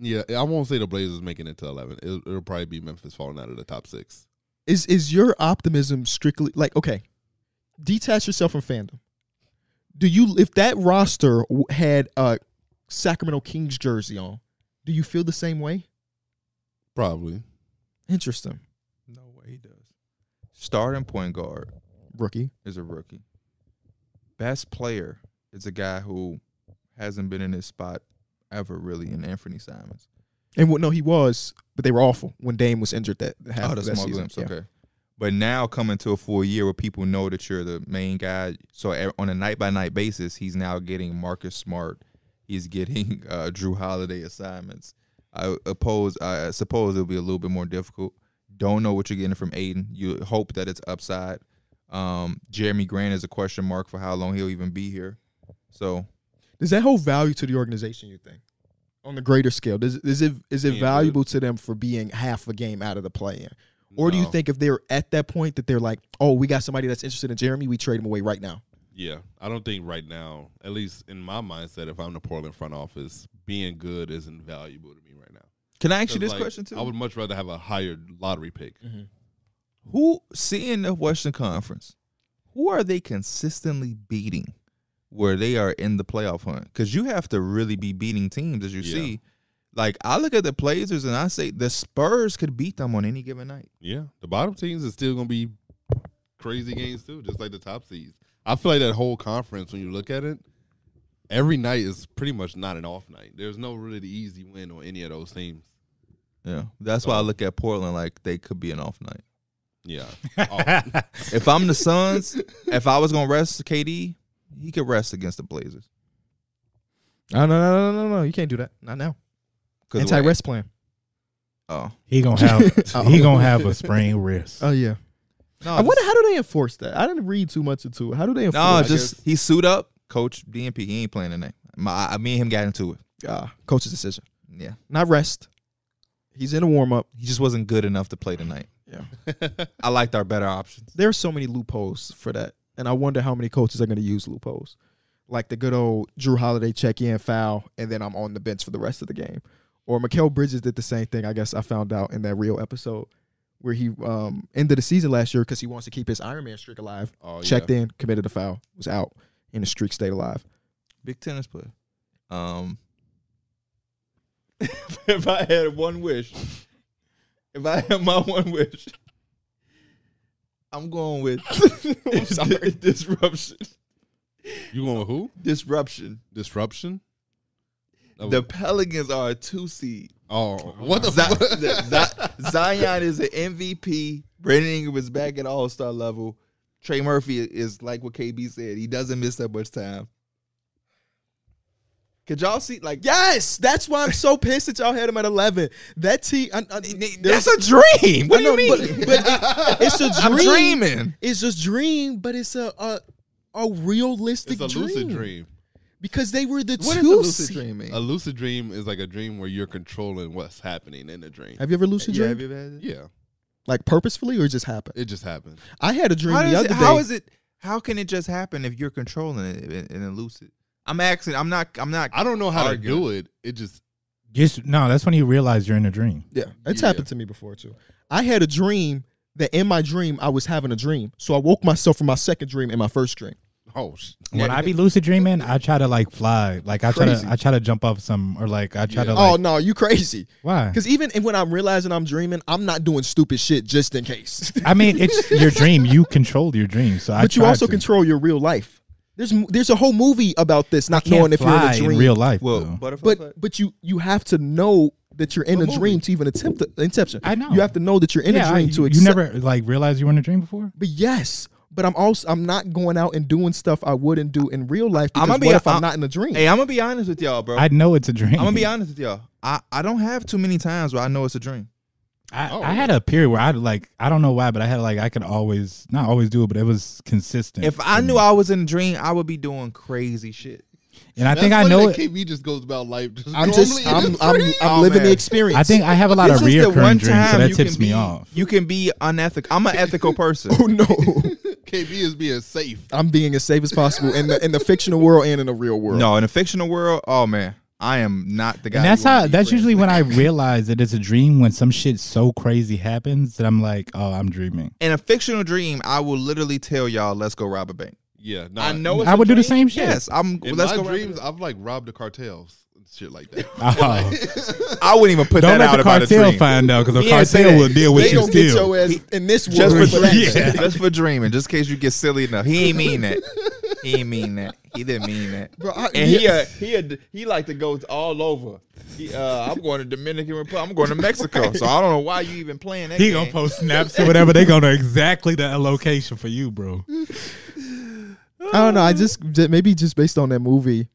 Speaker 3: yeah i won't say the blazers making it to 11 it'll, it'll probably be memphis falling out of the top six
Speaker 1: is is your optimism strictly like okay detach yourself from fandom do you if that roster w- had a sacramento kings jersey on do you feel the same way
Speaker 3: probably
Speaker 1: interesting
Speaker 2: No way he does. Starting point guard
Speaker 1: rookie
Speaker 2: is a rookie. Best player is a guy who hasn't been in his spot ever really in Anthony Simons.
Speaker 1: and what no he was but they were awful when dame was injured that half
Speaker 2: oh,
Speaker 1: of
Speaker 2: the
Speaker 1: that
Speaker 2: small
Speaker 1: season
Speaker 2: glimpse.
Speaker 1: Yeah.
Speaker 2: Okay. But now coming to a full year where people know that you're the main guy, so e- on a night by night basis, he's now getting Marcus Smart, he's getting uh, Drew Holiday assignments. I oppose. I suppose it'll be a little bit more difficult. Don't know what you're getting from Aiden. You hope that it's upside. Um, Jeremy Grant is a question mark for how long he'll even be here. So
Speaker 1: does that hold value to the organization you think on the greater scale does, is it is it
Speaker 3: Yeah,
Speaker 1: valuable to them for being half a game out of the play-in or do you
Speaker 3: No.
Speaker 1: think if they're at that point that they're like oh we got somebody that's interested in jeremy we trade him away right now
Speaker 3: yeah i don't think right now at least in my mindset if i'm the portland front office being good isn't valuable to me right now
Speaker 2: can I ask you
Speaker 3: 'Cause,
Speaker 2: this
Speaker 3: like,
Speaker 2: question too?
Speaker 3: i would much rather have a higher lottery pick
Speaker 2: who seeing the Western Conference, who are they consistently beating where they are in the playoff hunt? Because you have to really be beating teams as you
Speaker 3: Yeah.
Speaker 2: see. Like I look at the Blazers and I say the Spurs could beat them on any given night.
Speaker 3: Yeah, the bottom teams is still gonna be crazy games too, just like the top seeds. I feel like that whole conference, when you look at it, every night is pretty much not an off night. There's no really easy win on any of those teams.
Speaker 2: Yeah, that's why I look at Portland like they could be an off night.
Speaker 3: Yeah, Oh.
Speaker 2: If I'm the Suns, if I was gonna rest KD, he could rest against the Blazers.
Speaker 1: Oh, No, no, no, no, no, no. You can't do that. Not now.
Speaker 2: 'Cause of
Speaker 1: Anti
Speaker 2: what-
Speaker 1: rest plan.
Speaker 2: Oh
Speaker 4: he gonna have
Speaker 1: Oh.
Speaker 4: he gonna have a sprained wrist.
Speaker 1: Oh yeah.
Speaker 2: no,
Speaker 1: I wonder how do they enforce that? I didn't read too much into it. How do they enforce?
Speaker 2: no,
Speaker 1: it?
Speaker 2: just he suit up, coach DNP. He ain't playing tonight. My, I, me and him got into it.
Speaker 1: uh, coach's decision,
Speaker 2: Yeah,
Speaker 1: not rest. He's in a warm up.
Speaker 2: he just wasn't good enough to play tonight.
Speaker 1: Yeah.
Speaker 2: I liked our better options.
Speaker 1: There are so many loopholes for that, and I wonder how many coaches are going to use loopholes, like the good old Drew Holiday check in foul, and then I'm on the bench for the rest of the game. Or Mikael Bridges did the same thing. I guess I found out in that real episode where he um, ended the season last year because he wants to keep his Iron Man streak alive.
Speaker 3: oh, yeah.
Speaker 1: checked in, committed a foul, was out, and the streak stayed alive.
Speaker 2: Big tennis player. Um, if I had one wish, if I had my one wish, I'm going with disruption.
Speaker 3: You going with who?
Speaker 2: Disruption.
Speaker 3: Disruption. That
Speaker 2: The
Speaker 3: was-
Speaker 2: Pelicans are a two seed.
Speaker 3: oh, what the
Speaker 2: Zi-
Speaker 3: fuck?
Speaker 2: Z- Z- Zion is an MVP. Brandon Ingram is back at All Star level. Trey Murphy is like what KB said. He doesn't miss that much time. Could y'all see like
Speaker 1: Yes, that's why I'm so pissed that y'all had him at 11. That team, I, I,
Speaker 2: that's a dream? What do you
Speaker 1: I know,
Speaker 2: mean?
Speaker 1: But, but it- it's a
Speaker 2: I'm
Speaker 1: dream.
Speaker 2: dreaming.
Speaker 1: It's just dream, but it's a a, a realistic
Speaker 3: It's a
Speaker 1: dream.
Speaker 3: lucid dream.
Speaker 1: because they were the
Speaker 2: What
Speaker 1: two.
Speaker 2: is a lucid
Speaker 1: seed.
Speaker 2: dream? mean?
Speaker 3: A lucid dream is like a dream where you're controlling what's happening in the dream.
Speaker 1: Have you ever lucid
Speaker 2: Yeah,
Speaker 1: dreamed?
Speaker 2: have you ever had that?
Speaker 3: Yeah,
Speaker 1: Like purposefully or it just happened?
Speaker 3: it just happened.
Speaker 1: I had a dream
Speaker 2: How,
Speaker 1: the
Speaker 2: does
Speaker 1: other
Speaker 2: it,
Speaker 1: day.
Speaker 2: how is it? How can it just happen if you're controlling it and, and lucid? I'm asking. I'm not. I'm not.
Speaker 3: I don't know how
Speaker 2: Arguing.
Speaker 3: to do it. It just
Speaker 4: Just no, that's when you realize you're in a dream.
Speaker 1: Yeah, it's
Speaker 3: Yeah.
Speaker 1: happened to me before too. I had a dream that in my dream I was having a dream, so I woke myself from my second dream and my first dream.
Speaker 3: oh sh-
Speaker 4: When I be lucid dreaming, I try to like fly. Like I try
Speaker 1: Crazy.
Speaker 4: to I try to jump off some or like I try to
Speaker 3: Yeah.
Speaker 1: oh
Speaker 4: like
Speaker 1: no, you crazy?
Speaker 4: why?
Speaker 1: Because even when I'm realizing I'm dreaming, I'm not doing stupid shit just in case.
Speaker 4: I mean, it's your dream. You control your dream. So I
Speaker 1: but you
Speaker 4: tried
Speaker 1: also
Speaker 4: to.
Speaker 1: control your real life. There's m- there's a whole movie about this, not
Speaker 4: Can't
Speaker 1: knowing if you're in
Speaker 4: fly
Speaker 1: a dream.
Speaker 4: real life.
Speaker 2: well,
Speaker 4: though.
Speaker 2: butterfly.
Speaker 1: but but you you have to know that you're in a,
Speaker 2: movie?
Speaker 1: dream to even attempt the inception.
Speaker 4: I know.
Speaker 1: you have to know that you're in
Speaker 4: Yeah,
Speaker 1: a dream
Speaker 4: I-
Speaker 1: to
Speaker 4: you,
Speaker 1: accept.
Speaker 4: never like realized you were in a dream before.
Speaker 1: but yes, but I'm also I'm not going out and doing stuff I wouldn't do in real life.
Speaker 2: I'ma
Speaker 1: Because
Speaker 2: be-
Speaker 1: what if I'm,
Speaker 2: I'm-
Speaker 1: not in a dream?
Speaker 2: hey, I'm gonna be honest with y'all, bro.
Speaker 4: I know it's a dream.
Speaker 2: I'm gonna be honest with y'all. I, I don't have too many times where I know it's a dream.
Speaker 4: I,
Speaker 3: Oh.
Speaker 4: I had a period where I like I don't know why, but I had like I could always not always do it, but it was consistent.
Speaker 2: If I knew I was in a dream, I would be doing crazy shit.
Speaker 4: and I
Speaker 3: That's
Speaker 4: think I
Speaker 3: funny
Speaker 4: know
Speaker 3: that
Speaker 4: it.
Speaker 3: KB just goes about life. Just
Speaker 1: I'm
Speaker 3: normally
Speaker 1: just
Speaker 3: in
Speaker 1: I'm
Speaker 3: his
Speaker 1: I'm,
Speaker 3: dream.
Speaker 1: I'm
Speaker 2: Oh,
Speaker 1: living
Speaker 2: man.
Speaker 1: the experience.
Speaker 4: I think I have a lot of
Speaker 2: this is the one
Speaker 4: reoccurring dreams, so
Speaker 2: time
Speaker 4: that
Speaker 2: you
Speaker 4: tips
Speaker 2: can be,
Speaker 4: me off.
Speaker 2: You can be unethical. I'm an ethical person.
Speaker 1: Oh no.
Speaker 3: KB is being safe.
Speaker 1: I'm being as safe as possible in the in the fictional world and in the real world.
Speaker 2: no, in a fictional world, oh man, I am not the guy.
Speaker 4: And that's
Speaker 2: you wanna
Speaker 4: how.
Speaker 2: be
Speaker 4: That's
Speaker 2: friends
Speaker 4: usually
Speaker 2: with.
Speaker 4: when I realize that it's a dream. When some shit so crazy happens that I'm like, oh, I'm dreaming.
Speaker 2: In a fictional dream, I will literally tell y'all, "Let's go rob a bank."
Speaker 3: Yeah, nah,
Speaker 2: I know. It's
Speaker 4: I
Speaker 2: a
Speaker 4: would do the
Speaker 2: dream.
Speaker 4: same shit.
Speaker 2: Yes, I'm.
Speaker 3: In
Speaker 2: let's
Speaker 3: my
Speaker 2: go. rob a
Speaker 3: dreams,
Speaker 2: bank.
Speaker 3: I've like robbed the cartels and shit like that.
Speaker 4: Oh.
Speaker 2: I wouldn't even put that
Speaker 4: Don't let
Speaker 2: out
Speaker 4: the
Speaker 2: about a
Speaker 4: cartel
Speaker 2: dream.
Speaker 4: find out because the
Speaker 2: Yeah, say
Speaker 4: cartel
Speaker 2: that.
Speaker 4: will deal with
Speaker 1: they
Speaker 4: you
Speaker 1: gonna get
Speaker 4: still.
Speaker 1: your ass in this world.
Speaker 2: just for
Speaker 1: for that.
Speaker 2: dreaming.
Speaker 4: Yeah.
Speaker 2: Just for dreaming. Just in case you get silly enough. He ain't mean that. He ain't mean that. He didn't mean that.
Speaker 1: Bro, I-
Speaker 2: and
Speaker 1: yeah.
Speaker 2: he uh, he uh, he like to go all over. He, uh, I'm going to Dominican Republic. I'm going to Mexico. So I don't know why you even playing that.
Speaker 4: He
Speaker 2: game.
Speaker 4: gonna post snaps or whatever. They gonna exactly the location for you, bro.
Speaker 1: I don't know. I just ju- maybe just based on that movie,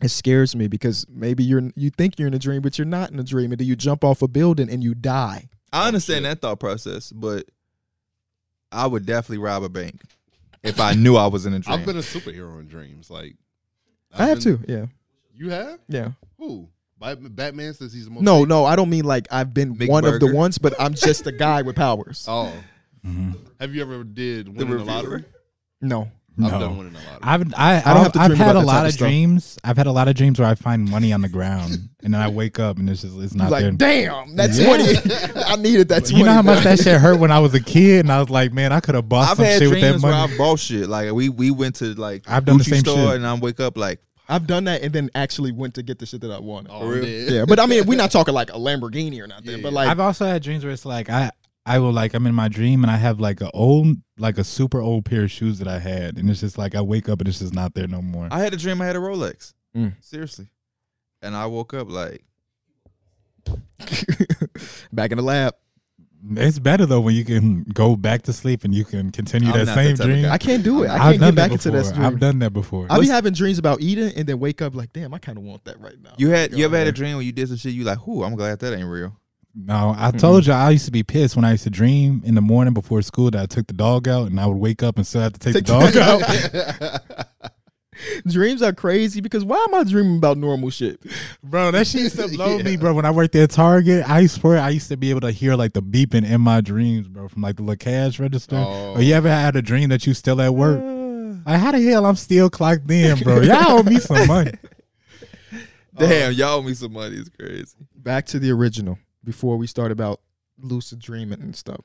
Speaker 1: it scares me because maybe you're you think you're in a dream, but you're not in a dream, and then you jump off a building and you die.
Speaker 2: I understand that thought process, but I would definitely rob a bank if I knew I was in a dream.
Speaker 3: I've been a superhero in dreams. Like
Speaker 1: i have
Speaker 3: been-
Speaker 1: to. Yeah,
Speaker 3: You have
Speaker 1: yeah.
Speaker 3: who? Bat- Batman says he's the most.
Speaker 1: No, no, I don't mean like I've been
Speaker 2: Mick
Speaker 1: one of the
Speaker 2: Burger.
Speaker 1: ones, but I'm just a guy with powers.
Speaker 3: Oh,
Speaker 2: Mm-hmm.
Speaker 4: Mhm.
Speaker 3: have you ever did win in the
Speaker 2: reviewer.
Speaker 3: lottery?
Speaker 1: No,
Speaker 4: No.
Speaker 3: I've done winning the lottery.
Speaker 4: I've I, I
Speaker 1: don't have to
Speaker 4: I've
Speaker 1: dream
Speaker 4: had
Speaker 1: about that type
Speaker 4: a lot
Speaker 1: of
Speaker 4: of
Speaker 1: stuff.
Speaker 4: dreams. I've had a lot of dreams where I find money on the ground and then I wake up and it's just it's not
Speaker 1: like
Speaker 4: there.
Speaker 1: damn, that's
Speaker 4: Yeah.
Speaker 1: twenty. I needed that twenty.
Speaker 4: You know how much that shit hurt when I was a kid and I was like, man, I could have bought
Speaker 2: I've
Speaker 4: some
Speaker 2: had
Speaker 4: shit with that
Speaker 2: dreams where
Speaker 4: money.
Speaker 2: I bought shit. Like we we went to like
Speaker 4: I've done the
Speaker 2: Gucci
Speaker 4: same
Speaker 2: store
Speaker 4: shit.
Speaker 2: and I wake up like
Speaker 1: I've done that and then actually went to get the shit that I wanted.
Speaker 3: Oh, I'm dead.
Speaker 1: Yeah, but I mean, we're not talking like a Lamborghini or nothing,
Speaker 3: Yeah.
Speaker 1: but like
Speaker 4: I've also had dreams where it's like I I will like I'm in my dream and I have like a old like a super old pair of shoes that I had and it's just like I wake up and it's just not there no more.
Speaker 2: I had a dream I had a Rolex.
Speaker 1: Mm.
Speaker 2: Seriously. And I woke up like
Speaker 1: back in the lab.
Speaker 4: It's better though when you can go back to sleep and you can continue
Speaker 2: I'm
Speaker 4: that
Speaker 2: not
Speaker 4: same
Speaker 2: the type of
Speaker 4: dream.
Speaker 1: I can't do it. I
Speaker 4: I've
Speaker 1: can't
Speaker 4: done
Speaker 1: get back into
Speaker 4: before.
Speaker 1: that dream.
Speaker 4: I've done that before.
Speaker 1: I'll be having dreams about eating and then wake up like, damn, I kind of want that right now.
Speaker 2: you had you ever had a
Speaker 1: ahead.
Speaker 2: dream where you did some shit you like, "Ooh, I'm glad that ain't real."
Speaker 4: No, I told you I used to be pissed when I used to dream in the morning before school that I took the dog out and I would wake up and still have to take the dog out.
Speaker 1: dreams are crazy because why am I dreaming about normal shit?
Speaker 4: bro, that shit used to blow me, bro. When I worked at Target, I swear I used to be able to hear like the beeping in my dreams, bro, from like the little cash register.
Speaker 3: Oh.
Speaker 4: Or you ever had a dream that you still at work?
Speaker 1: Uh,
Speaker 4: Like, how the hell I'm still clocked in, bro? Y'all owe me some money.
Speaker 2: Damn, y'all owe me some money. It's crazy.
Speaker 1: Back to the original before we start about lucid dreaming and stuff.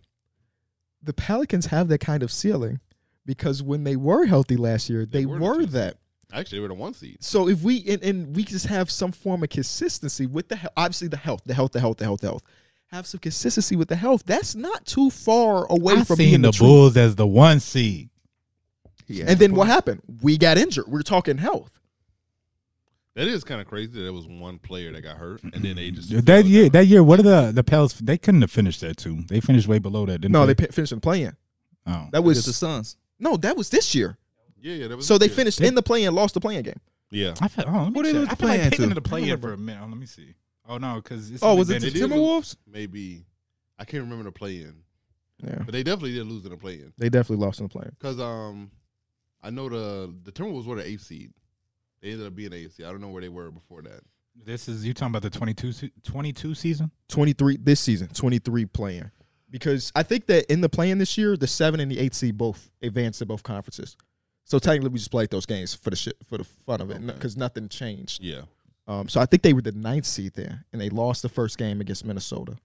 Speaker 1: The Pelicans have that kind of ceiling because when they were healthy last year, they,
Speaker 3: were
Speaker 1: were,
Speaker 3: the two seed.
Speaker 1: that.
Speaker 3: Actually, they were the one seed.
Speaker 1: So if we and, and we just have some form of consistency with the health, obviously the health, the health, the health, the health, the health. Have some consistency with the health. That's not too far away
Speaker 4: I
Speaker 1: from
Speaker 4: seen
Speaker 1: being
Speaker 4: the
Speaker 1: the, truth.
Speaker 4: Bulls as the one seed.
Speaker 1: And then what happened? We got injured. We're talking health.
Speaker 3: That is kind of crazy. That there was one player that got hurt, and then they just
Speaker 2: Mm-hmm.
Speaker 4: That year, that year, what are the the Pels? They couldn't have finished that too. They finished way below that. Didn't
Speaker 1: No,
Speaker 4: they?
Speaker 1: they p- finished in playing.
Speaker 4: oh.
Speaker 1: That
Speaker 5: With the
Speaker 1: was
Speaker 5: Suns.
Speaker 1: no, that was this year.
Speaker 3: yeah, yeah. That was
Speaker 1: So they
Speaker 3: yeah.
Speaker 1: finished in the play and lost the playing game.
Speaker 3: Yeah,
Speaker 4: I feel, oh,
Speaker 2: What
Speaker 4: what
Speaker 2: they
Speaker 4: it
Speaker 2: was
Speaker 4: was
Speaker 2: playing to?
Speaker 4: playing to the
Speaker 1: I
Speaker 4: play
Speaker 1: don't
Speaker 4: in for a minute. Oh, let me see. Oh no, because
Speaker 2: Oh, was it the
Speaker 3: They did
Speaker 2: Timberwolves?
Speaker 3: maybe. I can't remember the play in,
Speaker 1: Yeah,
Speaker 3: but they definitely did lose in the play in
Speaker 1: they definitely lost in the play.
Speaker 3: because um, I know the the Timberwolves were the eighth seed. They ended up being eighth seed. I don't know where they were before that.
Speaker 4: This is you talking about the 22, se- 22 season?
Speaker 1: Twenty three this season, twenty three playing. Because I think that in the playing this year, the seven and the eight seed both advanced to both conferences. So technically, we just played those games for the shit for the fun of it because nothing changed.
Speaker 3: Yeah,
Speaker 1: Um, so I think they were the ninth seed there, and they lost the first game against Minnesota.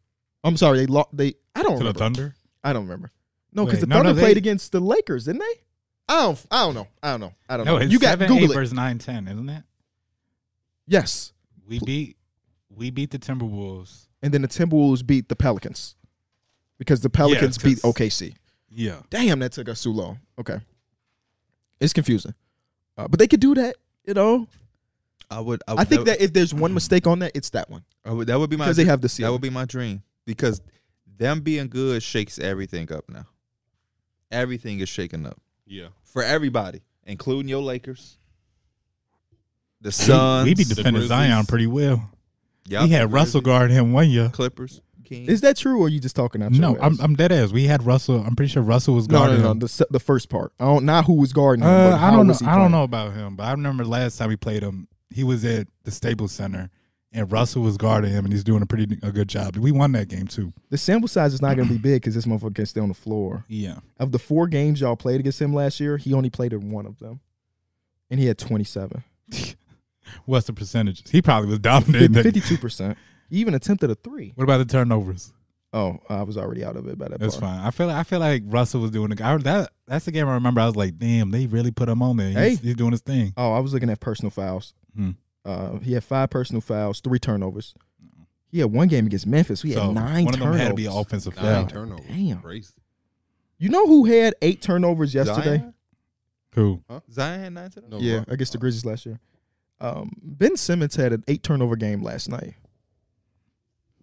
Speaker 1: I'm sorry, they lost. They I don't
Speaker 4: To the
Speaker 1: remember.
Speaker 4: Thunder?
Speaker 1: I don't remember. No, because
Speaker 4: Wait,
Speaker 1: the
Speaker 4: no,
Speaker 1: Thunder
Speaker 4: no, they-
Speaker 1: played against the Lakers, didn't they? I don't. I don't know. I don't know. I don't
Speaker 4: No,
Speaker 1: know.
Speaker 4: it's
Speaker 1: You got
Speaker 4: seven,
Speaker 1: Google
Speaker 4: eight
Speaker 1: it.
Speaker 4: versus nine, ten, isn't that?
Speaker 1: Yes.
Speaker 4: We beat we beat the Timberwolves.
Speaker 1: and then the Timberwolves beat the Pelicans because the Pelicans beat
Speaker 4: 'cause-
Speaker 1: OKC.
Speaker 4: Yeah.
Speaker 1: Damn, that took us too long. Okay, it's confusing, uh, but they could do that. You know,
Speaker 2: I would. I, would,
Speaker 1: I think
Speaker 2: Oh, that,
Speaker 1: that if there's one mistake on that, it's that one
Speaker 2: I would, that would be my
Speaker 1: because they have the
Speaker 2: that
Speaker 1: ceiling.
Speaker 2: would be my dream because them being good shakes everything up now. Everything is shaken up
Speaker 3: yeah.
Speaker 2: for everybody, including your Lakers, the
Speaker 4: We,
Speaker 2: Suns.
Speaker 4: we be defending
Speaker 3: Grizzlies.
Speaker 4: Zion pretty well.
Speaker 2: Yup.
Speaker 4: we had Russell
Speaker 2: Grizzlies,
Speaker 4: guard him one year.
Speaker 2: Clippers, Kings.
Speaker 1: Is that true, or are you just talking out? your
Speaker 4: No, I'm
Speaker 1: ass?
Speaker 4: I'm dead ass. We had Russell. I'm pretty sure Russell was
Speaker 1: no,
Speaker 4: guarding
Speaker 1: no, no.
Speaker 4: him.
Speaker 1: The, se- the first part. I don't not who was guarding him.
Speaker 4: Uh,
Speaker 1: Mm, but
Speaker 4: I
Speaker 1: how
Speaker 4: don't know.
Speaker 1: was he
Speaker 4: I don't
Speaker 1: playing.
Speaker 4: know about him, but I remember last time we played him, he was at the Staples Center, and Russell was guarding him, and he's doing a pretty a good job. We won that game too.
Speaker 1: The sample size is not going to be big because this motherfucker can stay on the floor.
Speaker 4: Yeah,
Speaker 1: Of the four games y'all played against him last year, he only played in one of them, and he had 27.
Speaker 4: what's the percentages? He probably was dominating. that-
Speaker 1: Fifty-two percent. He even attempted a three.
Speaker 4: What about the turnovers?
Speaker 1: Oh, I was already out of it by that
Speaker 4: That's
Speaker 1: part.
Speaker 4: fine. I feel I feel like Russell was doing the I, that. That's the game I remember. I was like, damn, they really put him on there. He's,
Speaker 1: Hey.
Speaker 4: he's doing his thing.
Speaker 1: Oh, I was looking at personal fouls.
Speaker 4: Hmm.
Speaker 1: Uh, he had five personal fouls, three turnovers. He had one game against Memphis. He
Speaker 4: so
Speaker 1: had nine
Speaker 4: one of them
Speaker 1: turnovers.
Speaker 4: had to be an offensive
Speaker 3: Nine
Speaker 4: foul.
Speaker 3: turnovers.
Speaker 1: Damn.
Speaker 3: Crazy.
Speaker 1: You know who had eight turnovers yesterday?
Speaker 2: Zion?
Speaker 4: Who?
Speaker 2: Zion had nine today.
Speaker 3: No,
Speaker 1: Yeah,
Speaker 3: Ru-
Speaker 1: against the Grizzlies last year. Um, ben Simmons had an eight turnover game last night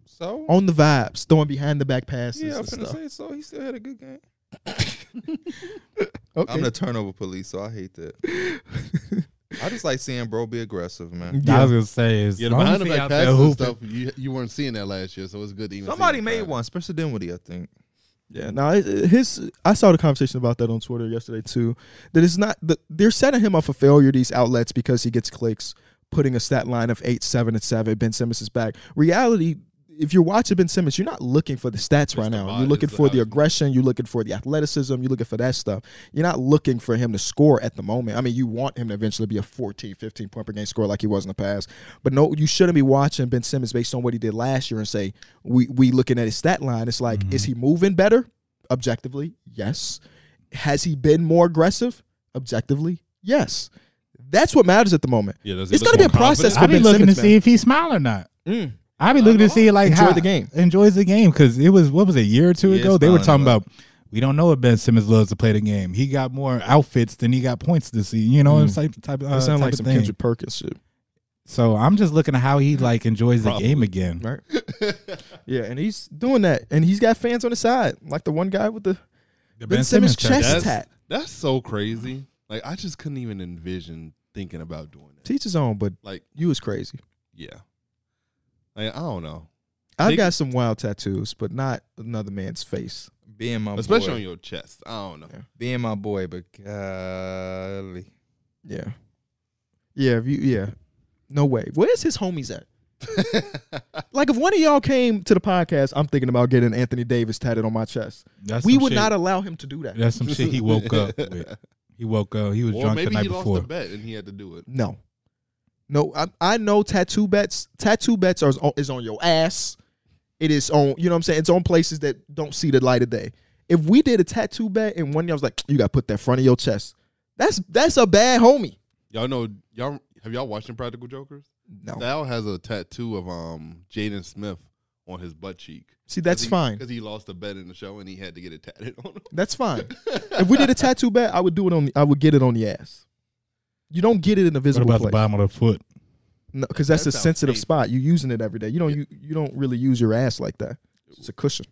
Speaker 2: So
Speaker 1: on the vibes, throwing behind the back passes.
Speaker 2: yeah, I
Speaker 1: and
Speaker 2: was gonna
Speaker 1: stuff.
Speaker 2: say so. He still had a good game.
Speaker 1: Okay.
Speaker 2: I'm the turnover police, so I hate that. I just like seeing bro be aggressive, man.
Speaker 4: I
Speaker 1: Yeah.
Speaker 4: was gonna say is
Speaker 3: Yeah, the
Speaker 4: long as
Speaker 3: behind the
Speaker 4: he
Speaker 3: back
Speaker 4: out there
Speaker 3: passes and
Speaker 4: hooping-
Speaker 3: stuff, you, you weren't seeing that last year, so it's good to even see
Speaker 2: Somebody
Speaker 3: it
Speaker 2: made
Speaker 3: now.
Speaker 2: one, Spencer Dinwiddie, I think.
Speaker 1: Yeah, now it- it- his I saw the conversation about that on Twitter yesterday too. That it's not that they're setting him up for failure. These outlets because he gets clicks, putting a stat line of eight, seven, and seven. Ben Simmons is back. Reality, if you're watching Ben Simmons, you're not looking for the stats right
Speaker 3: the
Speaker 1: now.
Speaker 3: body,
Speaker 1: You're looking
Speaker 3: it's the
Speaker 1: for the
Speaker 3: outlet.
Speaker 1: aggression. You're looking for the athleticism. You're looking for that stuff. You're not looking for him to score at the moment. I mean, you want him to eventually be a 14, 15 point per game scorer like he was in the past. But no, you shouldn't be watching Ben Simmons based on what he did last year and say we we looking at his stat line. It's like, is
Speaker 3: Mm-hmm.
Speaker 1: he moving better? Objectively, yes. Has he been more aggressive? Objectively, yes. That's what matters at the moment.
Speaker 3: Yeah, does he
Speaker 1: It's
Speaker 3: look
Speaker 1: going to be a
Speaker 3: more
Speaker 1: process
Speaker 4: I
Speaker 1: for
Speaker 4: be
Speaker 1: Ben
Speaker 4: looking
Speaker 1: Simmons.
Speaker 4: to see if he smile or not.
Speaker 1: man. Mm.
Speaker 4: I be looking to see like
Speaker 1: Enjoy
Speaker 4: how
Speaker 1: the game.
Speaker 4: enjoys the game because it was what was it, a year or two
Speaker 2: Yeah,
Speaker 4: ago they were
Speaker 2: smiling
Speaker 4: talking
Speaker 2: a lot.
Speaker 4: about we don't know if Ben Simmons loves to play the game. He got more outfits than he got points this season. You know,
Speaker 1: Mm.
Speaker 4: it's like the type of uh,
Speaker 1: That sounds
Speaker 4: type
Speaker 1: like
Speaker 4: of
Speaker 1: some
Speaker 4: thing.
Speaker 1: Kendrick Mm. Perkins shit,
Speaker 4: So I'm just looking at how he like enjoys
Speaker 3: Probably.
Speaker 4: the game again.
Speaker 1: right? yeah, and he's doing that, and he's got fans on his side, like the one guy with the
Speaker 4: The
Speaker 1: Ben Simmons chest
Speaker 3: That's,
Speaker 1: tat.
Speaker 3: that's so crazy. Like I just couldn't even envision thinking about doing that.
Speaker 1: teacher's on. But
Speaker 3: Like
Speaker 1: you is crazy.
Speaker 3: yeah, like I don't know,
Speaker 1: I've
Speaker 3: They-
Speaker 1: got some wild tattoos, but not another man's face.
Speaker 2: Being my
Speaker 4: Oh,
Speaker 3: especially
Speaker 2: boy.
Speaker 3: on your chest. I don't know.
Speaker 1: Yeah.
Speaker 2: Being my boy, but golly.
Speaker 1: Yeah, yeah, if you, yeah. No way. Where's his homies at? Like, if one of y'all came to the podcast, I'm thinking about getting Anthony Davis tatted on my chest.
Speaker 4: That's
Speaker 1: we
Speaker 4: some
Speaker 1: would
Speaker 4: shit-
Speaker 1: not allow him to do that.
Speaker 4: That's some shit he woke up with. He woke up. He was
Speaker 3: or
Speaker 4: drunk the
Speaker 3: maybe
Speaker 4: night
Speaker 3: he lost
Speaker 4: before.
Speaker 3: the bet and he had to do it.
Speaker 1: No, no. I, I know tattoo bets. Tattoo bets are on, is on your ass. It is on. You know what I'm saying. It's on places that don't see the light of day. If we did a tattoo bet and one of y'all was like, "You got to put that front of your chest," that's that's a bad homie.
Speaker 3: Y'all know y'all have y'all watched Impractical Jokers?
Speaker 1: No,
Speaker 3: Sal has a tattoo of um Jaden Smith on his butt cheek.
Speaker 1: see that's fine.
Speaker 3: Because he lost a bet in the show and he had to get it tatted on him.
Speaker 1: That's fine. if we did a tattoo bet, I would do it on. I would get it on the ass. You don't get it in a
Speaker 4: What
Speaker 1: visible
Speaker 4: about the
Speaker 1: place.
Speaker 4: bottom of the foot?
Speaker 1: No, because that's
Speaker 3: That
Speaker 1: a
Speaker 3: sounds
Speaker 1: sensitive
Speaker 3: painful.
Speaker 1: spot. You're using it every day. You don't you, you don't really use your ass like that. It's a cushion.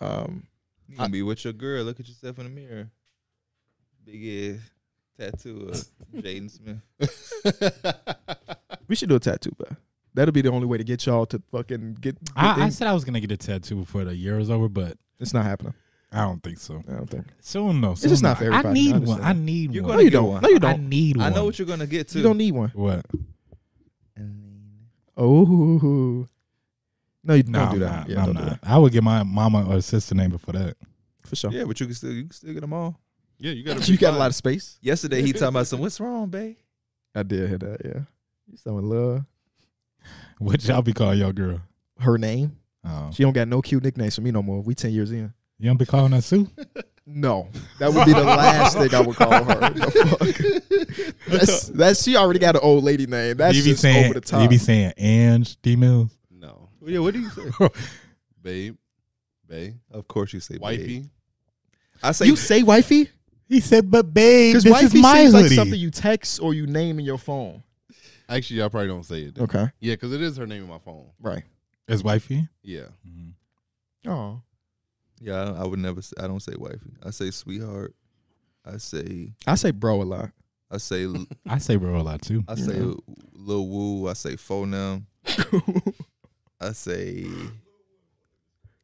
Speaker 1: Um,
Speaker 2: You gonna be with your girl. Look at yourself in the mirror. Big ass tattoo of Jaden Smith.
Speaker 1: we should do a tattoo bet. That'll be the only way to get y'all to fucking get. get
Speaker 4: I, I
Speaker 1: in.
Speaker 4: said I was gonna get a tattoo before the year is over, but
Speaker 1: it's not happening.
Speaker 4: I don't think so.
Speaker 1: I don't think.
Speaker 4: Soon though, soon
Speaker 1: just not
Speaker 4: though.
Speaker 1: for
Speaker 4: I
Speaker 1: everybody, I
Speaker 4: need one.
Speaker 1: understand.
Speaker 4: I need
Speaker 2: You're
Speaker 4: one.
Speaker 1: No,
Speaker 2: gonna
Speaker 1: you
Speaker 2: get
Speaker 1: don't.
Speaker 2: one.
Speaker 1: No, you
Speaker 4: I
Speaker 1: don't.
Speaker 4: need one.
Speaker 2: I know what you're gonna get too.
Speaker 1: You don't need one.
Speaker 4: What?
Speaker 1: Oh. No, you
Speaker 4: No,
Speaker 1: don't do that.
Speaker 4: I'm not.
Speaker 1: yeah,
Speaker 4: no, I'm
Speaker 1: don't do
Speaker 4: not.
Speaker 1: that.
Speaker 4: I would get my mama or sister name before that.
Speaker 1: For sure.
Speaker 2: Yeah, but you can still you can still get them all.
Speaker 3: yeah, you gotta
Speaker 1: You got a lot of space.
Speaker 2: Yesterday he talking about some. What's wrong, babe?
Speaker 1: I did hear that. Yeah. You someone love
Speaker 4: What y'all be calling your girl?
Speaker 1: her name.
Speaker 4: Oh.
Speaker 1: She don't got no cute nicknames for me no more. We ten years in.
Speaker 4: You don't be calling her Sue?
Speaker 1: No, that would be the last thing I would call her. The fuck? That's, that's she already got an old lady name. That's
Speaker 4: you be
Speaker 1: just
Speaker 4: saying,
Speaker 1: over the top.
Speaker 4: You be saying Ange D Mills?
Speaker 3: No.
Speaker 2: Yeah, what do you say?
Speaker 3: Babe. Babe.
Speaker 2: of course you say babe.
Speaker 3: Wifey.
Speaker 2: I say
Speaker 1: you say wifey
Speaker 4: He said, but babe,
Speaker 1: because
Speaker 4: this
Speaker 1: wifey
Speaker 4: is my
Speaker 1: seems like
Speaker 4: hoodie.
Speaker 1: something you text or you name in your phone.
Speaker 3: Actually, I probably don't say it. then.
Speaker 1: Okay,
Speaker 3: Yeah, because it is her name in my phone.
Speaker 1: right.
Speaker 4: Is wifey?
Speaker 3: Yeah.
Speaker 1: Mm-hmm. Oh,
Speaker 2: yeah. I- I would never. Say, I don't say wifey. I say sweetheart. I say
Speaker 1: I say bro a lot.
Speaker 2: I say l-
Speaker 4: I say bro a lot too.
Speaker 2: I say
Speaker 1: Yeah.
Speaker 2: Lil Woo. I say Phonem. I say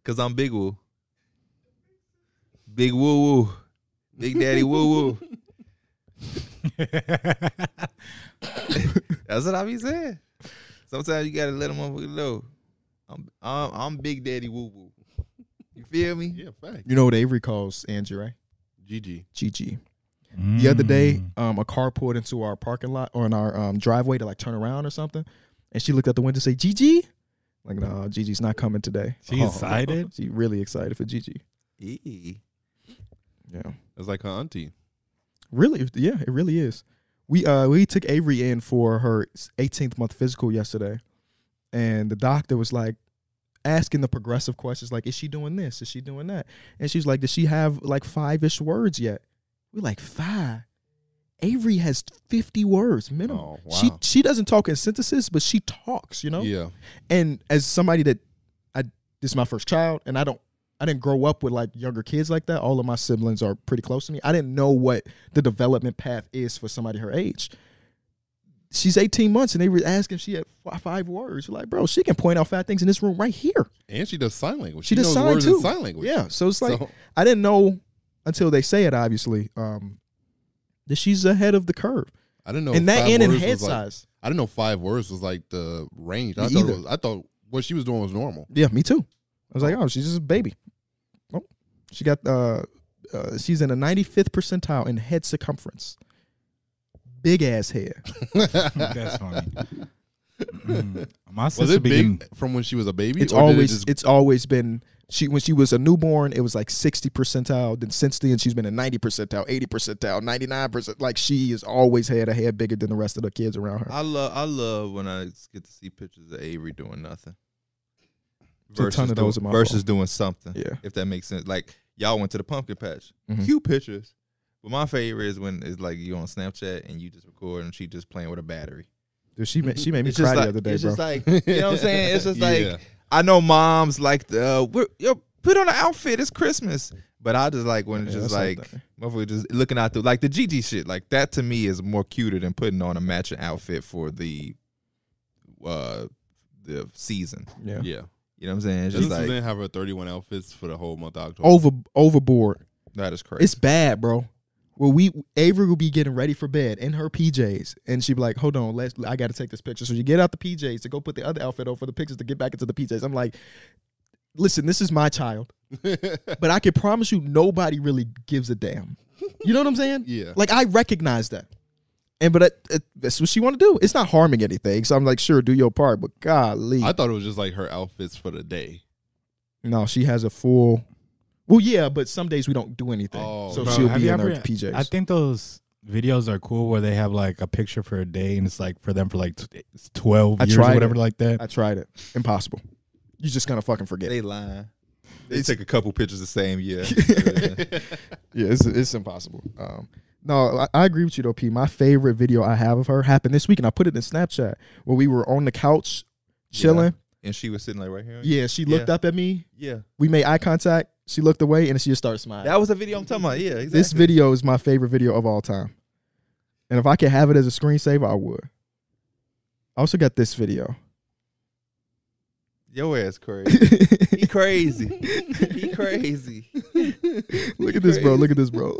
Speaker 2: because I'm Big Woo. Big Woo Woo. Big Daddy Woo Woo. That's what I be saying. Sometimes you gotta let them motherfucker know. I'm, I'm I'm Big Daddy Woo Woo. You feel me?
Speaker 3: Yeah, fact.
Speaker 1: You know what Avery calls Angie, right?
Speaker 3: GG.
Speaker 1: GG. The other day,
Speaker 4: Mm.
Speaker 1: um, a car pulled into our parking lot or in our um, driveway to like turn around or something, and she looked out the window and said, "GG." Like, no, Gigi's not coming today. Oh.
Speaker 4: She excited?
Speaker 1: She really excited for Gigi.
Speaker 2: Eee.
Speaker 1: Yeah.
Speaker 3: It's like her auntie.
Speaker 1: Really? Yeah, it really is. We uh we took Avery in for her 18th month physical yesterday, and the doctor was like asking the progressive questions like, "Is she doing this? Is she doing that?" And she's like, "Does she have like five ish words yet?" We're like five. Avery has 50 words minimum.
Speaker 3: Oh,
Speaker 1: She
Speaker 3: wow.
Speaker 1: she doesn't talk in sentences, but she talks. You know.
Speaker 3: Yeah.
Speaker 1: And as somebody that I this is my first child, and I don't I didn't grow up with like younger kids like that. All of my siblings are pretty close to me. I didn't know what the development path is for somebody her age. She's 18 months, and they were asking if she had fi- five words. You're like, bro, she can point out five things in this room right here.
Speaker 3: And she does sign language.
Speaker 1: She,
Speaker 3: She,
Speaker 1: does
Speaker 3: knows
Speaker 1: sign
Speaker 3: words
Speaker 1: too.
Speaker 3: in sign language.
Speaker 1: Yeah, so it's like
Speaker 3: So-
Speaker 1: I didn't know until they say it. Obviously, um, that she's ahead of the curve,
Speaker 3: I didn't know.
Speaker 1: and that
Speaker 3: five
Speaker 1: and in
Speaker 3: words
Speaker 1: head
Speaker 3: was like-
Speaker 1: size.
Speaker 3: I didn't know five words was like the range. I
Speaker 1: Me
Speaker 3: thought, it
Speaker 1: either.
Speaker 3: was, I thought what she was doing was normal.
Speaker 1: Yeah, me too. I was like, oh, she's just a baby. Oh, she got uh, uh she's in the 95th percentile in head circumference. Big ass hair.
Speaker 4: That's funny. Mm. my
Speaker 3: Was
Speaker 4: sister
Speaker 3: it
Speaker 4: be
Speaker 3: big
Speaker 4: getting,
Speaker 3: from when she was a baby?
Speaker 1: It's
Speaker 3: or did it
Speaker 1: always
Speaker 3: just-
Speaker 1: it's always been she when she was a newborn, it was like 60 percentile. Then since then she's been a 90 percentile, 80 percentile, 99 percent. Like she has always had a head bigger than the rest of the kids around her.
Speaker 2: I love I love when I get to see pictures of Avery doing nothing.
Speaker 1: It's a ton of those
Speaker 2: doing,
Speaker 1: in my
Speaker 2: versus doing something.
Speaker 1: Yeah.
Speaker 2: If that makes sense. Like y'all went to the pumpkin patch.
Speaker 1: Mhm.
Speaker 2: Cute pictures. But my favorite is when it's like you on Snapchat and you just record and she just playing with a battery.
Speaker 1: Dude, she made she made me
Speaker 2: It's
Speaker 1: cry
Speaker 2: just
Speaker 1: the
Speaker 2: like
Speaker 1: other day,
Speaker 2: it's
Speaker 1: bro.
Speaker 2: just like you know what I'm saying? It's just like
Speaker 3: Yeah.
Speaker 2: I know moms like the uh, we're- yo, put on an outfit, it's Christmas. But I just like when it's
Speaker 1: Yeah,
Speaker 2: just
Speaker 1: that's
Speaker 2: like
Speaker 1: not
Speaker 2: motherfucker just looking out through like the GG shit. Like that to me is more cuter than putting on a matching outfit for the uh the season.
Speaker 1: yeah.
Speaker 3: yeah.
Speaker 2: You know what I'm saying? It's
Speaker 3: Just
Speaker 2: just like
Speaker 3: didn't have her 31 outfits for the whole month of October.
Speaker 1: Over overboard.
Speaker 2: that is crazy.
Speaker 1: It's bad, bro. Well, we Avery will be getting ready for bed in her PJs, and she'd be like, "Hold on, let's. I got to take this picture." So you get out the PJs to go put the other outfit on for the pictures to get back into the PJs. I'm like, "Listen, this is my child, but I can promise you, nobody really gives a damn." You know what I'm saying?
Speaker 3: Yeah.
Speaker 1: Like I recognize that, and but it, it, that's what she want to do. It's not harming anything, so I'm like, "Sure, do your part," but golly,
Speaker 3: I thought it was just like her outfits for the day.
Speaker 1: no, she has a full. Well, yeah, but some days we don't do anything,
Speaker 3: Oh.
Speaker 1: so
Speaker 3: Bro,
Speaker 1: she'll
Speaker 4: Uh, have
Speaker 1: be
Speaker 4: you
Speaker 1: in her
Speaker 4: ever-
Speaker 1: PJs.
Speaker 4: I think those videos are cool where they have like a picture for a day and it's like for them for like t- it's 12
Speaker 1: I
Speaker 4: years
Speaker 1: tried
Speaker 4: or whatever
Speaker 1: it.
Speaker 4: like that.
Speaker 1: I tried it. Impossible. You're just gonna fucking forget.
Speaker 2: They lying. They
Speaker 1: It's-
Speaker 2: took a couple pictures the same year.
Speaker 1: yeah, it's, it's impossible. Um, no, I, I agree with you though, P. My favorite video I have of her happened this week, and I put it in Snapchat where we were on the couch chilling.
Speaker 2: and she was sitting like right here.
Speaker 1: Yeah, she looked
Speaker 2: Yeah.
Speaker 1: up at me.
Speaker 2: yeah.
Speaker 1: We made eye contact. She looked away, and she just started smiling.
Speaker 2: That was the video I'm talking about. Yeah, exactly.
Speaker 1: This video is my favorite video of all time, and if I could have it as a screensaver, I would. I also got this video.
Speaker 2: Your ass crazy. he
Speaker 1: Look
Speaker 2: crazy. he crazy.
Speaker 1: at this, bro. Look at this, bro.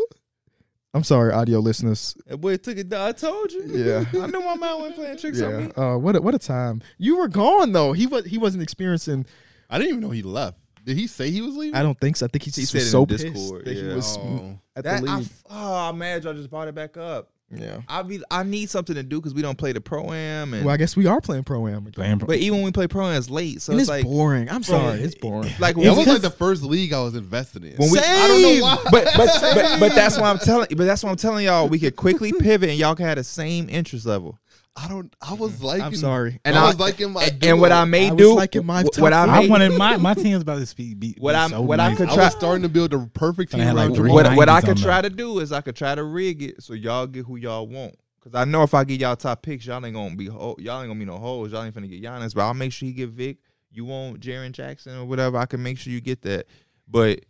Speaker 1: I'm sorry, audio listeners.
Speaker 2: That boy took it. down. I told you.
Speaker 1: Yeah.
Speaker 2: I knew my mind wasn't playing tricks on
Speaker 1: Yeah.
Speaker 2: me.
Speaker 1: Uh, what a, what a time. You were gone though. He was he wasn't experiencing.
Speaker 3: I didn't even know he left. Did he say he was leaving?
Speaker 1: I don't think so. I think he
Speaker 2: He
Speaker 1: just
Speaker 2: said
Speaker 1: was
Speaker 2: in
Speaker 1: so
Speaker 2: the
Speaker 1: pissed
Speaker 2: Discord,
Speaker 1: that he
Speaker 2: yeah.
Speaker 1: was
Speaker 3: Oh.
Speaker 1: at
Speaker 2: That
Speaker 1: the
Speaker 2: I
Speaker 1: league.
Speaker 2: f- oh, I'm mad y'all just brought it back up.
Speaker 1: yeah.
Speaker 2: I be I need something to do because we don't play the pro am and
Speaker 1: Well, I guess we are playing pro am.
Speaker 4: Damn, bro.
Speaker 2: but even when we play pro am it's late. So
Speaker 1: And
Speaker 2: it's
Speaker 1: it's
Speaker 2: like
Speaker 1: boring. I'm sorry, it's boring.
Speaker 2: like
Speaker 3: That
Speaker 2: when we,
Speaker 3: was like the first league I was invested in.
Speaker 2: when we I don't
Speaker 1: Same.
Speaker 2: know why. But but, but but that's why I'm telling but that's why I'm telling y'all we could quickly pivot and y'all can have the same interest level.
Speaker 3: I don't. I was liking.
Speaker 1: I'm sorry.
Speaker 2: And
Speaker 3: And I,
Speaker 2: I-
Speaker 3: was liking my.
Speaker 2: And, and what I may
Speaker 1: I was
Speaker 2: do
Speaker 1: liking my
Speaker 2: what I
Speaker 1: top
Speaker 4: I
Speaker 2: may
Speaker 4: wanted my my team was about to speak. Be,
Speaker 2: What
Speaker 4: be
Speaker 2: I'm-
Speaker 4: so
Speaker 2: what I
Speaker 4: nice.
Speaker 2: could
Speaker 3: I
Speaker 2: try-
Speaker 3: was starting to build a perfect
Speaker 4: And
Speaker 3: team
Speaker 4: I had, like,
Speaker 3: around
Speaker 4: three
Speaker 3: Jamal.
Speaker 4: What-
Speaker 2: what, what I
Speaker 4: 90s
Speaker 2: could
Speaker 4: on
Speaker 2: try to do is I could try to rig it so y'all get who y'all want. Cause I know if I get y'all top picks, y'all ain't gonna be ho- y'all ain't gonna be no hoes. Y'all ain't finna get Giannis, but I'll make sure you get Vic. You want Jaron Jackson or whatever. I can make sure you get that, but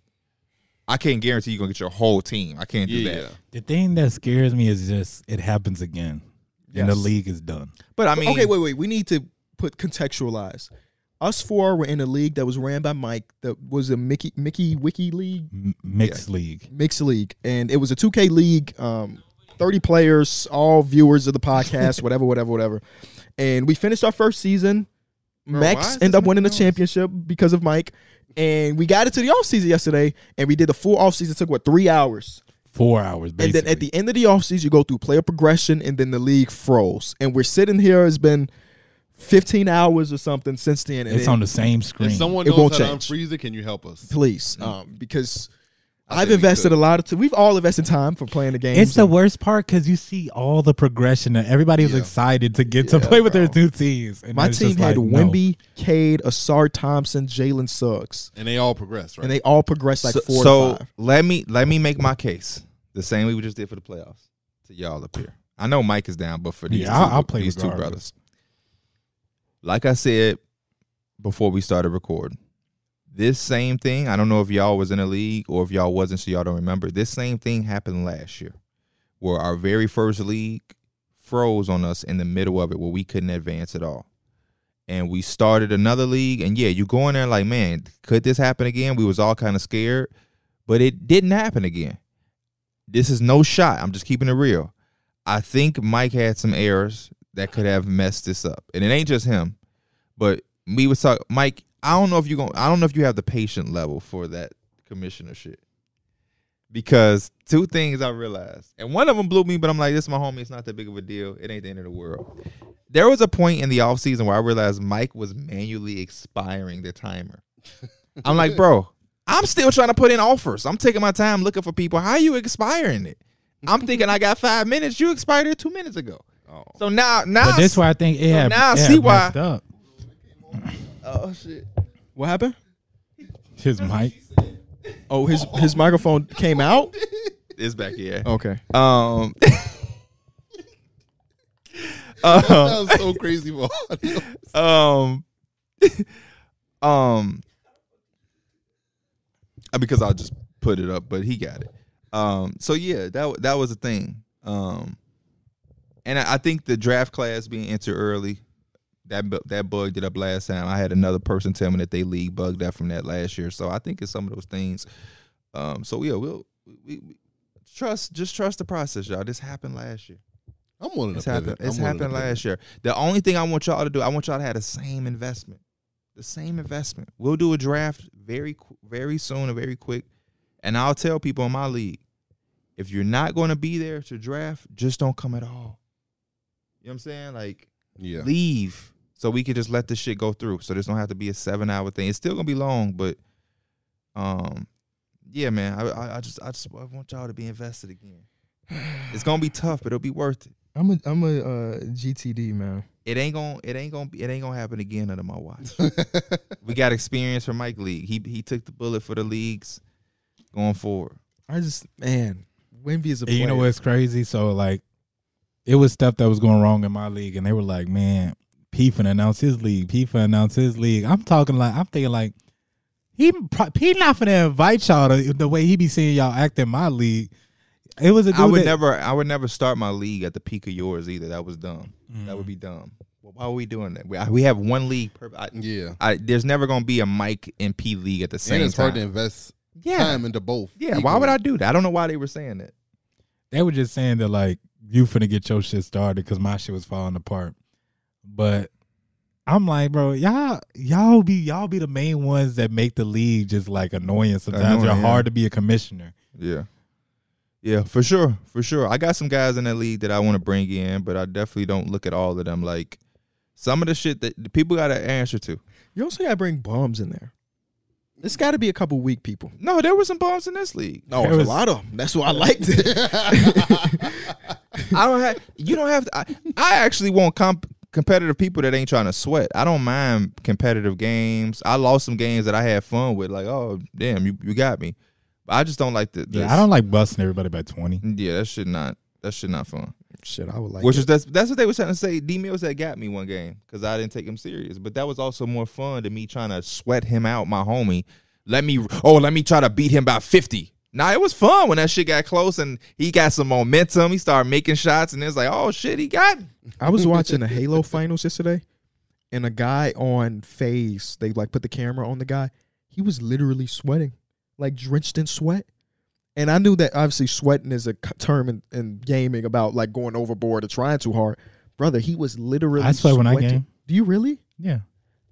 Speaker 2: I can't guarantee you're gonna get your whole team. I can't do
Speaker 3: Yeah,
Speaker 2: that.
Speaker 3: yeah.
Speaker 4: The thing that scares me is just it happens again, and the
Speaker 1: Yes.
Speaker 4: league is done.
Speaker 2: But I mean,
Speaker 1: okay, wait, wait. We need to put contextualize. Us four were in a league that was ran by Mike. That was a Mickey Mickey Wiki league,
Speaker 4: M- mixed league.
Speaker 1: mixed league, and it was a 2K league. Um, 30 players, all viewers of the podcast, whatever, whatever, whatever. And we finished our first season.
Speaker 2: Bro, why
Speaker 1: Max
Speaker 2: is
Speaker 1: ended
Speaker 2: this
Speaker 1: up winning the
Speaker 2: nothing else?
Speaker 1: championship because of Mike. And we got into the offseason yesterday, and we did the full offseason. It took, what, three hours?
Speaker 4: Four hours, basically.
Speaker 1: And then at the end of the offseason, you go through player progression, and then the league froze. And we're sitting here, it's been 15 hours or something since then. And
Speaker 4: it's
Speaker 1: it-
Speaker 4: on the same screen.
Speaker 3: If someone
Speaker 1: It
Speaker 3: knows
Speaker 1: won't
Speaker 3: how to
Speaker 1: change.
Speaker 3: unfreeze it, can you help us?
Speaker 1: please, um, because
Speaker 2: I
Speaker 1: I've
Speaker 2: think we
Speaker 1: invested a
Speaker 2: could.
Speaker 1: lot of time. We've all invested time for playing the game.
Speaker 4: It's the worst part because you see all the progression and everybody was
Speaker 3: Yeah.
Speaker 4: excited to get to
Speaker 1: Yeah,
Speaker 4: play with their
Speaker 1: bro.
Speaker 4: new teams. And
Speaker 1: My
Speaker 4: it's
Speaker 1: team
Speaker 4: just
Speaker 1: had
Speaker 4: like, no.
Speaker 1: Wimby, Cade, Asar Thompson, Jalen Suggs,
Speaker 3: And they all progress, right?
Speaker 1: and they all progressed like
Speaker 2: so,
Speaker 1: four
Speaker 2: so
Speaker 1: to five.
Speaker 2: let me let me make my case the same way we just did for the playoffs to y'all up here. I know Mike is down, but for these
Speaker 4: Yeah,
Speaker 2: 2
Speaker 4: I'll- I'll play
Speaker 2: these two
Speaker 4: regardless.
Speaker 2: brothers. Like I said before we started recording, this same thing. I don't know if y'all was in the league or if y'all wasn't, so y'all don't remember. This same thing happened last year, where our very first league froze on us in the middle of it, where we couldn't advance at all and we started another league and yeah you go in there like man could this happen again we was all kind of scared but it didn't happen again this is no shot i'm just keeping it real i think mike had some errors that could have messed this up and it ain't just him but me was talk mike i don't know if you going i don't know if you have the patient level for that commissioner shit because two things i realized and one of them blew me but i'm like this is my homie it's not that big of a deal it ain't the end of the world there was a point in the offseason where I realized Mike was manually expiring the timer. I'm like, bro, I'm still trying to put in offers. I'm taking my time looking for people. How you expiring it? I'm thinking I got five minutes. You expired it two minutes ago.
Speaker 3: Oh.
Speaker 2: So now, now,
Speaker 4: But that's why I think it had,
Speaker 2: now I
Speaker 4: it had
Speaker 2: see why-
Speaker 4: messed up.
Speaker 2: oh shit,
Speaker 1: What happened?
Speaker 4: His mic.
Speaker 1: Oh, his his microphone came out.
Speaker 2: it's back here.
Speaker 1: Okay.
Speaker 2: Um,
Speaker 3: that was so crazy. bro.
Speaker 2: uh, um, um, uh, because I'll just put it up, but he got it. Um, so yeah, that wa- that was a thing. Um, and I, I think the draft class being entered early, that bu- that bugged it up last time. I had another person tell me that they league bugged out from that last year. So I think it's some of those things. Um, so yeah, we'll we, we trust just trust the process, y'all. This happened last year.
Speaker 3: I'm willing to
Speaker 2: It's
Speaker 3: pivot.
Speaker 2: happened. It's
Speaker 3: I'm willing to
Speaker 2: happened
Speaker 3: pivot.
Speaker 2: last year. The only thing I want y'all to do, I want y'all to have the same investment, the same investment. We'll do a draft very, qu- very soon and very quick, and I'll tell people in my league, if you're not going to be there to draft, just don't come at all. You know what I'm saying? Like
Speaker 3: Yeah.
Speaker 2: leave so we could just let this shit go through. So this don't have to be a seven hour thing. It's still gonna be long, but um, yeah, man. I I, I just I just I want y'all to be invested again. It's gonna be tough, but it'll be worth it.
Speaker 1: I'm a I'm a uh, GTD man.
Speaker 2: It ain't gonna it ain't gonna be, it ain't gonna happen again under my watch. we got experience from Mike League. He he took the bullet for the leagues going forward.
Speaker 1: I just man, Wimby is a.
Speaker 4: And you know
Speaker 1: player.
Speaker 4: what's crazy? So like, it was stuff that was going wrong in my league, and they were like, "Man, Pifa announced his league. Pifa announced his league." I'm talking like, I'm thinking like, he pro- he not finna invite y'all to, the way he be seeing y'all act in my league. It was a dude
Speaker 2: I would
Speaker 4: that-
Speaker 2: never I would never start my league at the peak of yours either. That was dumb. That
Speaker 3: Mm.
Speaker 2: would be dumb. Well, why are we doing that? We, I- we have one league per. I,
Speaker 3: yeah.
Speaker 2: I, there's never gonna be a Mike and P league at the same
Speaker 3: And it's
Speaker 2: time.
Speaker 3: hard to invest
Speaker 2: yeah,
Speaker 3: time into both.
Speaker 2: yeah. Why would
Speaker 3: equally.
Speaker 2: I do that? I don't know why they were saying that.
Speaker 4: they were just saying that like you finna get your shit started because my shit was falling apart. But I'm like, bro, y'all y'all be y'all be the main ones that make the league just like annoying. Sometimes
Speaker 2: Annoying,
Speaker 4: you're
Speaker 2: yeah.
Speaker 4: hard to be a commissioner.
Speaker 2: Yeah. Yeah, for sure. For sure. I got some guys in that league that I want to bring in, but I definitely don't look at all of them. Like some of the shit that the people got to answer to.
Speaker 1: You also gotta bring bombs in there. There's got to be a couple weak people.
Speaker 2: No, there were some bombs in this league.
Speaker 1: No,
Speaker 4: There
Speaker 1: it's
Speaker 4: was-
Speaker 1: a lot of them. That's why I liked it.
Speaker 2: I don't have, you don't have to. I, I actually want comp, competitive people that ain't trying to sweat. I don't mind competitive games. I lost some games that I had fun with. Like, oh, damn, you, you got me. But I just don't like the.
Speaker 4: Yeah,
Speaker 2: this-
Speaker 4: I don't like busting everybody by twenty.
Speaker 2: Yeah, that shit not. That shit not fun.
Speaker 1: Shit, I would like.
Speaker 2: Which
Speaker 1: it.
Speaker 2: is that's that's what they was trying to say. D Mills had got me one game because I didn't take him serious, but that was also more fun than me trying to sweat him out, my homie. Let me oh let me try to beat him by fifty. Nah, it was fun when that shit got close and he got some momentum. He started making shots and it's like oh shit he got me.
Speaker 1: I was watching the Halo finals yesterday, and a guy on phase, they like put the camera on the guy. He was literally sweating, like drenched in sweat. And I knew that obviously sweating is a c- term in, in gaming about like going overboard or trying too hard. Brother, he was literally.
Speaker 4: I sweat when I
Speaker 1: sweating.
Speaker 4: game.
Speaker 1: Do you really?
Speaker 4: Yeah,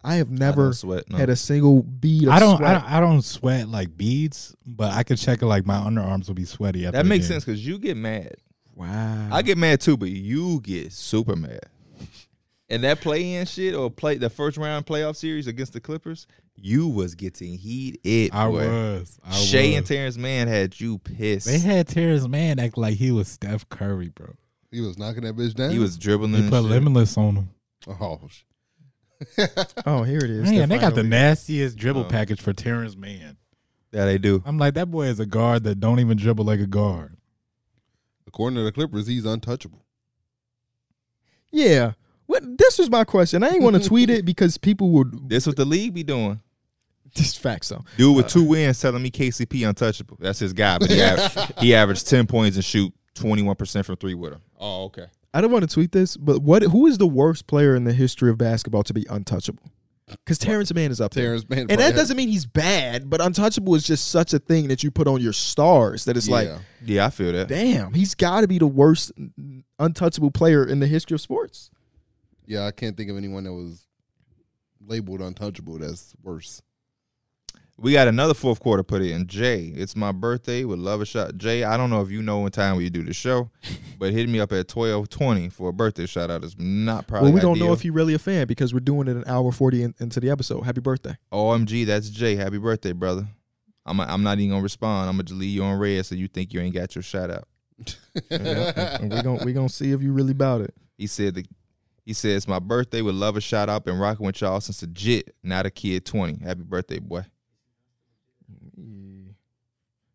Speaker 1: I have
Speaker 2: I
Speaker 1: never
Speaker 2: don't sweat. No.
Speaker 1: had a single bead. Of
Speaker 4: I don't, I
Speaker 1: sweat.
Speaker 4: don't. I don't sweat like beads, but I could check it. Like my underarms will be sweaty. After
Speaker 2: that
Speaker 4: the
Speaker 2: makes
Speaker 4: game.
Speaker 2: sense because you get mad.
Speaker 1: Wow.
Speaker 2: I get mad too, but you get super mad. And that play in shit or play the first round playoff series against the Clippers, you was getting heated.
Speaker 4: I
Speaker 2: boy.
Speaker 4: was. I
Speaker 2: Shay
Speaker 4: was.
Speaker 2: and Terrence Mann had you pissed.
Speaker 4: They had Terrence Mann act like he was Steph Curry, bro.
Speaker 3: He was knocking that bitch down.
Speaker 2: he was dribbling.
Speaker 4: He
Speaker 2: and
Speaker 4: put
Speaker 2: shit.
Speaker 4: limitless on him.
Speaker 3: Oh, sh-
Speaker 1: oh, here it is.
Speaker 4: Man, they got
Speaker 1: final
Speaker 4: the
Speaker 1: lead.
Speaker 4: nastiest dribble
Speaker 2: Oh.
Speaker 4: package for Terrence Mann.
Speaker 2: Yeah, they do.
Speaker 4: I'm like, that boy is a guard that don't even dribble like a guard.
Speaker 3: according to the Clippers, he's untouchable.
Speaker 1: Yeah. What? This was my question. I ain't want to tweet it because people would.
Speaker 2: This what the league be doing.
Speaker 1: This facts though.
Speaker 2: Dude with two wins telling me KCP untouchable. That's his guy, but he, aver- he averaged ten points and shoot twenty one percent from three with him. Oh, okay.
Speaker 1: I don't want to tweet this, but what? Who is the worst player in the history of basketball to be untouchable? Because Terrence Mann is up there,
Speaker 3: Terrence Mann.
Speaker 1: and
Speaker 3: probably
Speaker 1: that
Speaker 3: had-
Speaker 1: doesn't mean he's bad. But untouchable is just such a thing that you put on your stars that it's like,
Speaker 3: Yeah.
Speaker 2: Yeah, I feel that.
Speaker 1: damn, he's got to be the worst n- untouchable player in the history of sports.
Speaker 3: yeah, I can't think of anyone that was labeled untouchable. That's worse.
Speaker 2: We got another fourth quarter put in. Jay, it's my birthday. Would love a shot. Jay, I don't know if you know what time we do the show, but hit me up at twelve twenty for a birthday shout out. It's not probably.
Speaker 1: well, we don't know
Speaker 2: ideal.
Speaker 1: if you're really a fan because we're doing it an hour forty in, into the episode. Happy birthday!
Speaker 2: OMG, that's Jay. Happy birthday, brother. I'm I'm not even gonna respond. I'm gonna just leave you on red so you think you ain't got your shout out.
Speaker 1: and we gon' we gonna see if you really about it.
Speaker 2: He said the he said it's my birthday. Would love a shout out. Been rocking with y'all since a jit, not a kid. Twenty. Happy birthday, boy.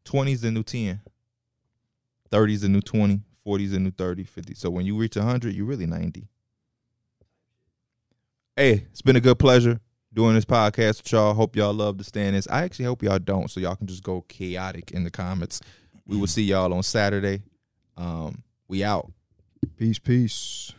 Speaker 2: Twenty's the new ten. Thirty's the new twenty. Forty's the new 30, 50. So when you reach hundred, you're really ninety. Hey, it's been a good pleasure doing this podcast with y'all. Hope y'all love the standings. I actually hope y'all don't, so y'all can just go chaotic in the comments. We will see y'all on Saturday. Um, we out.
Speaker 1: Peace, peace.